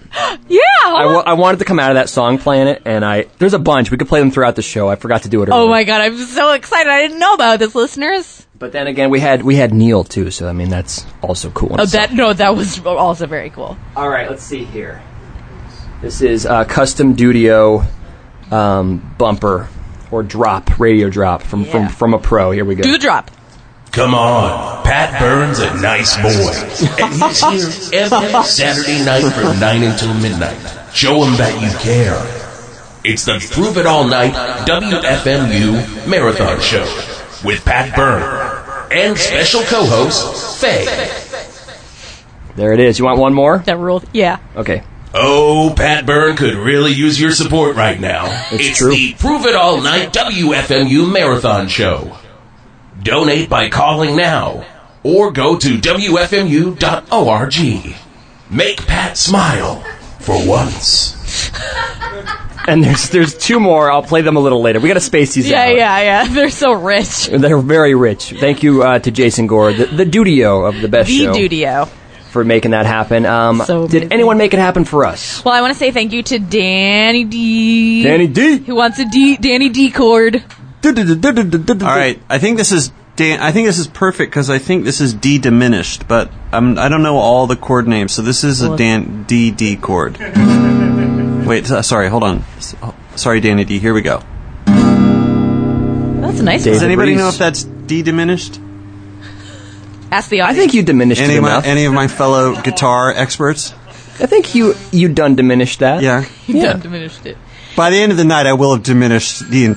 Speaker 3: Yeah.
Speaker 1: I, wa- I wanted to come out of that song playing it, and I there's a bunch. We could play them throughout the show. I forgot to do it. Earlier.
Speaker 3: Oh my god, I'm so excited. I didn't know about this, listeners.
Speaker 1: But then again, we had we had Neil too, so I mean that's also cool. in
Speaker 3: Oh,
Speaker 1: itself.
Speaker 3: that no, that was also very cool.
Speaker 1: All right, let's see here. This is uh, custom Dudio um, bumper or drop radio drop from from from a pro. Here we go.
Speaker 3: Do the drop.
Speaker 14: Come on, Pat Burns, a nice boy. And he's here every Saturday night from 9 until midnight. Show him that you care. It's the Prove It All Night WFMU Marathon Show with Pat Byrne and special co host Faye.
Speaker 1: There it is. You want one more?
Speaker 3: That rule. Yeah.
Speaker 1: Okay.
Speaker 14: Oh, Pat Byrne could really use your support right now. It's, true. the Prove It All Night WFMU Marathon Show. Donate by calling now or go to WFMU.org. Make Pat smile for once.
Speaker 1: And there's there's two more. I'll play them a little later. We got to space these
Speaker 3: Yeah, yeah, yeah. They're so rich.
Speaker 1: out. They're very rich. Thank you uh, to Jason Gore, the, the Dudio of the best
Speaker 3: The
Speaker 1: show,
Speaker 3: Dudio.
Speaker 1: for making that happen. Um,
Speaker 3: So
Speaker 1: did anyone make it happen for us?
Speaker 3: Well, I want to say thank you to Danny D.
Speaker 1: Danny D.
Speaker 3: Who wants a D? Danny D chord.
Speaker 2: All right, I think this is Dan. I think this is perfect because I think this is D diminished, but um, I don't know all the chord names, so this is a
Speaker 15: Well-
Speaker 2: Dan D D chord. Wait, uh, sorry, hold on. S- oh, Sorry, Danny D. Here we go.
Speaker 3: That's a nice
Speaker 2: Does
Speaker 3: one.
Speaker 2: anybody know if that's D diminished?
Speaker 3: Ask the audience.
Speaker 1: diminished
Speaker 2: any
Speaker 1: it
Speaker 2: of my,
Speaker 1: enough.
Speaker 2: any of my fellow guitar experts.
Speaker 1: I think you you done diminished that.
Speaker 2: Yeah.
Speaker 3: You done diminished it.
Speaker 2: By the end of the night, I will have diminished the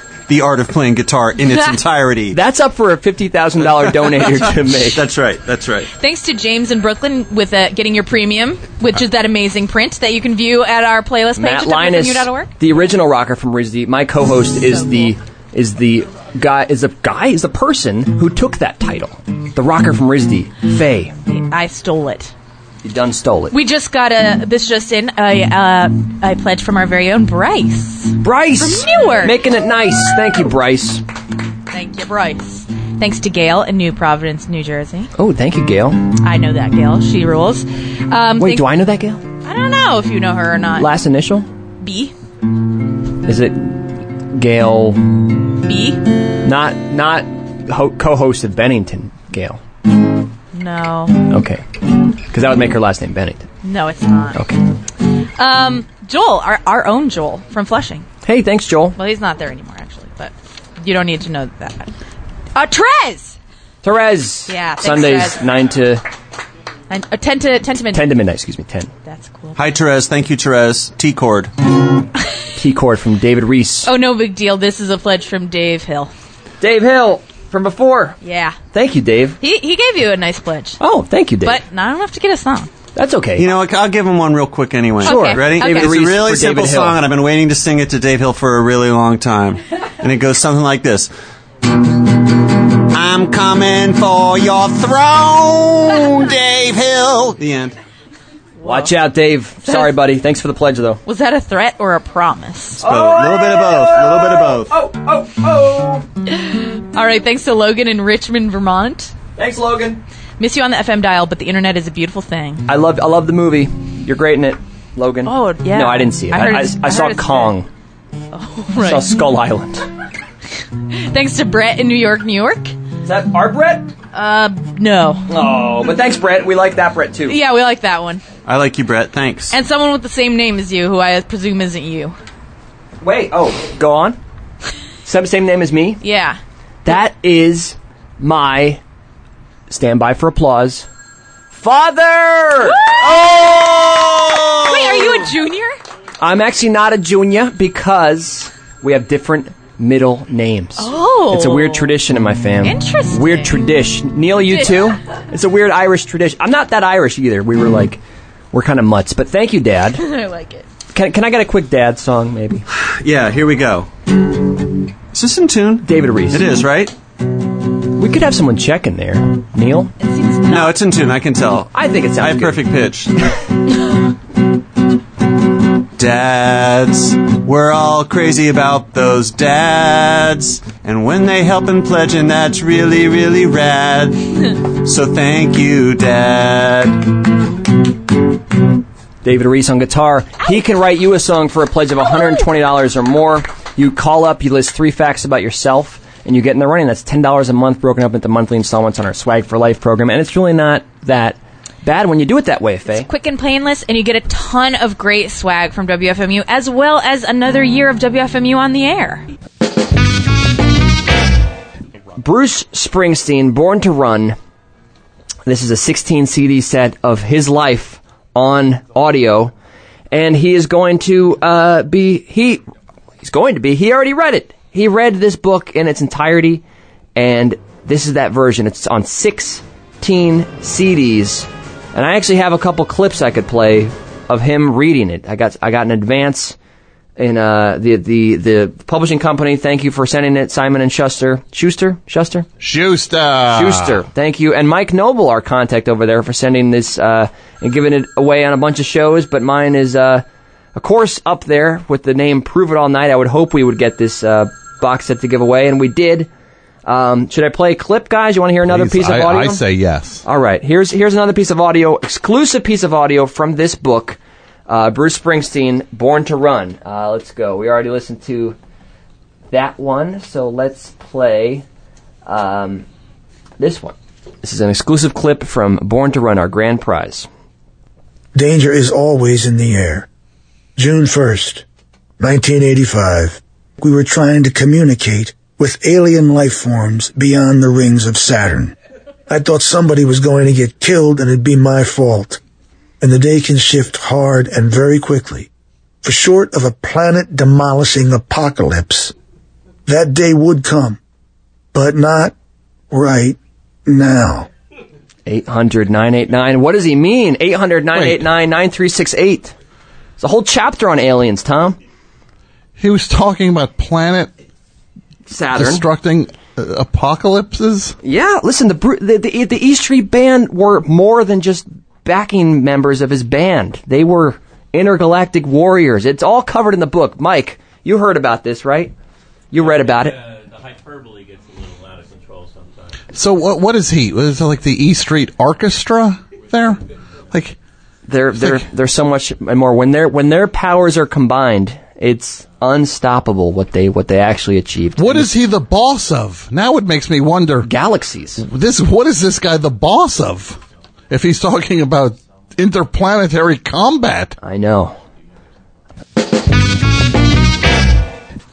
Speaker 2: the art of playing guitar in its entirety.
Speaker 1: That's up for a fifty thousand dollar donator to make.
Speaker 2: That's right. That's right.
Speaker 3: Thanks to James in Brooklyn with uh, getting your premium, which is that amazing print that you can view at our playlist page
Speaker 1: Matt
Speaker 3: at
Speaker 1: Linus,
Speaker 3: WFMU.org.
Speaker 1: the original rocker from RISD. My co-host is the is the guy is the guy is the person who took that title. The rocker from RISD, Faye.
Speaker 3: I stole it.
Speaker 1: You done stole it.
Speaker 3: We just got a this just in a uh, a pledge from our very own Bryce.
Speaker 1: Bryce
Speaker 3: from Newark,
Speaker 1: making it nice. Thank you, Bryce.
Speaker 3: Thank you, Bryce. Thanks to Gail in New Providence, New Jersey.
Speaker 1: Oh, thank you, Gail.
Speaker 3: I know that Gail. She rules. Um,
Speaker 1: Wait,
Speaker 3: thank-
Speaker 1: do I know that Gail?
Speaker 3: I don't know if you know her or not.
Speaker 1: Last initial?
Speaker 3: B
Speaker 1: Is it Gail?
Speaker 3: B.
Speaker 1: Not not ho- co-host of Bennington, Gail.
Speaker 3: No,
Speaker 1: Okay, because that would make her last name Bennington.
Speaker 3: no, it's not.
Speaker 1: Okay.
Speaker 3: Um, Joel, our our own Joel from Flushing.
Speaker 1: Hey, thanks, Joel.
Speaker 3: Well, he's not there anymore actually, but you don't need to know that. Uh, Trez.
Speaker 1: Therese.
Speaker 3: Yeah, thanks,
Speaker 1: Sundays
Speaker 3: Therese.
Speaker 1: nine to
Speaker 3: And, uh, ten to ten to midnight.
Speaker 1: ten to midnight. Excuse me, ten.
Speaker 3: That's cool.
Speaker 2: Hi, Therese. Thank you, Therese. T chord.
Speaker 1: T chord from David Reese.
Speaker 3: Oh, no big deal. This is a pledge from Dave Hill.
Speaker 1: Dave Hill from before.
Speaker 3: Yeah.
Speaker 1: Thank you, Dave.
Speaker 3: He, he gave you a nice pledge.
Speaker 1: Oh, thank you, Dave.
Speaker 3: But not enough to get a song.
Speaker 1: That's okay.
Speaker 2: You know, what, I'll give him one real quick anyway.
Speaker 3: Sure. Okay.
Speaker 2: Ready?
Speaker 3: Okay.
Speaker 2: It's a
Speaker 3: David Reese
Speaker 2: really
Speaker 1: for
Speaker 2: simple
Speaker 1: David Hill.
Speaker 2: song, and I've been waiting to sing it to Dave Hill for a really long time. And it goes something like this. I'm coming for your throne, Dave Hill. The end.
Speaker 1: Watch out, Dave. Sorry, buddy. Thanks for the pledge, though.
Speaker 3: Was that a threat or a promise?
Speaker 1: both. A little bit of both. A little bit of both.
Speaker 3: Oh, oh, oh. All right. Thanks to Logan in Richmond, Vermont.
Speaker 1: Thanks, Logan.
Speaker 3: Miss you on the FM dial, but the internet is a beautiful thing.
Speaker 1: I love I love the movie. You're great in it, Logan.
Speaker 3: Oh, yeah.
Speaker 1: No, I didn't see it.
Speaker 3: I
Speaker 1: I,
Speaker 3: heard
Speaker 1: I,
Speaker 3: it's-
Speaker 1: I
Speaker 3: I
Speaker 1: saw
Speaker 3: heard it's
Speaker 1: Kong. I saw
Speaker 3: Right.
Speaker 1: Skull Island.
Speaker 3: Thanks to Brett in New York, New York.
Speaker 1: Is that our Brett?
Speaker 3: Uh, no.
Speaker 1: Oh, but thanks, Brett. We like that Brett too.
Speaker 3: Yeah, we like that one.
Speaker 2: I like you, Brett. Thanks.
Speaker 3: And someone with the same name as you, who I presume isn't you.
Speaker 1: Wait. Oh, go on. Same same name as me.
Speaker 3: Yeah.
Speaker 1: That is my standby for applause. Father. Oh!
Speaker 3: Wait, are you a junior?
Speaker 1: I'm actually not a junior because we have different middle names.
Speaker 3: Oh.
Speaker 1: It's a weird tradition in my family.
Speaker 3: Interesting.
Speaker 1: Weird tradition. Neil, you too? It's a weird Irish tradition. I'm not that Irish either. We were like, we're kind of mutts, but thank you, Dad.
Speaker 3: I like it.
Speaker 1: Can, can I get a quick Dad song, maybe?
Speaker 2: Yeah, here we go. Is this in tune?
Speaker 1: David Reese.
Speaker 2: It is, right?
Speaker 1: We could have someone check in there. Neil?
Speaker 2: No, it's in tune. I can tell.
Speaker 1: I think it sounds
Speaker 2: I have
Speaker 1: good.
Speaker 2: perfect pitch. dads, we're all crazy about those dads, and when they help and pledge, and that's really really rad. so thank you, Dad.
Speaker 1: David Reese on guitar. He can write you a song for a pledge of $120 or more. You call up, you list three facts about yourself, and you get in the running. That's $10 a month broken up into monthly installments on our Swag for Life program. And it's really not that bad when you do it that way, Faye.
Speaker 3: quick and painless, and you get a ton of great swag from WFMU, as well as another year of WFMU on the air.
Speaker 1: Bruce Springsteen, Born to Run. This is a 16 CD set of his life on audio, and he is going to uh, be he he's going to be he already read it. He read this book in its entirety, and this is that version. It's on 16 CDs, and I actually have a couple clips I could play of him reading it. I got I got an advance in uh, the the the publishing company. Thank you for sending it, Simon and Schuster. Schuster, Schuster,
Speaker 8: Schuster,
Speaker 1: Schuster. Thank you, and Mike Noble, our contact over there, for sending this uh, and giving it away on a bunch of shows. But mine is, uh, of course, up there with the name "Prove It All Night." I would hope we would get this uh, box set to give away, and we did. Um, should I play a clip, guys? You want to hear another
Speaker 8: Please,
Speaker 1: piece of
Speaker 8: I-
Speaker 1: audio?
Speaker 8: I say yes.
Speaker 1: All right, here's here's another piece of audio, exclusive piece of audio from this book, uh, Bruce Springsteen, "Born to Run." Uh, let's go. We already listened to that one, so let's play um, this one. This is an exclusive clip from "Born to Run," our grand prize.
Speaker 15: Danger is always in the air. June 1st, 1985. We were trying to communicate with alien life forms beyond the rings of Saturn. I thought somebody was going to get killed and it'd be my fault. And the day can shift hard and very quickly. For short of a planet demolishing apocalypse, that day would come. But not right now.
Speaker 1: 800 989. What does he mean? 800 989 9368. It's a whole chapter on aliens, Tom.
Speaker 8: He was talking about planet
Speaker 1: Saturn.
Speaker 8: destructing uh, apocalypses.
Speaker 1: Yeah, listen, the, Bru- the the the East Street Band were more than just backing members of his band. They were intergalactic warriors. It's all covered in the book. Mike, you heard about this, right? You read about it.
Speaker 8: So what? What is he? Is it like the E Street Orchestra there? Like
Speaker 1: They're they're they're so much more when their when their powers are combined, it's unstoppable what they what they actually achieved.
Speaker 8: What is he the boss of? Now it makes me wonder.
Speaker 1: Galaxies.
Speaker 8: This what is this guy the boss of? If he's talking about interplanetary combat.
Speaker 1: I know.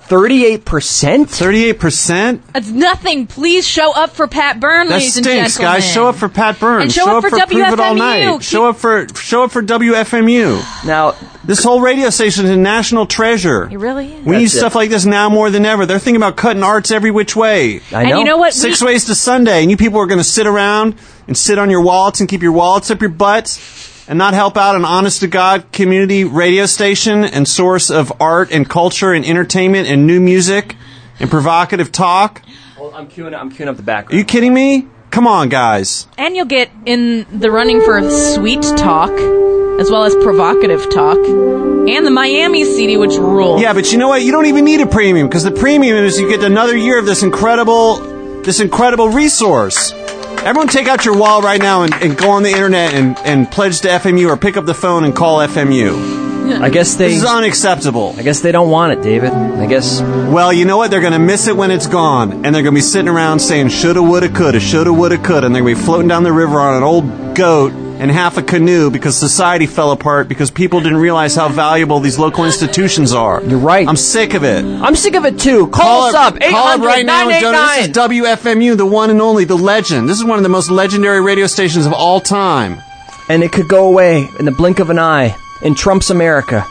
Speaker 1: 38%?
Speaker 2: 38%?
Speaker 3: It's nothing. Please show up for Pat Byrne,
Speaker 2: That
Speaker 3: ladies and
Speaker 2: stinks,
Speaker 3: gentlemen.
Speaker 2: guys. Show up for Pat Burns.
Speaker 3: And show up for
Speaker 2: Prove It All
Speaker 3: WFMU.
Speaker 2: Night.
Speaker 3: Keep-
Speaker 2: Show up for show up for WFMU.
Speaker 1: Now,
Speaker 2: this whole radio station is a national treasure.
Speaker 3: It really is.
Speaker 2: We need
Speaker 3: That's it.
Speaker 2: stuff like this now more than ever. They're thinking about cutting arts every which way.
Speaker 3: I And know. you know what?
Speaker 2: Six
Speaker 3: We-
Speaker 2: ways to Sunday, and you people are going to sit around and sit on your wallets and keep your wallets up your butts and not help out an honest to God community radio station and source of art and culture and entertainment and new music and provocative talk.
Speaker 1: I'm queuing up, I'm queuing up the background.
Speaker 2: Are you kidding me? Come on, guys.
Speaker 3: And you'll get in the running for sweet talk, as well as provocative talk, and the Miami CD, which rules.
Speaker 2: Yeah, but you know what? You don't even need a premium because the premium is you get another year of this incredible, this incredible resource. Everyone, take out your wallet right now and, and go on the internet and, and pledge to FMU or pick up the phone and call FMU.
Speaker 1: I guess they.
Speaker 2: This is unacceptable. I
Speaker 1: guess they don't want it, David. I guess.
Speaker 2: Well, you know what? They're going to miss it when it's gone, and they're going to be sitting around saying "shoulda, woulda, coulda, shoulda, woulda, coulda," and they're going to be floating down the river on an old goat and half a canoe because society fell apart because people didn't realize how valuable these local institutions are. You're
Speaker 1: right.
Speaker 2: I'm sick of it.
Speaker 1: I'm sick of it too. Call, us up. 800
Speaker 2: Call up right now and donate. This is WFMU, the one and only, the legend. This is one of the most legendary radio stations of all time.
Speaker 1: And it could go away in the blink of an eye in Trump's America.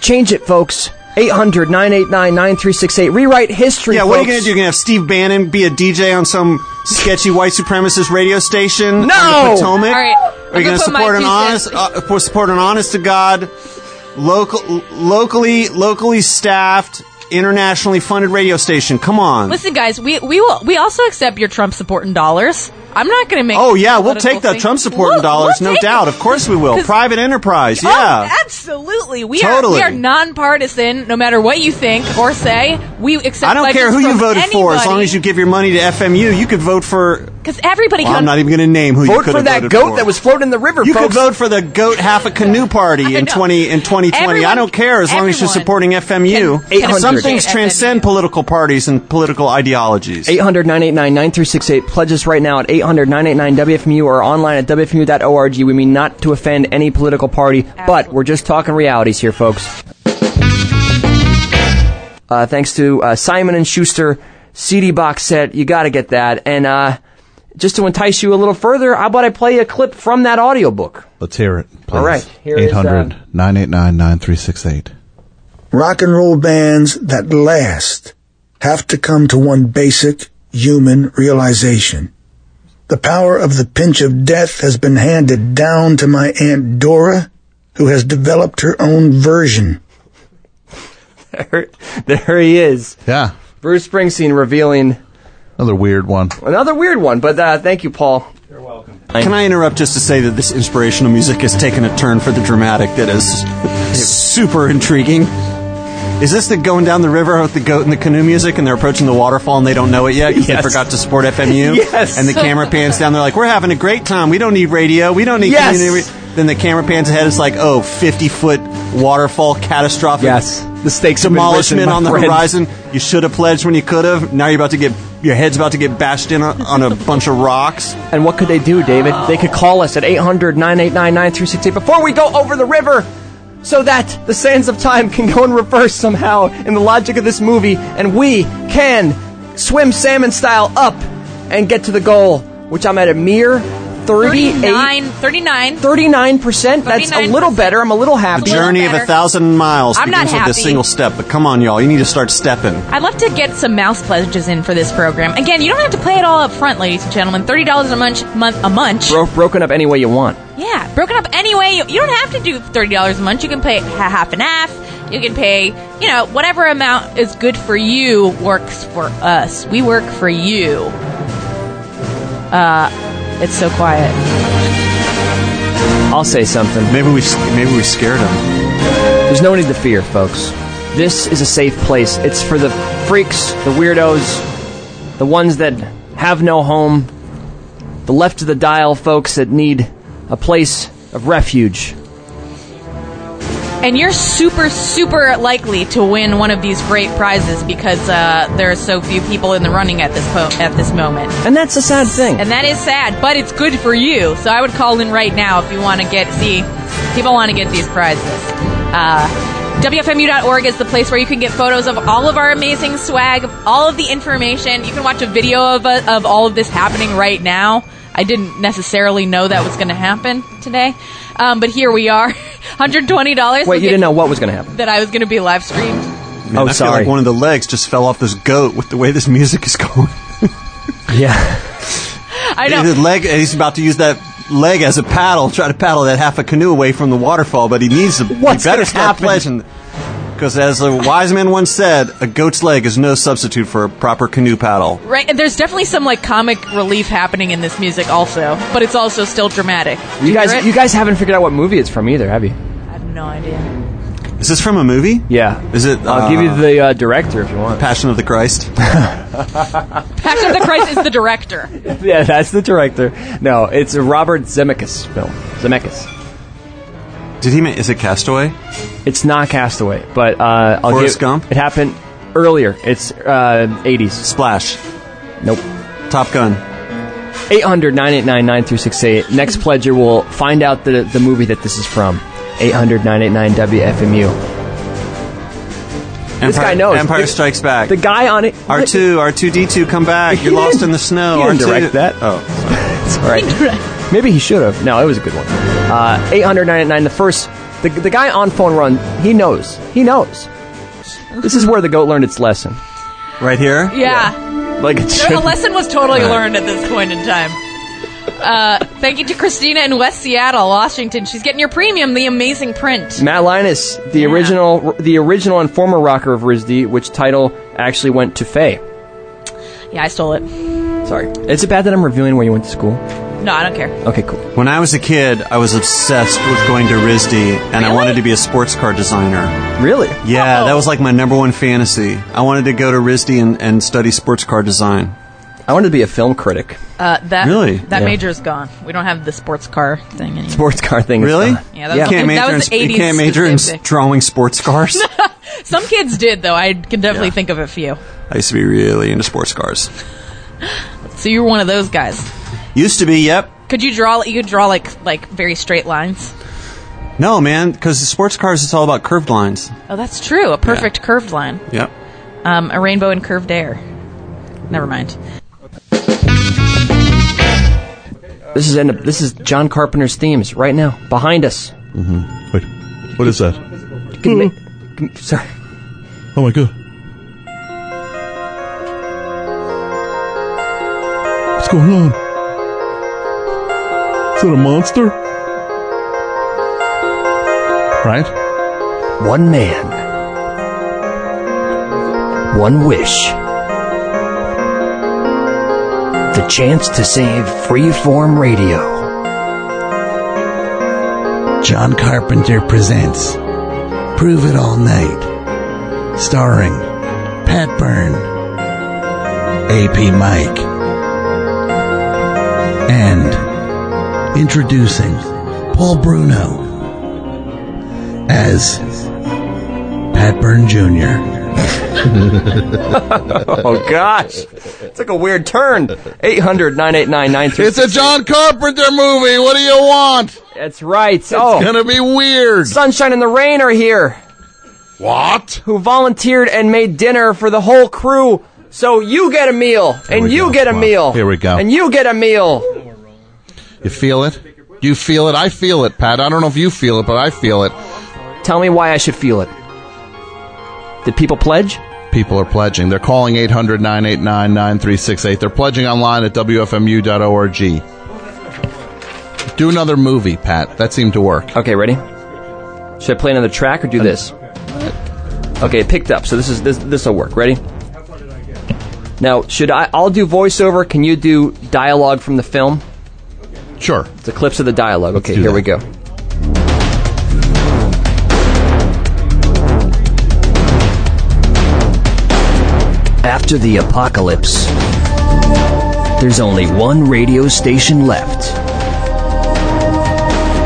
Speaker 1: Change it, folks. 800 989 9368. Rewrite history.
Speaker 2: Yeah, what are you
Speaker 1: folks.
Speaker 2: going to do? You're going to have Steve Bannon be a DJ on some sketchy white supremacist radio station on
Speaker 1: No!
Speaker 2: the Potomac?
Speaker 1: All right,
Speaker 2: Are
Speaker 1: I'm
Speaker 2: you
Speaker 1: gonna
Speaker 2: going to
Speaker 1: put my
Speaker 2: support an
Speaker 1: two
Speaker 2: honest,
Speaker 1: cents.
Speaker 2: uh, for- support an honest to god, local, locally, locally staffed, internationally funded radio station? Come on.
Speaker 3: Listen, guys, we we will we also accept your Trump support in dollars. I'm not going to make.
Speaker 2: Oh yeah, we'll
Speaker 3: political
Speaker 2: take the
Speaker 3: thing.
Speaker 2: Trump supporting
Speaker 3: We'll-
Speaker 2: dollars,
Speaker 3: we'll
Speaker 2: no
Speaker 3: take
Speaker 2: doubt. Of course we will.
Speaker 3: 'Cause-
Speaker 2: Private enterprise, yeah.
Speaker 3: Oh, absolutely. We
Speaker 2: Totally.
Speaker 3: are we are nonpartisan. No matter what you think or say, we accept.
Speaker 2: I don't care who you voted for, as long
Speaker 3: you.
Speaker 2: as you give your money to FMU. You could vote for.
Speaker 3: Because everybody
Speaker 2: Well, I'm
Speaker 3: comes.
Speaker 2: not even going to name who you
Speaker 1: Vote
Speaker 2: could
Speaker 1: for
Speaker 2: have
Speaker 1: that
Speaker 2: voted
Speaker 1: goat
Speaker 2: for.
Speaker 1: that was floating in the river,
Speaker 2: You could
Speaker 1: folks.
Speaker 2: vote for the goat half a canoe party in twenty in 2020. I
Speaker 1: Everyone-
Speaker 2: don't care as long as you're supporting FMU.
Speaker 1: can appreciate
Speaker 2: Some things
Speaker 1: FMU.
Speaker 2: transcend political parties and political ideologies.
Speaker 1: 800 989 9368. Pledge us right now at 800 989 WFMU or online at WFMU.org. We mean not to offend any political party, but we're just talking realities here, folks. Uh, thanks to uh, Simon and Schuster CD box set. You got to get that. And uh, just to entice you a little further, how about I play a clip from that audiobook?
Speaker 8: Let's hear it. Please.
Speaker 1: All right, here is, uh,
Speaker 8: 800 989 9368.
Speaker 15: Rock and roll bands that last have to come to one basic human realization. The power of the pinch of death has been handed down to my Aunt Dora, who has developed her own version.
Speaker 1: There, there he is.
Speaker 8: Yeah.
Speaker 1: Bruce Springsteen revealing
Speaker 8: another weird one.
Speaker 1: Another weird one, but uh, thank you, Paul. You're welcome.
Speaker 2: Can I interrupt just to say that this inspirational music has taken a turn for the dramatic that is super intriguing? Is this the going down the river with the goat and the canoe music, and they're approaching the waterfall and they don't know it yet because
Speaker 1: Yes.
Speaker 2: they forgot to support FMU?
Speaker 1: Yes.
Speaker 2: And the camera pans down. They're like, "We're having a great time. We don't need radio. We don't need
Speaker 1: Yes.
Speaker 2: community." ra-" Then the camera pans ahead. It's like, "Oh, 50 foot waterfall catastrophic.
Speaker 1: Yes. The stakes have been
Speaker 2: demolishment
Speaker 1: risen, my
Speaker 2: on the
Speaker 1: friend.
Speaker 2: horizon. You should have pledged when you could have. Now you're about to get your head's about to get bashed in on, on a bunch of rocks.
Speaker 1: And what could they do, David? They could call us at 800 989 9368 before we go over the river so that the sands of time can go in reverse somehow in the logic of this movie and we can swim salmon style up and get to the goal, which I'm at a mere 38.
Speaker 3: 39, 39.
Speaker 1: 39%? That's a little better. I'm a little happy.
Speaker 2: The journey of a thousand miles
Speaker 3: I'm not
Speaker 2: begins with a
Speaker 3: happy.
Speaker 2: single step. But come on, y'all, you need to start stepping.
Speaker 3: I'd love to get some mouse pledges in for this program. Again, you don't have to pay it all up front, ladies and gentlemen. Thirty dollars a month, month a month.
Speaker 1: Bro- broken up any way you want.
Speaker 3: Yeah, broken up anyway. You, you don't have to do thirty dollars a month. You can pay ha- half and half. You can pay, you know, whatever amount is good for you works for us. We work for you. Uh, it's so quiet.
Speaker 1: I'll say something.
Speaker 2: Maybe we maybe we scared them.
Speaker 1: There's no need to fear, folks. This is a safe place. It's for the freaks, the weirdos, the ones that have no home, the left of the dial folks that need a place of refuge.
Speaker 3: And you're super, super likely to win one of these great prizes because uh, there are so few people in the running at this po- at this moment.
Speaker 1: And that's a sad thing.
Speaker 3: And that is sad, but it's good for you. So I would call in right now if you want to get see people want to get these prizes. Uh, WFMU.org is the place where you can get photos of all of our amazing swag, of all of the information. You can watch a video of, uh, of all of this happening right now. I didn't necessarily know that was going to happen today, um, but here we are. $120.
Speaker 1: Wait, you didn't know what was going to happen?
Speaker 3: That I was going to be live streamed.
Speaker 2: Man,
Speaker 1: Oh,
Speaker 2: I Feel
Speaker 1: sorry.
Speaker 2: like one of the legs just fell off this goat with the way this music is going.
Speaker 1: yeah.
Speaker 3: I know.
Speaker 2: His leg. He's about to use that leg as a paddle, try to paddle that half a canoe away from the waterfall. But he needs to.
Speaker 1: What's
Speaker 2: he better
Speaker 1: gonna
Speaker 2: start
Speaker 1: happen?
Speaker 2: pledging. Because as a wise man once said, a goat's leg is no substitute for a proper canoe paddle.
Speaker 3: Right, and there's definitely some like comic relief happening in this music also, but it's also still dramatic. Do
Speaker 1: You
Speaker 3: hear it?
Speaker 1: guys, you guys haven't figured out what movie it's from either, have you?
Speaker 3: I have no idea.
Speaker 2: Is this from a movie?
Speaker 1: Yeah.
Speaker 2: Is it?
Speaker 1: I'll give you the uh, director if you want.
Speaker 2: Passion of the Christ.
Speaker 3: Passion of the Christ is the director.
Speaker 1: yeah, that's the director. No, it's a Robert Zemeckis film. Zemeckis.
Speaker 2: Did he make? Is it Castaway?
Speaker 1: It's not Castaway, but uh, I'll
Speaker 2: Forrest
Speaker 1: give,
Speaker 2: Gump?
Speaker 1: It happened earlier. It's uh, 80s.
Speaker 2: Splash.
Speaker 1: Nope.
Speaker 2: Top Gun.
Speaker 1: 800 989 9368. Next pledger will find out the, the movie that this is from. 800 WFMU. This guy knows.
Speaker 2: Empire
Speaker 1: The-
Speaker 2: Strikes Back.
Speaker 1: The guy on it.
Speaker 2: R two, R two D two, come back. You're lost in the snow.
Speaker 1: He didn't
Speaker 2: R2.
Speaker 1: direct that.
Speaker 2: Oh,
Speaker 1: It's all right. Maybe he should have. No, it was a good one. Uh, 800 989, the first. The, the guy on phone run, he knows. He knows. This is where the goat learned its lesson.
Speaker 2: Right here?
Speaker 3: Yeah.
Speaker 1: Like it should.
Speaker 3: The lesson was totally
Speaker 1: Right.
Speaker 3: learned at this point in time. Uh, thank you to Christina in West Seattle, Washington. She's getting your premium, the amazing print.
Speaker 1: Matt Linus, the original, the original and former rocker of RISD, which title actually went to Faye.
Speaker 3: Yeah, I stole it. No,
Speaker 1: Sorry, is it bad that I'm reviewing where you went to school?
Speaker 3: I don't care.
Speaker 1: Okay, cool.
Speaker 2: When I was a kid, I was obsessed with going to RISD, and I wanted to be a sports car designer.
Speaker 1: Really? Oh.
Speaker 2: Yeah, that was like my number one fantasy. I wanted to go to RISD and, and study sports car design.
Speaker 1: I wanted to be a film critic.
Speaker 3: Uh, that
Speaker 2: Really?
Speaker 3: that
Speaker 2: Yeah.
Speaker 3: major is gone. We don't have the sports car thing anymore.
Speaker 1: Sports car thing.
Speaker 2: Really?
Speaker 3: Yeah, that was-
Speaker 2: you
Speaker 3: that
Speaker 2: can't major,
Speaker 3: was
Speaker 2: in, sp- you
Speaker 3: 80s
Speaker 2: can't major in s-
Speaker 3: specific.
Speaker 2: drawing sports cars.
Speaker 3: Some kids did though. I can definitely
Speaker 2: Yeah.
Speaker 3: think of a few.
Speaker 2: I used to be really into sports cars.
Speaker 3: So you were one of those guys.
Speaker 2: Used to be, yep.
Speaker 3: Could you draw? You could draw like like very straight lines.
Speaker 2: No, man, because sports cars, it's all about curved lines.
Speaker 3: Oh, that's true. A perfect curved line.
Speaker 2: Yep.
Speaker 3: Um, a rainbow and curved air. Never mind.
Speaker 1: This is end up, this is John Carpenter's themes right now behind us.
Speaker 16: Mm-hmm. Wait, what is that?
Speaker 1: You can make- you can- sorry.
Speaker 16: Oh my god. What's going on? Is that a monster?
Speaker 8: Right?
Speaker 1: One man. One wish. The chance to save freeform radio.
Speaker 17: John Carpenter presents Prove It All Night, starring Pat Byrne, AP Mike, and introducing Paul Bruno as Pat Byrne Jr.
Speaker 1: oh gosh, it's like a weird turn. 800-989-9366.
Speaker 8: It's a John Carpenter movie. What do you want?
Speaker 1: That's right. It's
Speaker 8: gonna be weird.
Speaker 1: Sunshine and the rain are here.
Speaker 8: What?
Speaker 1: Who volunteered and made dinner for the whole crew? So you get a meal, and
Speaker 8: we
Speaker 1: you
Speaker 8: go.
Speaker 1: get a
Speaker 8: Wow.
Speaker 1: meal.
Speaker 8: Here we go.
Speaker 1: And you get a meal.
Speaker 8: You feel it? You feel it? I feel it, Pat. I don't know if you feel it, but I feel it.
Speaker 1: Tell me why I should feel it. Did people pledge?
Speaker 8: People are pledging. They're calling 800 989 9368. They're pledging online at WFMU.org. Do another movie, Pat. That seemed to work.
Speaker 1: Okay, ready? Should I play another track or do this? Okay, it picked up. So this is this this will work. Ready? Now, should I? I'll do voiceover. Can you do dialogue from the film?
Speaker 8: Sure.
Speaker 1: The clips of the dialogue. Okay, here we go. After the apocalypse, there's only one radio station left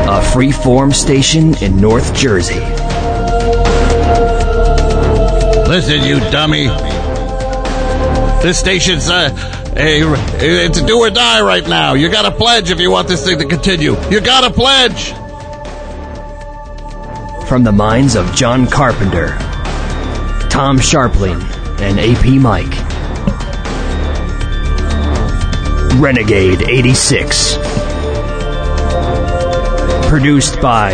Speaker 1: a freeform station in North Jersey.
Speaker 17: Listen, you dummy.
Speaker 8: This station's uh, a, it's do or die right now. You gotta pledge if you want this thing to continue. You gotta pledge.
Speaker 1: From the minds of John Carpenter, Tom Sharpling, and AP Mike. Renegade 86. Produced by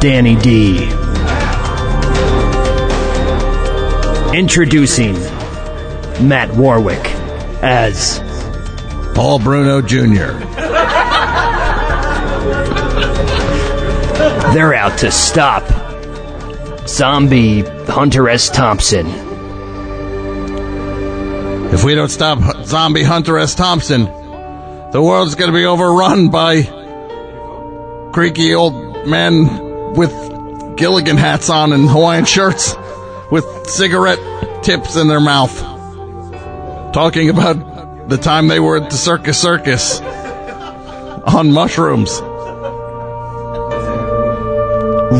Speaker 1: Danny D. Introducing Matt Warwick as
Speaker 17: Paul Bruno Jr.
Speaker 1: They're out to stop Zombie Hunter S. Thompson.
Speaker 8: If we don't stop H- zombie Hunter S. Thompson, the world's gonna be overrun by creaky old men with Gilligan hats on and Hawaiian shirts with cigarette tips in their mouth. Talking about the time they were at the Circus Circus on mushrooms.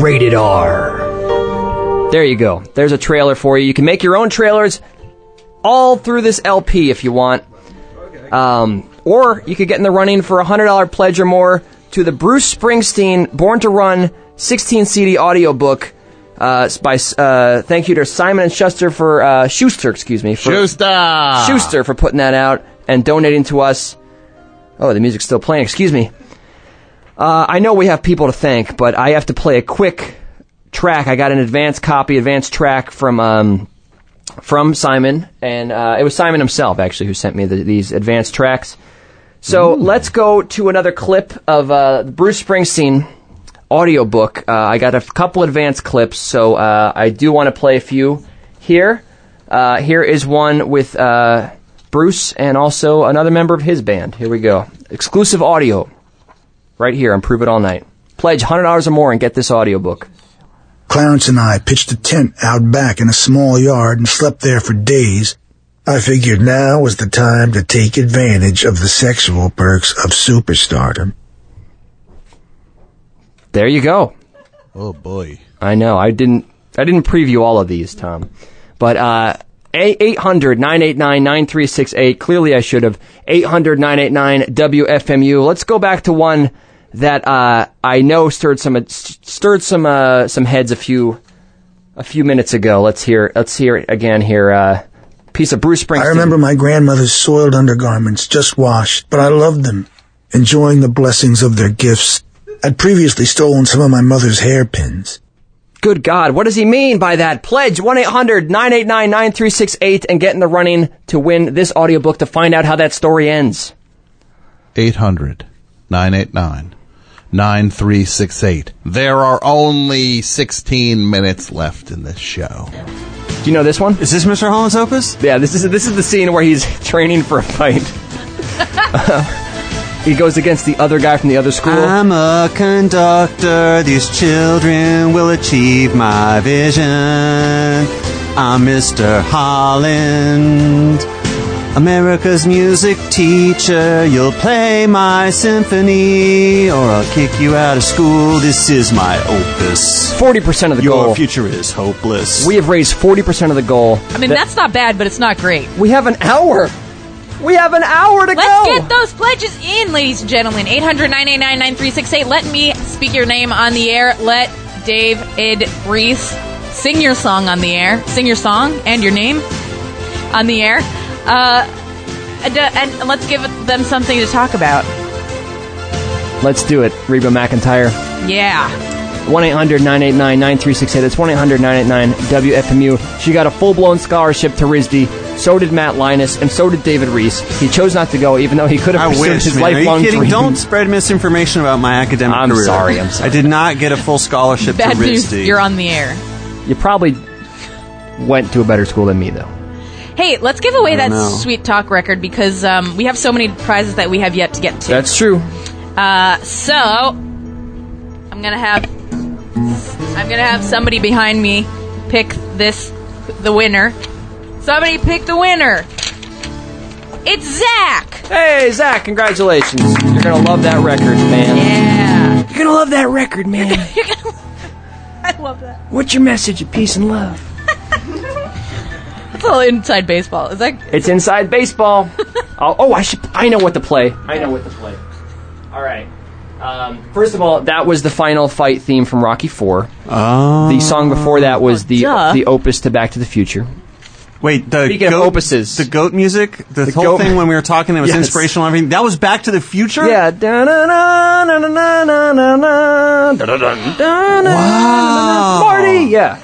Speaker 1: Rated R. There you go. There's a trailer for you. You can make your own trailers all through this LP if you want. Um, or you could get in the running for a $100 pledge or more to the Bruce Springsteen Born to Run 16 CD audiobook. Uh, s- by s- uh, thank you to Simon and Schuster for uh, Schuster, excuse me, for
Speaker 8: Schuster,
Speaker 1: Schuster for putting that out and donating to us. Oh, the music's still playing. Excuse me. Uh, I know we have people to thank, but I have to play a quick track. I got an advanced copy, advanced track from um, from Simon, and uh, it was Simon himself actually who sent me the, these advanced tracks. So let's go to another clip of uh, Bruce Springsteen audiobook. Uh, I got a f- couple advanced clips, so uh, I do want to play a few here. Uh, here is one with uh, Bruce and also another member of his band. Here we go. Exclusive audio right here on Prove It All Night. Pledge $100 or more and get this audiobook.
Speaker 15: Clarence and I pitched a tent out back in a small yard and slept there for days. I figured now was the time to take advantage of the sexual perks of superstardom.
Speaker 1: There you go.
Speaker 8: Oh boy.
Speaker 1: I know. I didn't I didn't preview all of these, Tom. But uh 800-989-9368. Clearly I should have. 800-989-WFMU. Let's go back to one that uh, I know stirred some uh, s- stirred some uh, some heads a few a few minutes ago. Let's hear let's hear it again here. Uh, piece of Bruce Springsteen.
Speaker 15: I remember my grandmother's soiled undergarments, just washed, but I loved them, enjoying the blessings of their gifts. I'd previously stolen some of my mother's hairpins.
Speaker 1: Good God, what does he mean by that? Pledge 1 800 989 9368 and get in the running to win this audiobook to find out how that story ends.
Speaker 8: 800 989 9368. There are only 16 minutes left in this show.
Speaker 1: Do you know this one?
Speaker 2: Is this Mr. Holland's opus?
Speaker 1: Yeah, this is this is the scene where he's training for a fight. he goes against the other guy from the other school.
Speaker 2: I'm a conductor. These children will achieve my vision. I'm Mr. Holland. America's music teacher, you'll play my symphony, or I'll kick you out of school. This is my opus.
Speaker 1: Forty percent of the
Speaker 2: Your
Speaker 1: goal.
Speaker 2: future is hopeless.
Speaker 1: We have raised forty percent of the goal.
Speaker 3: I mean, that's not bad, but it's not great.
Speaker 1: We have an hour. We have an hour to
Speaker 3: Let's
Speaker 1: go.
Speaker 3: get those pledges in, ladies and gentlemen. 800 989 9368. Let me speak your name on the air. Let Dave Id Reese sing your song on the air. Sing your song and your name on the air. Uh, and, uh, and let's give them something to talk about.
Speaker 1: Let's do it, Reba McIntyre.
Speaker 3: Yeah.
Speaker 1: 1 800 989 9368. That's 1 800 989 WFMU. She got a full blown scholarship to RISD. So did Matt Linus, and so did David Reese. He chose not to go, even though he could have
Speaker 2: I
Speaker 1: pursued
Speaker 2: wish,
Speaker 1: his
Speaker 2: man. Are you
Speaker 1: lifelong
Speaker 2: kidding?
Speaker 1: dream.
Speaker 2: Don't spread misinformation about my academic
Speaker 1: I'm
Speaker 2: career.
Speaker 1: sorry, I'm sorry.
Speaker 2: I did not get a full scholarship
Speaker 3: Bad
Speaker 2: to
Speaker 3: news.
Speaker 2: RISD.
Speaker 3: You're on the air.
Speaker 1: You probably went to a better school than me, though.
Speaker 3: Hey, let's give away
Speaker 1: I
Speaker 3: that
Speaker 1: don't know.
Speaker 3: sweet talk record because um, we have so many prizes that we have yet to get to.
Speaker 1: That's true.
Speaker 3: Uh, so I'm gonna have I'm gonna have somebody behind me pick this the winner. Somebody pick the winner. It's Zach.
Speaker 1: Hey, Zach, congratulations. You're going to love that record, man.
Speaker 3: Yeah.
Speaker 1: You're going to love that record, man.
Speaker 3: I love that.
Speaker 1: What's your message of peace and love?
Speaker 3: That's all inside baseball. Is that
Speaker 1: It's inside baseball. oh, oh, I should. I know what to play. I know what to play. All right. Um, first of all, that was the final fight theme from Rocky Four.
Speaker 2: Oh.
Speaker 1: The song before that was the
Speaker 2: duh.
Speaker 1: the opus to Back to the Future.
Speaker 2: Wait, the
Speaker 1: Speaking of
Speaker 2: goat,
Speaker 1: opuses,
Speaker 2: the goat music, the, whole
Speaker 1: goat-
Speaker 2: thing when we were talking, it was
Speaker 1: Yes.
Speaker 2: inspirational. and Everything that was Back to the Future.
Speaker 1: Yeah. Wow. Marty. Yeah.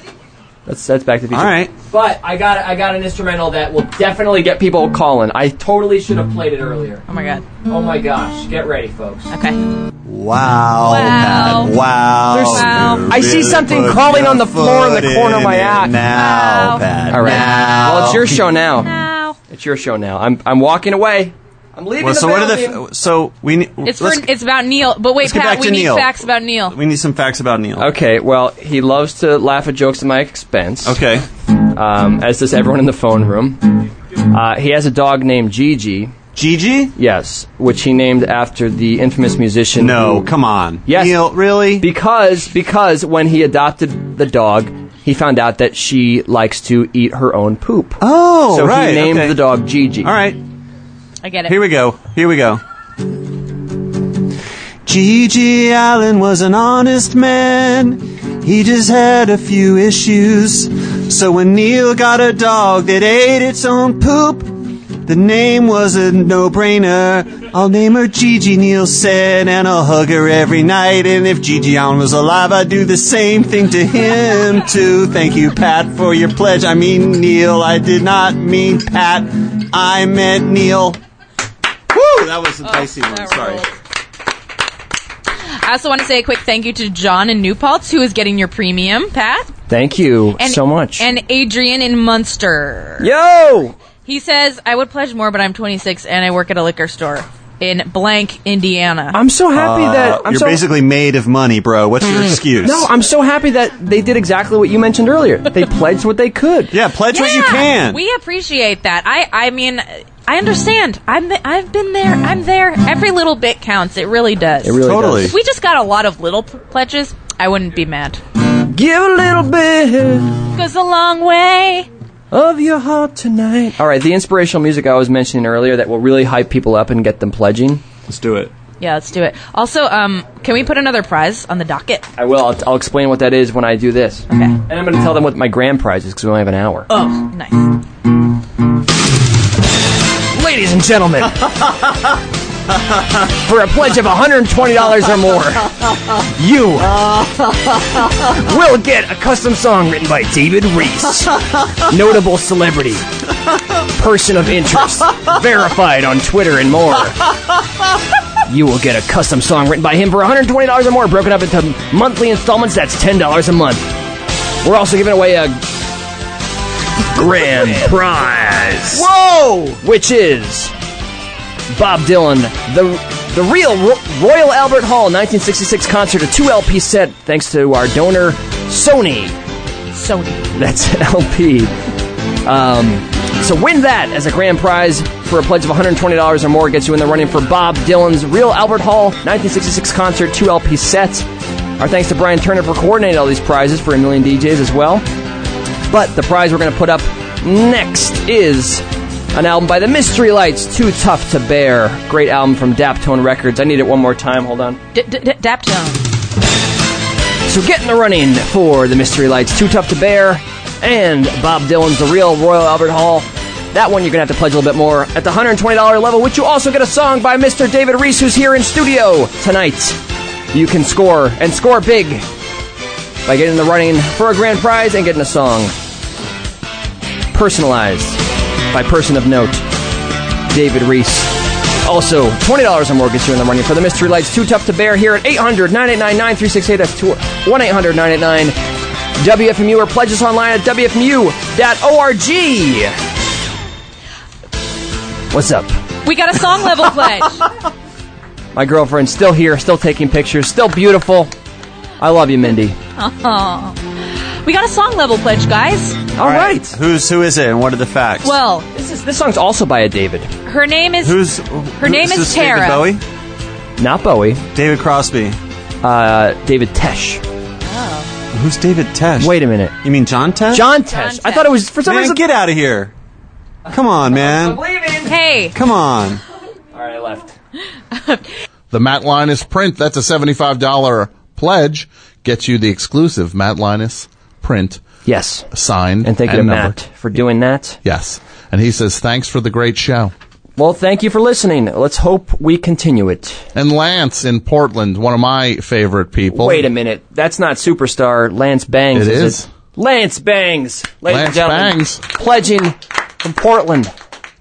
Speaker 1: That's that's Back to the Future.
Speaker 2: All right.
Speaker 1: But I got I got an instrumental that will definitely get people calling. I totally should have played it earlier.
Speaker 3: Oh my god.
Speaker 1: Oh my gosh. Get ready, folks.
Speaker 3: Okay.
Speaker 2: Wow. Wow. Pat, wow.
Speaker 1: There's-
Speaker 2: You
Speaker 1: I see
Speaker 2: really
Speaker 1: something
Speaker 2: put
Speaker 1: crawling
Speaker 2: your
Speaker 1: on the floor in the
Speaker 2: foot
Speaker 1: corner of my
Speaker 2: it
Speaker 1: eye.
Speaker 2: Now, Pat.
Speaker 1: All right.
Speaker 2: Now.
Speaker 1: Well, it's your show now. It's your show now. I'm I'm walking away. I'm leaving
Speaker 2: Well,
Speaker 1: the
Speaker 2: so what are
Speaker 1: building.
Speaker 2: the? F- so we. ne-
Speaker 3: It's for,
Speaker 2: let's-
Speaker 3: it's about Neil. But wait,
Speaker 2: let's get
Speaker 3: Pat,
Speaker 2: back
Speaker 3: we
Speaker 2: to
Speaker 3: need
Speaker 2: Neil.
Speaker 3: facts about Neil.
Speaker 2: we need some facts about Neil.
Speaker 1: Okay, well, he loves to laugh at jokes at my expense.
Speaker 2: Okay.
Speaker 1: Um, as does everyone in the phone room. Uh, he has a dog named Gigi.
Speaker 2: Gigi?
Speaker 1: Yes, which he named after the infamous musician.
Speaker 2: No,
Speaker 1: who-
Speaker 2: come on.
Speaker 1: Yes.
Speaker 2: Neil, really?
Speaker 1: Because because when he adopted the dog, he found out that she likes to eat her own poop.
Speaker 2: Oh,
Speaker 1: so
Speaker 2: right,
Speaker 1: he named
Speaker 2: okay.
Speaker 1: the dog Gigi.
Speaker 2: All right.
Speaker 3: I get it.
Speaker 2: Here we go. Here we go. G.G. Allen was an honest man. He just had a few issues. So when Neil got a dog that ate its own poop, the name was a no-brainer. I'll name her Gigi, Neil said, and I'll hug her every night. And if Gigi Allen was alive, I'd do the same thing to him too. Thank you, Pat, for your pledge. I mean Neil. I did not mean Pat. I meant Neil. Woo! That was a dicey one. Sorry.
Speaker 3: I also want to say a quick thank you to John in New Paltz who is getting your premium, Pat,
Speaker 1: Thank you so much.
Speaker 3: and Adrian in Munster.
Speaker 1: Yo!
Speaker 3: He says, I would pledge more, but I'm 26 and I work at a liquor store in blank, Indiana.
Speaker 1: I'm so happy that
Speaker 2: Uh,
Speaker 1: I'm
Speaker 2: you're
Speaker 1: so, Mm.
Speaker 2: basically made of money, bro. What's your excuse?
Speaker 1: No, I'm so happy that they did exactly what you mentioned earlier. They pledged what they could.
Speaker 2: Yeah, pledge what you
Speaker 3: Yeah,
Speaker 2: can.
Speaker 3: We appreciate that. I, I mean, I understand. I'm the, I've been there. I'm there. Every little bit counts. It really does.
Speaker 1: It really Totally. does.
Speaker 3: If we just got a lot of little p- pledges, I wouldn't be mad.
Speaker 1: Give a little bit
Speaker 3: Goes a long way.
Speaker 1: of your heart tonight. All right, the inspirational music I was mentioning earlier that will really hype people up and get them pledging.
Speaker 2: Let's do it.
Speaker 3: Yeah, let's do it. Also, um, can we put another prize on the docket?
Speaker 1: I will. I'll, I'll explain what that is when I
Speaker 2: Oh.
Speaker 1: do this. Okay. And I'm going to tell them what my grand prize is because we only have an hour.
Speaker 3: Oh, nice.
Speaker 1: ladies and gentlemen, for a pledge of $120 or more, you will get a custom song written by David Reese, notable celebrity, person of interest, verified on Twitter and more. You will get a custom song written by him for $120 or more, broken up into monthly installments. That's $10 a month. We're also giving away a grand prize. Whoa! Which is Bob Dylan, the the real Ro- Royal Albert Hall 1966 concert, a two LP set, thanks to our donor Sony.
Speaker 3: Sony.
Speaker 1: That's an LP. Um, so win that as a grand prize for a pledge of $120 or more gets you in the running for Bob Dylan's Real Albert Hall 1966 concert, two LP set. Our thanks to Brian Turner for coordinating all these prizes for a million DJs as well. But the prize we're going to put up next is an album by the Mystery Lights, Too Tough to Bear. Great album from Daptone Records. I need it one more time. Hold on.
Speaker 3: D- d- d- Daptone.
Speaker 1: So get in the running for the Mystery Lights, Too Tough to Bear, and Bob Dylan's The Real Royal Albert Hall. That one you're going to have to pledge a little bit more at the $120 level, which you also get a song by Mr. David Reese, who's here in studio tonight. You can score and score big by getting in the running for a grand prize and getting a song personalized by person of note, David Reese. Also, $20 or more gets you in the running for the Mystery Lights Too Tough to Bear here at 800 989 9368. That's 1 800 989 WFMU or pledge us online at WFMU.org. What's up?
Speaker 3: We got a song level pledge.
Speaker 1: My girlfriend's still here, still taking pictures, still beautiful. I love you, Mindy.
Speaker 3: Oh. We got a song level pledge, guys.
Speaker 1: All right.
Speaker 10: Who's who is it, and what are the facts?
Speaker 3: Well,
Speaker 1: This, is, this song's also by a David.
Speaker 3: her name is
Speaker 10: Who's
Speaker 3: her name is Tara.
Speaker 1: Bowie? Not Bowie.
Speaker 10: David Crosby.
Speaker 1: Uh, David Tesh.
Speaker 3: Oh.
Speaker 10: Who's David Tesh?
Speaker 1: Wait a minute.
Speaker 10: You mean John Tesh?
Speaker 1: John Tesh. I thought it was for some
Speaker 10: man,
Speaker 1: reason.
Speaker 10: Get out of here! Come on, man.
Speaker 3: Hey.
Speaker 10: Come on.
Speaker 1: All right, I left.
Speaker 8: The Matt Linus print, that's a $75 pledge, gets you the exclusive Matt Linus print.
Speaker 1: Yes.
Speaker 8: Signed.
Speaker 1: And thank you to
Speaker 8: numbered.
Speaker 1: Matt for doing that.
Speaker 8: Yes. And he says, thanks for the great show.
Speaker 1: Well, thank you for listening. Let's hope we continue it.
Speaker 8: And Lance in Portland, one of my favorite people.
Speaker 1: Wait a minute. That's not superstar Lance Bangs.
Speaker 8: It
Speaker 1: is,
Speaker 8: is.
Speaker 1: it? Lance Bangs, ladies and
Speaker 8: Lance
Speaker 1: gentlemen.
Speaker 8: Bangs.
Speaker 1: Pledging from Portland.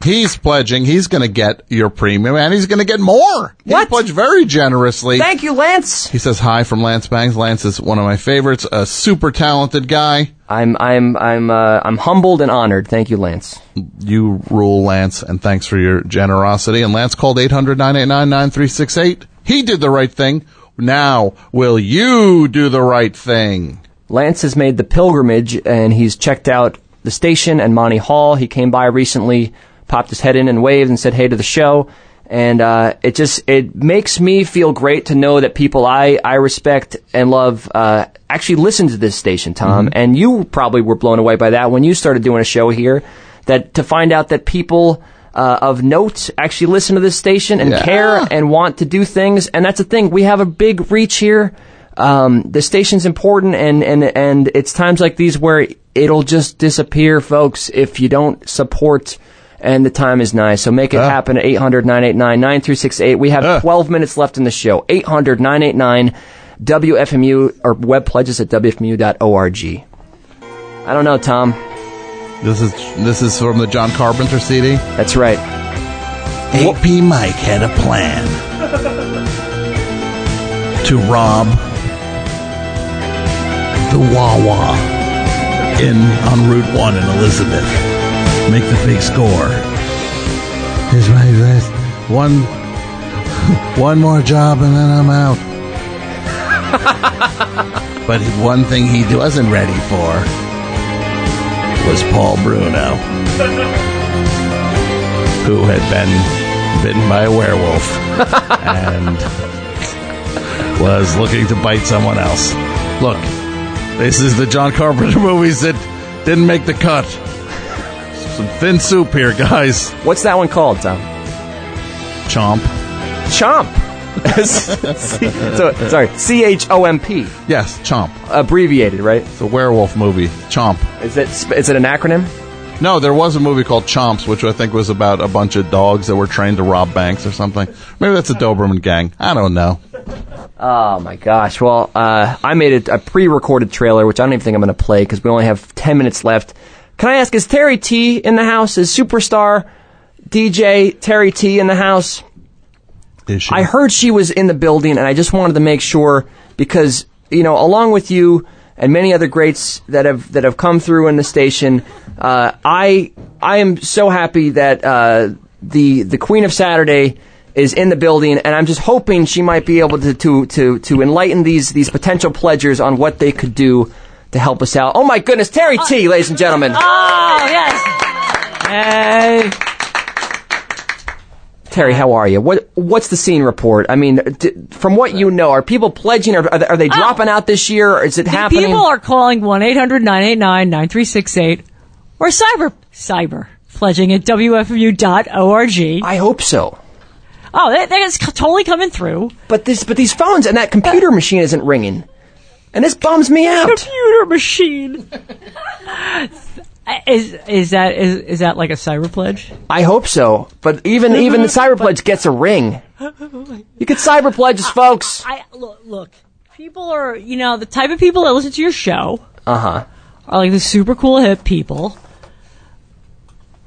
Speaker 8: He's pledging. He's going to get your premium and he's going to get more. What? He pledged very generously.
Speaker 1: Thank you, Lance.
Speaker 8: He says hi from Lance Bangs. Lance is one of my favorites, a super talented guy.
Speaker 1: I'm I'm I'm uh, I'm humbled and honored. Thank you, Lance.
Speaker 8: You rule, Lance, and thanks for your generosity. And Lance called 800-989-9368. He did the right thing. Now, will you do the right thing?
Speaker 1: Lance has made the pilgrimage and he's checked out the station and Monty Hall. He came by recently, popped his head in and waved and said hey to the show. And uh, it just it makes me feel great to know that people I, I respect and love uh, actually listen to this station, Tom. And you probably were blown away by that when you started doing a show here. That to find out that people uh, of note actually listen to this station and
Speaker 8: Yeah.
Speaker 1: care and want to do things. And that's the thing. We have a big reach here. Um, the station's important, and, and, and it's times like these where it'll just disappear, folks, if you don't support. And the time is nice. So make it happen at 800 989 9368. We have 12 minutes left in the show. 800 989 WFMU or web pledges at WFMU.org. I don't know, Tom.
Speaker 8: This is this is from the John Carpenter CD.
Speaker 1: That's right.
Speaker 17: AP Mike had a plan to rob the Wawa in on Route One in Elizabeth. Make the big score. Here's my last one. One more job and then I'm out. but one thing he wasn't ready for was Paul Bruno who had been bitten by a werewolf and was looking to bite someone else. Look, this is the John Carpenter movies that didn't make the cut. Some thin soup here, guys.
Speaker 1: What's that one called, Tom?
Speaker 17: Chomp.
Speaker 1: Chomp. C- so, sorry, C H O M P.
Speaker 8: Yes, Chomp.
Speaker 1: Abbreviated, right?
Speaker 8: It's a werewolf movie. Chomp.
Speaker 1: Is it sp- is it an acronym?
Speaker 8: No, there was a movie called Chomps, which I think was about a bunch of dogs that were trained to rob banks or something. Maybe that's a Doberman gang. I don't know.
Speaker 1: Oh my gosh! Well, uh, I made a, a pre-recorded trailer, which I don't even think I'm going to play because we only have ten minutes left. Can I ask, is Terry T in the house? Is superstar DJ Terry T in the house?
Speaker 8: Is she?
Speaker 1: I heard she was in the building, and I just wanted to make sure because you know, along with you and many other greats that have that have come through in the station, uh, I I am so happy that uh, the the Queen of Saturday is in the building, and I'm just hoping she might be able to to to, to enlighten these these potential pledgers on what they could do to help us out. Oh my goodness, Terry T, ladies and gentlemen.
Speaker 4: Oh, yes.
Speaker 1: Hey. Terry, how are you? What what's the scene report? I mean, d- from what you know, are people pledging? Are, are they- are they dropping out this year? Or is it happening?
Speaker 18: Oh. People are calling 1 800 989 9368 or cyber, cyber pledging at WFMU.org.
Speaker 1: I hope so.
Speaker 18: Oh, that, that is c- totally coming through.
Speaker 1: But this, but these phones and that computer machine isn't ringing, and this bums me out.
Speaker 18: Computer machine. is is that is, is that like a cyber pledge?
Speaker 1: I hope so. But even even the cyber pledge gets a ring. You could cyber pledge us, folks.
Speaker 18: I look, look. People are, you know, the type of people that listen to your show
Speaker 1: Uh huh.
Speaker 18: are like the super cool hip people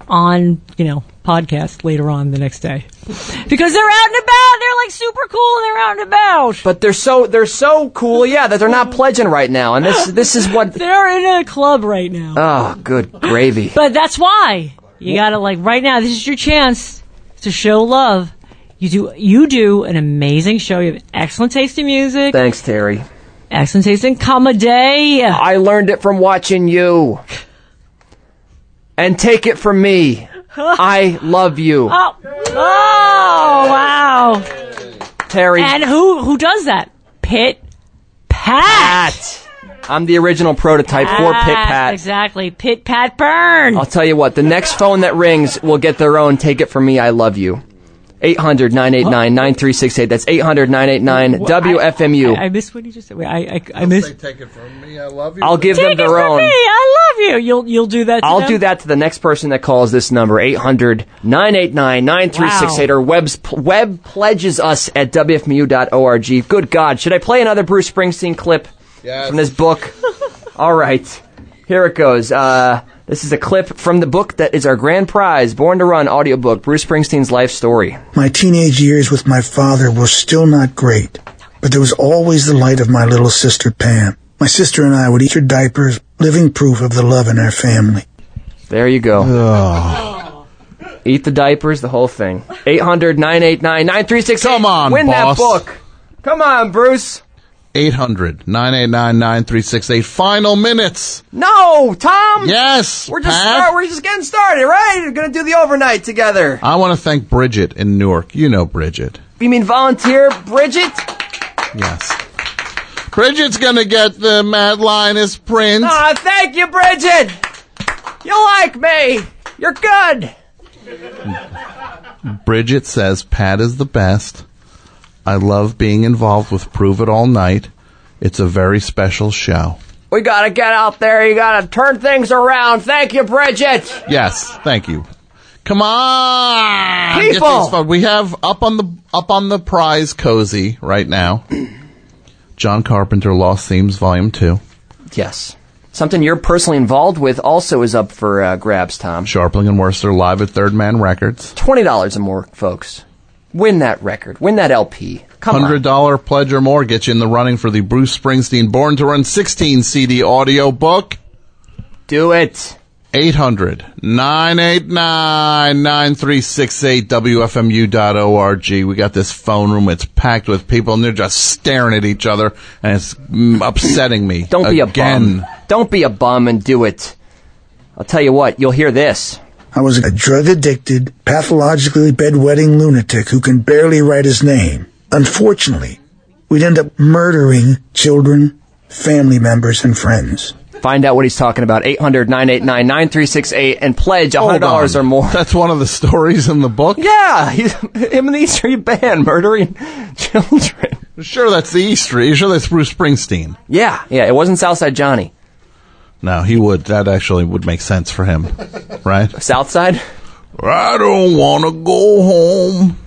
Speaker 18: on, you know, podcast later on the next day. Because they're out and about, they're like super cool, and they're out and about.
Speaker 1: But they're so they're so cool, yeah, that they're not pledging right now, and this this is what.
Speaker 18: They're in a club right now.
Speaker 1: Oh, good gravy.
Speaker 18: But that's why you got to like right now. This is your chance to show love. You do you do an amazing show. You have excellent taste in music.
Speaker 1: Thanks, Terry.
Speaker 18: Excellent taste in comedy.
Speaker 1: I learned it from watching you. And take it from me. I love you.
Speaker 18: Oh, oh wow,
Speaker 1: Terry.
Speaker 18: And who who does that? Pit Pat.
Speaker 1: I'm the original prototype for Pit Pat.
Speaker 18: Exactly, Pit Pat Burn.
Speaker 1: I'll tell you what, the next phone that rings will get their own Take It From Me, I Love You. 800 989 9368. That's 800 989 WFMU.
Speaker 18: I, I missed what he just said. Wait, I I, I missed.
Speaker 8: Take it from me. I love
Speaker 1: I'll give them
Speaker 18: Take it
Speaker 1: their
Speaker 18: from
Speaker 1: own.
Speaker 18: Me. I love you. You'll you'll do that. to
Speaker 1: I'll
Speaker 18: them?
Speaker 1: do that to the next person that calls this number, 800 989 9368, or webs, web pledges us at WFMU.org. Good God. Should I play another Bruce Springsteen clip
Speaker 8: Yes.
Speaker 1: from this book? All right. Here it goes. Uh, this is a clip from the book that is our grand prize, Born to Run audiobook, Bruce Springsteen's life story.
Speaker 15: My teenage years with my father were still not great, but there was always the light of my little sister Pam. My sister and I would eat her diapers, living proof of the love in our family.
Speaker 1: There you go. Eat the diapers, the whole thing. 800 989 9368. Come on, Win that
Speaker 8: boss.
Speaker 1: book. Come on, Bruce.
Speaker 8: 800 989 9368. Final minutes.
Speaker 1: No, Tom.
Speaker 8: Yes,
Speaker 1: We're just
Speaker 8: Pat.
Speaker 1: start, we're just getting started, right? We're gonna do the overnight together.
Speaker 8: I want to thank Bridget in Newark. You know Bridget.
Speaker 1: You mean volunteer, Bridget?
Speaker 8: Yes. Bridget's going to get the Matt Linus print.
Speaker 1: Ah, thank you, Bridget. You like me. You're good.
Speaker 8: Bridget says Pat is the best. I love being involved with Prove It All Night. It's a very special show.
Speaker 1: We gotta get out there. You gotta turn things around. Thank you, Bridget.
Speaker 8: Yes, thank you. Come on, get
Speaker 1: People!
Speaker 8: these pho- We have up on the up on the prize cozy right now. John Carpenter Lost Themes Volume Two.
Speaker 1: Yes. Something you're personally involved with also is up for uh, grabs, Tom.
Speaker 8: Sharpling and Worcester live at Third Man Records.
Speaker 1: Twenty dollars or more, folks. Win that record. Win that LP. Come on.
Speaker 8: Hundred dollar pledge or more gets you in the running for the Bruce Springsteen Born to Run 16 CD audio book.
Speaker 1: Do it.
Speaker 8: 800 989 9368 WFMU.org. We got this phone room. It's packed with people and they're just staring at each other and it's mm, upsetting me.
Speaker 1: Don't be a
Speaker 8: Again.
Speaker 1: bum. Don't be a bum and do it. I'll tell you what, you'll hear this.
Speaker 15: I was a drug addicted, pathologically bedwetting lunatic who can barely write his name. Unfortunately, we'd end up murdering children, family members, and friends.
Speaker 1: Find out what he's talking about. 800 989 9368 and pledge $100 or more.
Speaker 8: That's one of the stories in the book?
Speaker 1: Yeah. He's, him and the East Street Band murdering children.
Speaker 8: Sure, that's the East Street. Sure, that's Bruce Springsteen.
Speaker 1: Yeah. Yeah. It wasn't Southside Johnny.
Speaker 8: No, he would. That actually would make sense for him, right?
Speaker 1: South Side?
Speaker 8: I don't want to go home.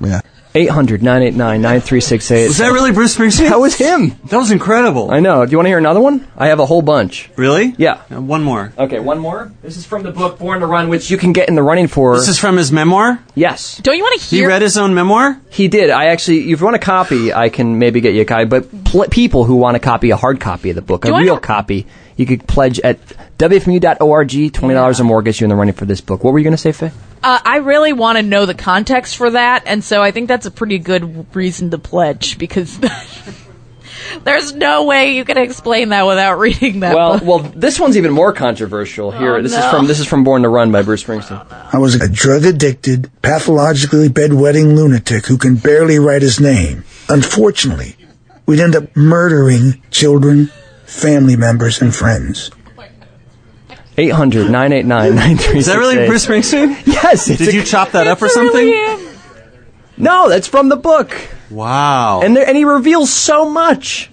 Speaker 8: Yeah.
Speaker 1: 800 989 9368.
Speaker 10: Was that really Bruce Springsteen?
Speaker 1: That was him.
Speaker 10: That was incredible.
Speaker 1: I know. Do you want to hear another one? I have a whole bunch.
Speaker 10: Really? Uh,
Speaker 1: Yeah.
Speaker 10: One more.
Speaker 1: Okay, one more. This is from the book Born to Run, which you can get in the running for.
Speaker 10: This is from his memoir?
Speaker 1: Yes.
Speaker 3: Don't you want to
Speaker 10: He
Speaker 3: hear?
Speaker 10: read his own memoir?
Speaker 1: He did. I actually, if you want a copy, I can maybe get you a copy. But pl- people who want a copy, a hard copy of the book,
Speaker 3: Do
Speaker 1: a
Speaker 3: I
Speaker 1: real
Speaker 3: not-
Speaker 1: copy, you could pledge at wfmu.org. $20 or more gets you in the running for this book. What were you going to say, Faye?
Speaker 3: Uh, I really want to know the context for that, and so I think that's a pretty good reason to pledge because there's no way you can explain that without reading that.
Speaker 1: Well,
Speaker 3: book.
Speaker 1: well, this one's even more controversial here.
Speaker 3: Oh,
Speaker 1: this is
Speaker 3: no.
Speaker 1: from this is from Born to Run by Bruce Springsteen.
Speaker 15: I was a drug addicted, pathologically bedwetting lunatic who can barely write his name. Unfortunately, we'd end up murdering children, family members, and friends.
Speaker 1: 800 989 9368.
Speaker 15: Is that really Bruce
Speaker 10: Springsteen?
Speaker 1: Yes.
Speaker 10: Did you chop that up or something?
Speaker 1: No, that's from the book.
Speaker 10: Wow.
Speaker 1: And there, and he reveals so much.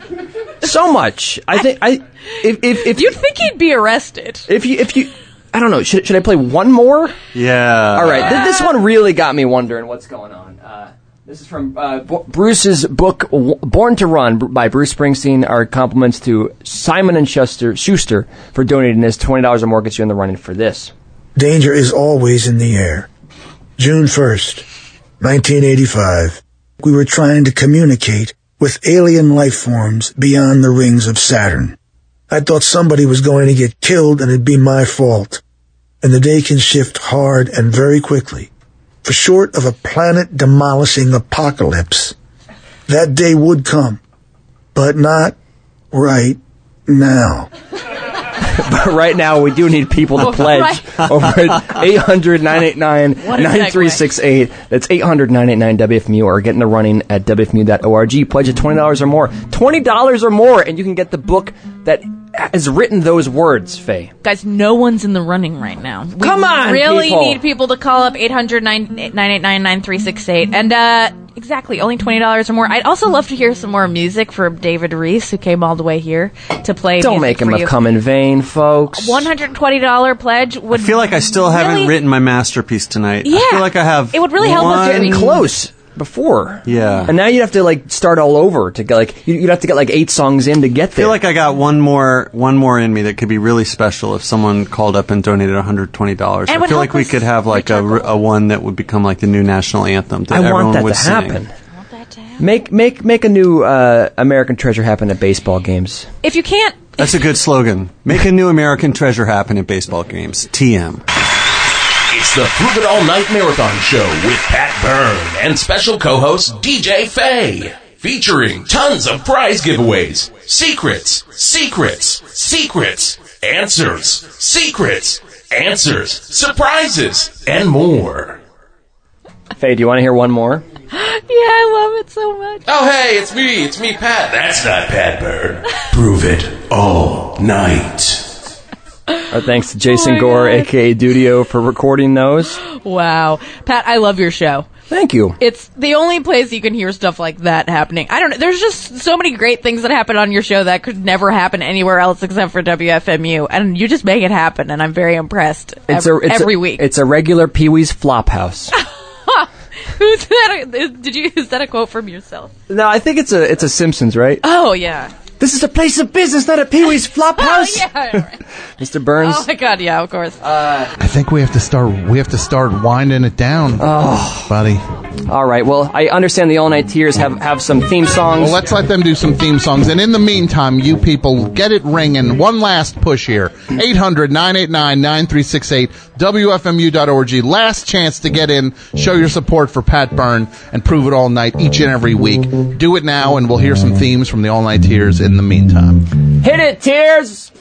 Speaker 1: So much. I think I if if, if
Speaker 3: you'd think he'd be arrested.
Speaker 1: If you if you I don't know, should should I play one more?
Speaker 10: Yeah.
Speaker 1: All right. th- this one really got me wondering what's going on. Uh, this is from uh, Bo- Bruce's book W- Born to Run by Bruce Springsteen. Our compliments to Simon and Schuster, Schuster for donating this. $20 or more gets you in the running for this.
Speaker 15: Danger is always in the air. June 1st, 1985. We were trying to communicate with alien life forms beyond the rings of Saturn. I thought somebody was going to get killed and it'd be my fault. And the day can shift hard and very quickly. For short of a planet demolishing apocalypse, that day would come. But not right now.
Speaker 1: but right now, we do need people to
Speaker 15: Right.
Speaker 1: pledge over at 800 989
Speaker 15: What a segue.
Speaker 1: 9368. That's 800 989 WFMU or get in the running at WFMU.org. Pledge at $20 or more. $20 or more, and you can get the book that has written those words, Faye.
Speaker 3: Guys, no one's in the running right now. We
Speaker 1: Come on,
Speaker 3: really
Speaker 1: people.
Speaker 3: need people to call up 800-989-9368. And uh, exactly, only $20 or more. I'd also love to hear some more music from David Reese, who came all the way here to play
Speaker 1: Don't
Speaker 3: music
Speaker 1: make
Speaker 3: for
Speaker 1: him
Speaker 3: you.
Speaker 1: have come in vain, folks.
Speaker 3: $120 pledge would
Speaker 10: I feel like I still haven't
Speaker 3: really-
Speaker 10: written my masterpiece tonight.
Speaker 3: Yeah.
Speaker 10: I feel like I have.
Speaker 3: It would really help us
Speaker 10: one-
Speaker 3: getting
Speaker 1: close before.
Speaker 10: Yeah.
Speaker 1: And now you'd have to like start all over to get like you- you'd have to get like eight songs in to get
Speaker 10: I
Speaker 1: there.
Speaker 10: feel like I got one more one more in me that could be really special if someone called up and donated $120.
Speaker 1: And
Speaker 10: I
Speaker 1: would
Speaker 10: feel
Speaker 1: help
Speaker 10: like we
Speaker 1: us
Speaker 10: could have like a, a one that would become like the new national anthem that
Speaker 1: I
Speaker 10: everyone
Speaker 1: want that
Speaker 10: would
Speaker 1: to
Speaker 10: sing.
Speaker 1: happen. Make make make a new uh, American treasure happen at baseball games.
Speaker 3: If you can't,
Speaker 10: That's a good slogan. Make a new American treasure happen at baseball games. TM.
Speaker 14: It's the Prove It All Night Marathon Show with Pat Byrne and special co host DJ Faye. Featuring tons of prize giveaways, secrets, secrets, secrets, answers, secrets, answers, surprises, and more.
Speaker 1: Faye, do you want to hear one more?
Speaker 3: Yeah, I love it so much.
Speaker 14: Oh, hey, it's me. It's me, Pat. That's not Pat Byrne. Prove it all night.
Speaker 1: Our thanks to
Speaker 3: Oh
Speaker 1: Jason Gore, aka Dudio, for recording those.
Speaker 3: Wow. Pat, I love your show.
Speaker 1: Thank you.
Speaker 3: It's the only place you can hear stuff like that happening. I don't know. There's just so many great things that happen on your show that could never happen anywhere else except for WFMU. And you just make it happen. And I'm very impressed
Speaker 1: It's
Speaker 3: every,
Speaker 1: a it's a-
Speaker 3: every week.
Speaker 1: It's a regular Pee Wee's Flophouse.
Speaker 3: Who's that? Did you, is that a quote from yourself?
Speaker 1: no, I think it's a it's a Simpsons, right?
Speaker 3: Oh, yeah.
Speaker 1: This is a place of business, not a Pee Wee's Flophouse.
Speaker 3: Oh, yeah.
Speaker 1: Mr. Burns. Uh,
Speaker 3: Oh, my God. Yeah, of course.
Speaker 8: I think we have to start. We have to start winding it down, oh. buddy.
Speaker 1: All right. Well, I understand the All Night Tears have have some theme songs.
Speaker 8: Well, let's let them do some theme songs. And in the meantime, you people, get it ringing. One last push here 800 989 9368, WFMU.org. Last chance to get in, show your support for Pat Byrne, and prove it all night each and every week. Do it now, and we'll hear some themes from the All Night Tears in the meantime.
Speaker 1: Hit it, tears.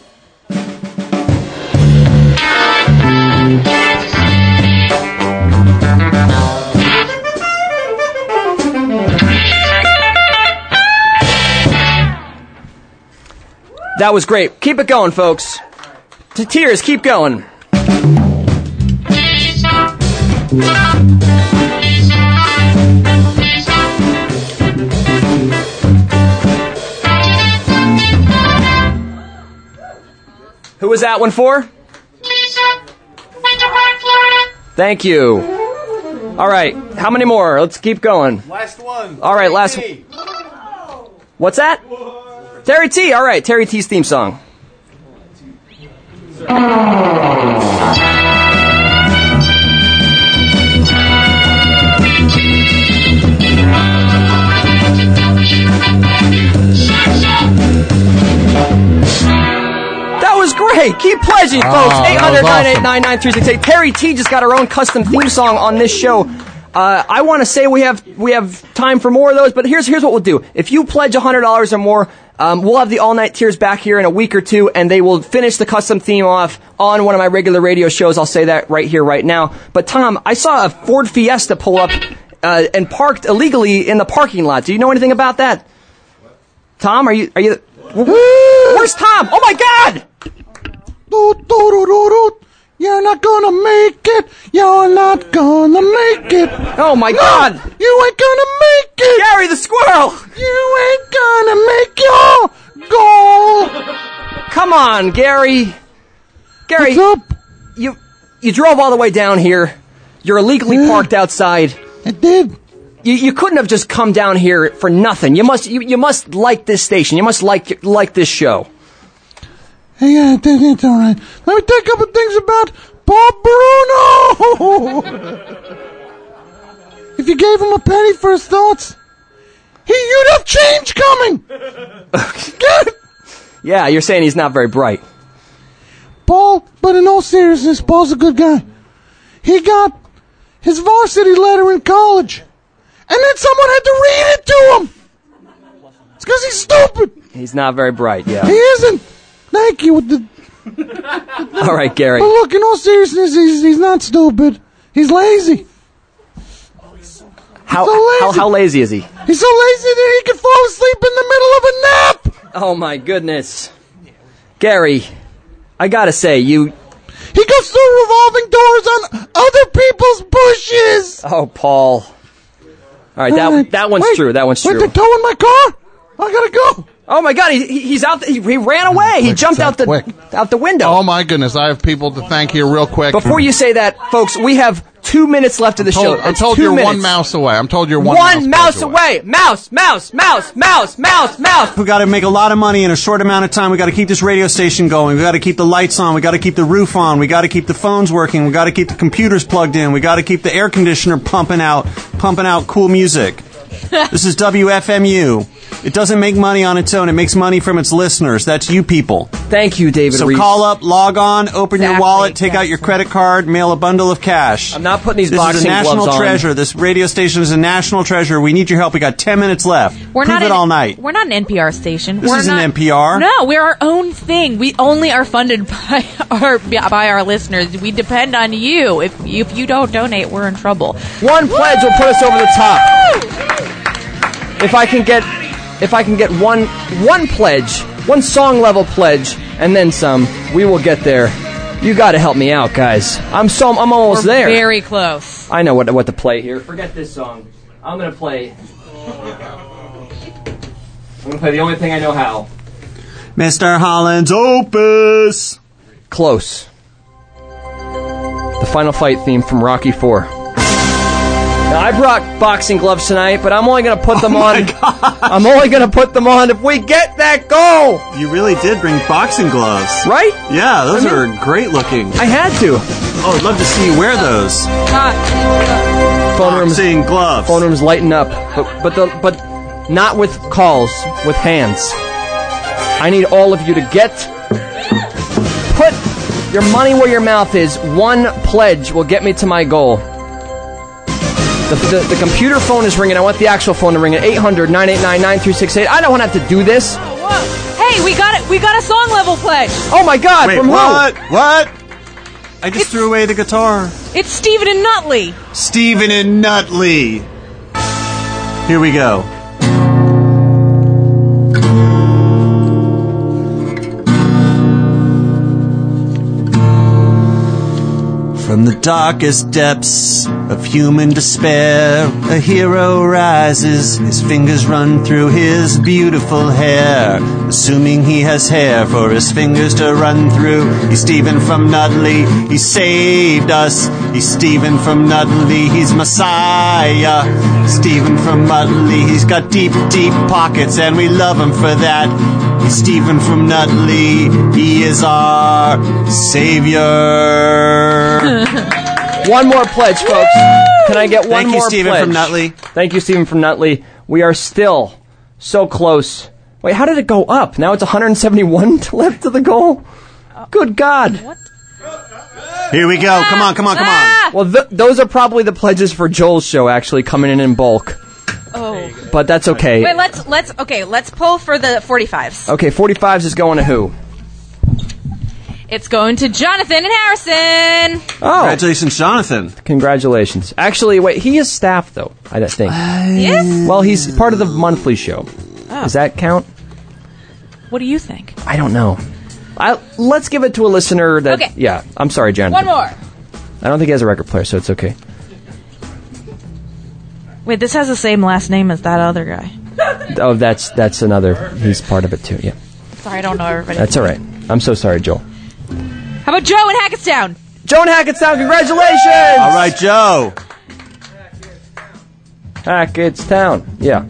Speaker 1: That was great. Keep it going, folks. To tears, keep going. Who was that one for? Thank you. All right. How many more? Let's keep going.
Speaker 2: Last one.
Speaker 1: All right, last. What's that? Terry T. All right, Terry T's theme song. That was great. Keep pledging,
Speaker 4: Oh,
Speaker 1: folks.
Speaker 4: that was
Speaker 1: 800
Speaker 4: awesome.
Speaker 1: 989 Terry T just got her own custom theme song on this show. Uh, I want to say we have we have time for more of those, but here's here's what we'll do. If you pledge $100 or more, um, we'll have the all night tiers back here in a week or two, and they will finish the custom theme off on one of my regular radio shows. I'll say that right here, right now. But Tom, I saw a Ford Fiesta pull up uh, and parked illegally in the parking lot. Do you know anything about that? Tom, are you are you? Where's Tom? Oh my God!
Speaker 4: You're not gonna make it. You're not gonna make it.
Speaker 1: Oh my
Speaker 4: God! You ain't gonna make it.
Speaker 1: Gary the squirrel.
Speaker 4: You ain't gonna make your goal.
Speaker 1: Come on, Gary. Gary, you you drove all the way down here. You're illegally parked outside. I did. You, you couldn't have just come down here for nothing. You must you, you must like this station. You must like like this show.
Speaker 4: Hey, yeah, it is- it's all right. Let me tell you a couple things about Bob Bruno. if you gave him a penny for his thoughts, he you'd have change coming.
Speaker 1: Yeah, you're saying he's not very bright.
Speaker 4: Paul, but in all seriousness, Paul's a good guy. He got his varsity letter in college, and then someone had to read it to him. It's because he's stupid.
Speaker 1: He's not very bright.
Speaker 4: He
Speaker 1: Yeah.
Speaker 4: isn't. Thank you. With the,
Speaker 1: All right, Gary.
Speaker 4: But look, in all seriousness, he's, he's not stupid. He's lazy.
Speaker 1: How, how how lazy is he?
Speaker 4: He's so lazy that he could fall asleep in the middle of a nap.
Speaker 1: Oh my goodness, Gary. I gotta say you.
Speaker 4: He goes through revolving doors on other people's bushes.
Speaker 1: Oh, Paul. All right,
Speaker 4: All right.
Speaker 1: that that one's
Speaker 4: Wait,
Speaker 1: true. That one's
Speaker 4: wait,
Speaker 1: true.
Speaker 4: they're towing my car. I gotta go.
Speaker 1: Oh my God, he, he- he's out. He, he ran away. He jumped out the out the window.
Speaker 8: Oh my goodness, I have people to thank here real quick.
Speaker 1: Before you say that, folks, we have two minutes left of the
Speaker 8: told,
Speaker 1: show.
Speaker 8: I'm
Speaker 1: That's
Speaker 8: told
Speaker 1: two
Speaker 8: you're
Speaker 1: minutes.
Speaker 8: one mouse away. I'm told you're
Speaker 1: One,
Speaker 8: one,
Speaker 1: mouse, away. Mouse, mouse, mouse, mouse, mouse, mouse.
Speaker 2: We got to make a lot of money in a short amount of time. We got to keep this radio station going. We got to keep the lights on. We got to keep the roof on. We got to keep the phones working. We got to keep the computers plugged in. We got to keep the air conditioner pumping out, pumping out cool music. this is WFMU. It doesn't make money on its own. It makes money from its listeners. That's you people.
Speaker 1: Thank you, David.
Speaker 2: So
Speaker 1: Reeves.
Speaker 2: call up, log on, open your wallet, take out your credit card, mail a bundle of cash.
Speaker 1: I'm not putting these
Speaker 2: this is
Speaker 1: boxing
Speaker 2: a national
Speaker 1: gloves on.
Speaker 2: treasure. This radio station is a national treasure. We need your help. We got 10 minutes left.
Speaker 3: We're
Speaker 2: Prove
Speaker 3: not
Speaker 2: it
Speaker 3: an,
Speaker 2: all night.
Speaker 3: We're not an NPR station.
Speaker 2: This
Speaker 3: we're
Speaker 2: isn't
Speaker 3: not,
Speaker 2: NPR.
Speaker 3: No, we're our own thing. We only are funded by our by our listeners. We depend on you. If you, if you don't donate, we're in trouble.
Speaker 1: One pledge will put us over the top. If I can get, if I can get one one pledge, one song level pledge, and then some, we will get there. You got to help me out, guys. I'm so I'm almost
Speaker 3: We're
Speaker 1: there.
Speaker 3: Very close.
Speaker 1: I know what what to play here. Forget this song. I'm gonna play. I'm gonna play the only thing I know how.
Speaker 2: Mr. Holland's Opus.
Speaker 1: Close. The Final Fight theme from Rocky Four. Now, I brought boxing gloves tonight, but I'm only gonna put them on. I'm only gonna put them on if we get that goal.
Speaker 2: You really did bring boxing gloves,
Speaker 1: Oh! right?
Speaker 2: Yeah, those are great looking.
Speaker 1: I had to.
Speaker 2: Oh, I'd love to see you wear those.
Speaker 1: Phone rooms
Speaker 2: gloves.
Speaker 1: Phone rooms lighten up, but but the, but not with calls, with hands. I need all of you to get put your money where your mouth is. One pledge will get me to my goal. The, the, the computer phone is ringing. I want the actual phone to ring at 800 989 9368. I don't want to have to do this.
Speaker 3: Hey, we got it. We got a song level pledge.
Speaker 1: Oh my God!
Speaker 2: Wait,
Speaker 1: from who?
Speaker 2: what? What? I just threw away the guitar.
Speaker 3: It's Stephen and Nutley.
Speaker 2: Stephen and Nutley. Here we go. From the darkest depths of human despair, a hero rises. His fingers run through his beautiful hair. Assuming he has hair for his fingers to run through. He's Stephen from Nutley, he saved us. He's Stephen from Nutley, he's Messiah. Stephen from Nutley, he's got deep, deep pockets, and we love him for that. He's Stephen from Nutley. He is our savior.
Speaker 1: one more pledge, folks. Can I get one
Speaker 2: Thank you,
Speaker 1: more
Speaker 2: Stephen
Speaker 1: pledge?
Speaker 2: from Nutley.
Speaker 1: Thank you, Stephen from Nutley. We are still so close. Wait, how did it go up? Now it's 171 to left to the goal. Good God!
Speaker 2: Here we go. Come on, come on, come
Speaker 1: on. Well, th- those are probably the pledges for Joel's show, actually coming in in bulk.
Speaker 3: Oh.
Speaker 1: But that's okay.
Speaker 19: Wait, let's let's okay, let's pull for the 45s.
Speaker 1: Okay, 45s is going to who?
Speaker 3: It's going to Jonathan and Harrison.
Speaker 2: Congratulations, Jonathan.
Speaker 1: Oh. Congratulations. Actually, wait, he is staff, though, I think.
Speaker 3: Yes?
Speaker 1: Well, he's part of the monthly show.
Speaker 3: Oh.
Speaker 1: Does that count?
Speaker 3: What do you think?
Speaker 1: I don't know. I, let's give it to a listener that.
Speaker 3: Okay.
Speaker 1: Yeah, I'm sorry, Jen.
Speaker 3: One more.
Speaker 1: I don't think he has a record player, so it's okay.
Speaker 3: Wait, this has the same last name as that other guy.
Speaker 1: Oh, that's that's another. He's part of it too. Yeah,
Speaker 3: Sorry, I don't know everybody.
Speaker 1: that's all right. I'm so sorry, Joel.
Speaker 3: How about Joe in Hackettstown?
Speaker 1: Joe in Hackettstown, congratulations!
Speaker 2: All right, Joe.
Speaker 1: Hackettstown. Yeah.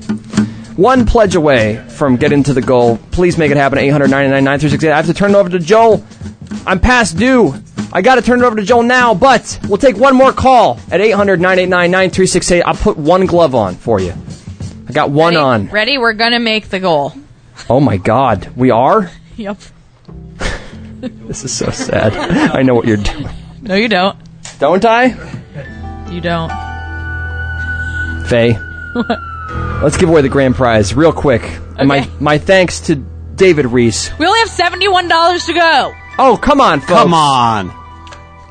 Speaker 1: One pledge away from getting to the goal. Please make it happen. 899 I have to turn it over to Joel. I'm past due. I got to turn it over to Joel now, but we'll take one more call at 800 9368. I'll put one glove on for you. I got one on.
Speaker 3: Ready? We're gonna make the goal.
Speaker 1: Oh my god. We are?
Speaker 3: Yep.
Speaker 1: This is so sad. I know what you're doing.
Speaker 3: No, you don't.
Speaker 1: Don't I?
Speaker 3: You don't.
Speaker 1: Faye. Let's give away the grand prize real quick. And my my thanks to David Reese.
Speaker 3: We only have seventy-one dollars to go.
Speaker 1: Oh, come on, folks. Come
Speaker 2: on.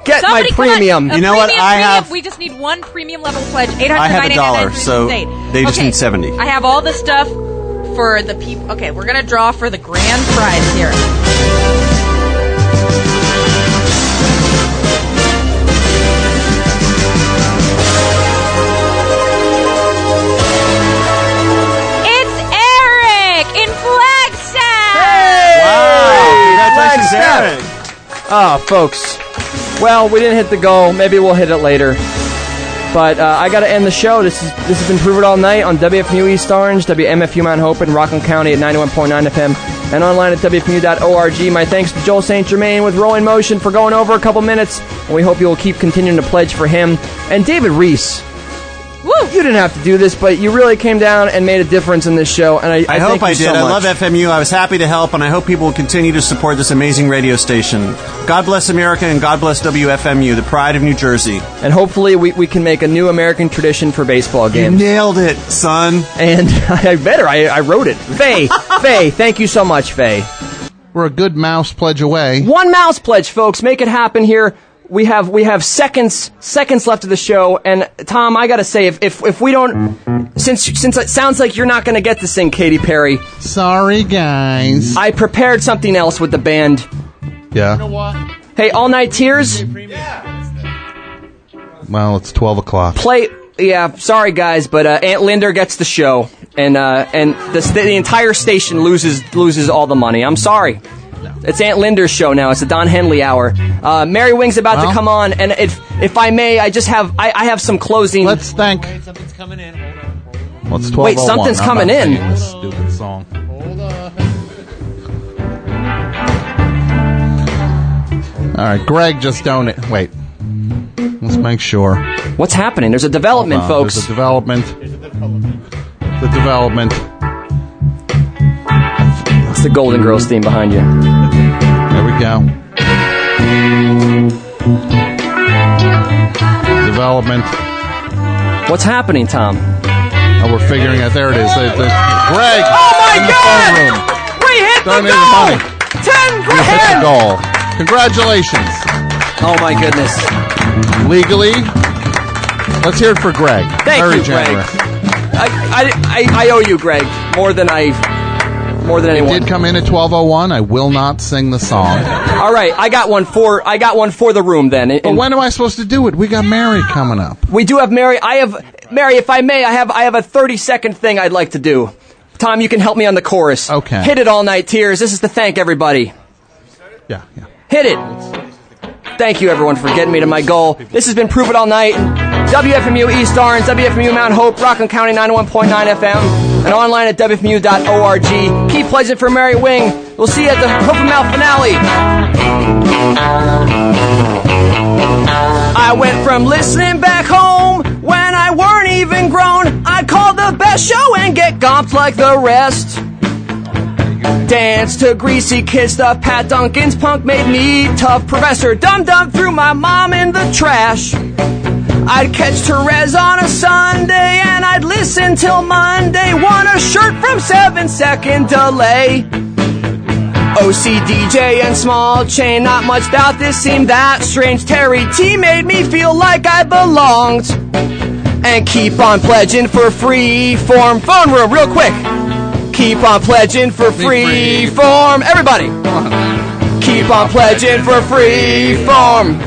Speaker 1: Get
Speaker 3: Somebody
Speaker 1: my
Speaker 3: come on.
Speaker 1: premium.
Speaker 3: A premium, premium. We just need one premium level pledge. Eight hundred
Speaker 2: I have a dollar, so they just
Speaker 3: okay.
Speaker 2: need 70.
Speaker 3: I have all the stuff for the people. Okay, we're gonna draw for the grand prize here. It's Eric in Flagstaff.
Speaker 1: Flag step. Ah, folks. Well, we didn't hit the goal. Maybe we'll hit it later. But uh, I got to end the show. This is this has been Prove It All Night on WFMU East Orange, WMFU Mount Hope, and Rockland County at 91.9 FM, and online at WFMU.org. My thanks to Joel St. Germain with Rolling Motion for going over a couple minutes, and we hope you will keep continuing to pledge for him. And David Reese. You didn't have to do this, but you really came down and made a difference in this show, and I,
Speaker 2: I,
Speaker 1: thank
Speaker 2: hope
Speaker 1: you
Speaker 2: I did.
Speaker 1: So
Speaker 2: I
Speaker 1: much.
Speaker 2: love FMU. I was happy to help, and I hope people will continue to support this amazing radio station. God bless America, and God bless WFMU, the pride of New Jersey.
Speaker 1: And hopefully we, we can make a new American tradition for baseball games.
Speaker 2: nailed it, son.
Speaker 1: And I better. I, I wrote it. Faye, Faye, thank you so much, Faye.
Speaker 8: We're a good mouse pledge away.
Speaker 1: One mouse pledge, folks. Make it happen here. We have we have seconds seconds left of the show, and Tom, I gotta say, if if, if we don't, since since it sounds like you're not gonna get to sing Katy Perry.
Speaker 8: Sorry, guys.
Speaker 1: I prepared something else with the band.
Speaker 8: Yeah.
Speaker 1: Hey, all night tears.
Speaker 8: Well, it's 12 o'clock.
Speaker 1: play. Yeah, sorry guys, but uh, Aunt Linder gets the show, and uh, and the, st- the entire station loses loses all the money. I'm sorry. It's Aunt Linder's show now. It's the Don Henley hour. Uh, Mary Wing's about to come on, and if if I may, I just have I, I have some closing. Let's
Speaker 8: thank. Well, it's oh 12
Speaker 1: Wait, something's coming in.
Speaker 8: Stupid song. All right, Greg just donate. Wait, let's make sure.
Speaker 1: What's happening? There's a development, folks.
Speaker 8: There's a development. The development.
Speaker 1: It's the Golden Girls theme behind you.
Speaker 8: There we go. Development.
Speaker 1: What's happening, Tom?
Speaker 8: Oh, we're figuring out. There it is. It- it- Greg.
Speaker 1: Oh my
Speaker 8: in the
Speaker 1: God!
Speaker 8: phone room.
Speaker 1: We hit
Speaker 8: Donated
Speaker 1: the goal.
Speaker 8: money.
Speaker 1: Ten
Speaker 8: We hit the
Speaker 1: grand.
Speaker 8: goal. Congratulations.
Speaker 1: Oh my goodness.
Speaker 8: Legally, let's hear it for Greg.
Speaker 1: Thank
Speaker 8: Very
Speaker 1: you, Greg.
Speaker 8: generous.
Speaker 1: I, I, I, I owe you, Greg, more than I more than anyone.
Speaker 8: It did come in at 12:01. I will not sing the song.
Speaker 1: All right, I got one for I got one for the room then. And-
Speaker 8: But when am I supposed to do it? We got Mary coming up.
Speaker 1: We do have Mary. I have Mary. If I may, I have I have a thirty second thing I'd like to do. Tom, you can help me on the chorus. Okay. Hit it all night tears. This is to thank everybody.
Speaker 8: Yeah,
Speaker 1: yeah. Hit it. Thank you everyone for getting me to my goal. This has been Prove It All Night. WFMU East Orange, WFMU Mount Hope, Rockland County 91.9 FM, and online at WFMU.org. Keith plays it for Mary Wing. We'll see you at the Hope and Mouth finale. I went from listening back home when I weren't even grown. I'd call the best show and get gomped like the rest. Dance to greasy kid stuff. Pat Duncan's punk made me tough. Professor Dum Dum threw my mom in the trash. I'd catch Therese on a Sunday and I'd listen till Monday. Want a shirt from seven second delay. OCDJ and small chain, not much doubt this seemed that strange. Terry T made me feel like I belonged. And keep on pledging for free form. Phone room, real quick. Keep on pledging for free form. Everybody. Keep on pledging for free form.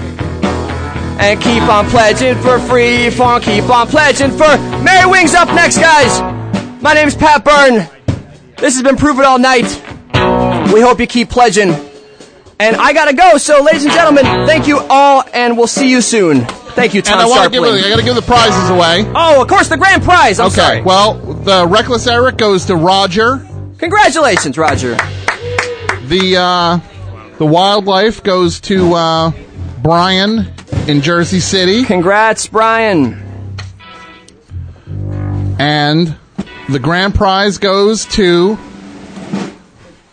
Speaker 1: And keep on pledging for free form. Keep on pledging for Mary Wings up next, guys. My name's Pat Byrne. This has been Prove It All Night. We hope you keep pledging. And I gotta go, so ladies and gentlemen, thank you all, and we'll see you soon. Thank you, Tom
Speaker 8: and I wanna
Speaker 1: Sharpling.
Speaker 8: give I got to give the prizes away.
Speaker 1: Oh, of course, the grand prize. I'm
Speaker 8: okay.
Speaker 1: sorry.
Speaker 8: Well, the reckless Eric goes to Roger.
Speaker 1: Congratulations, Roger.
Speaker 8: The uh, the wildlife goes to uh, Brian in Jersey City.
Speaker 1: Congrats, Brian.
Speaker 8: And the grand prize goes to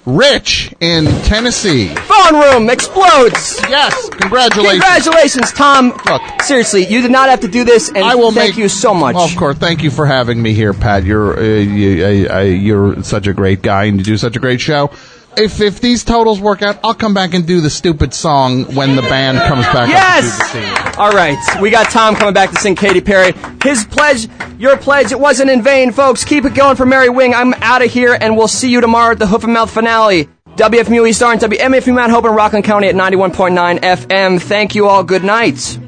Speaker 8: Rich in Tennessee.
Speaker 1: Phone room explodes.
Speaker 8: Yes, congratulations.
Speaker 1: Congratulations, Tom.
Speaker 8: Look,
Speaker 1: seriously, you did not have to do this, and I will thank you so much.
Speaker 8: Well, of course. Thank you for having me here, Pat. You're uh, you, I, I, you're such a great guy, and you do such a great show. If if these totals work out, I'll come back and do the stupid song when the band comes back. Up
Speaker 1: Yes.
Speaker 8: to do the scene.
Speaker 1: All right, we got Tom coming back to sing Katy Perry. His pledge, your pledge, it wasn't in vain, folks. Keep it going for Mary Wing. I'm out of here, and we'll see you tomorrow at the Hoof and Mouth finale. WFMU East Orange, WMFU Mount Hope, and Rockland County at 91.9 FM. Thank you all. Good night.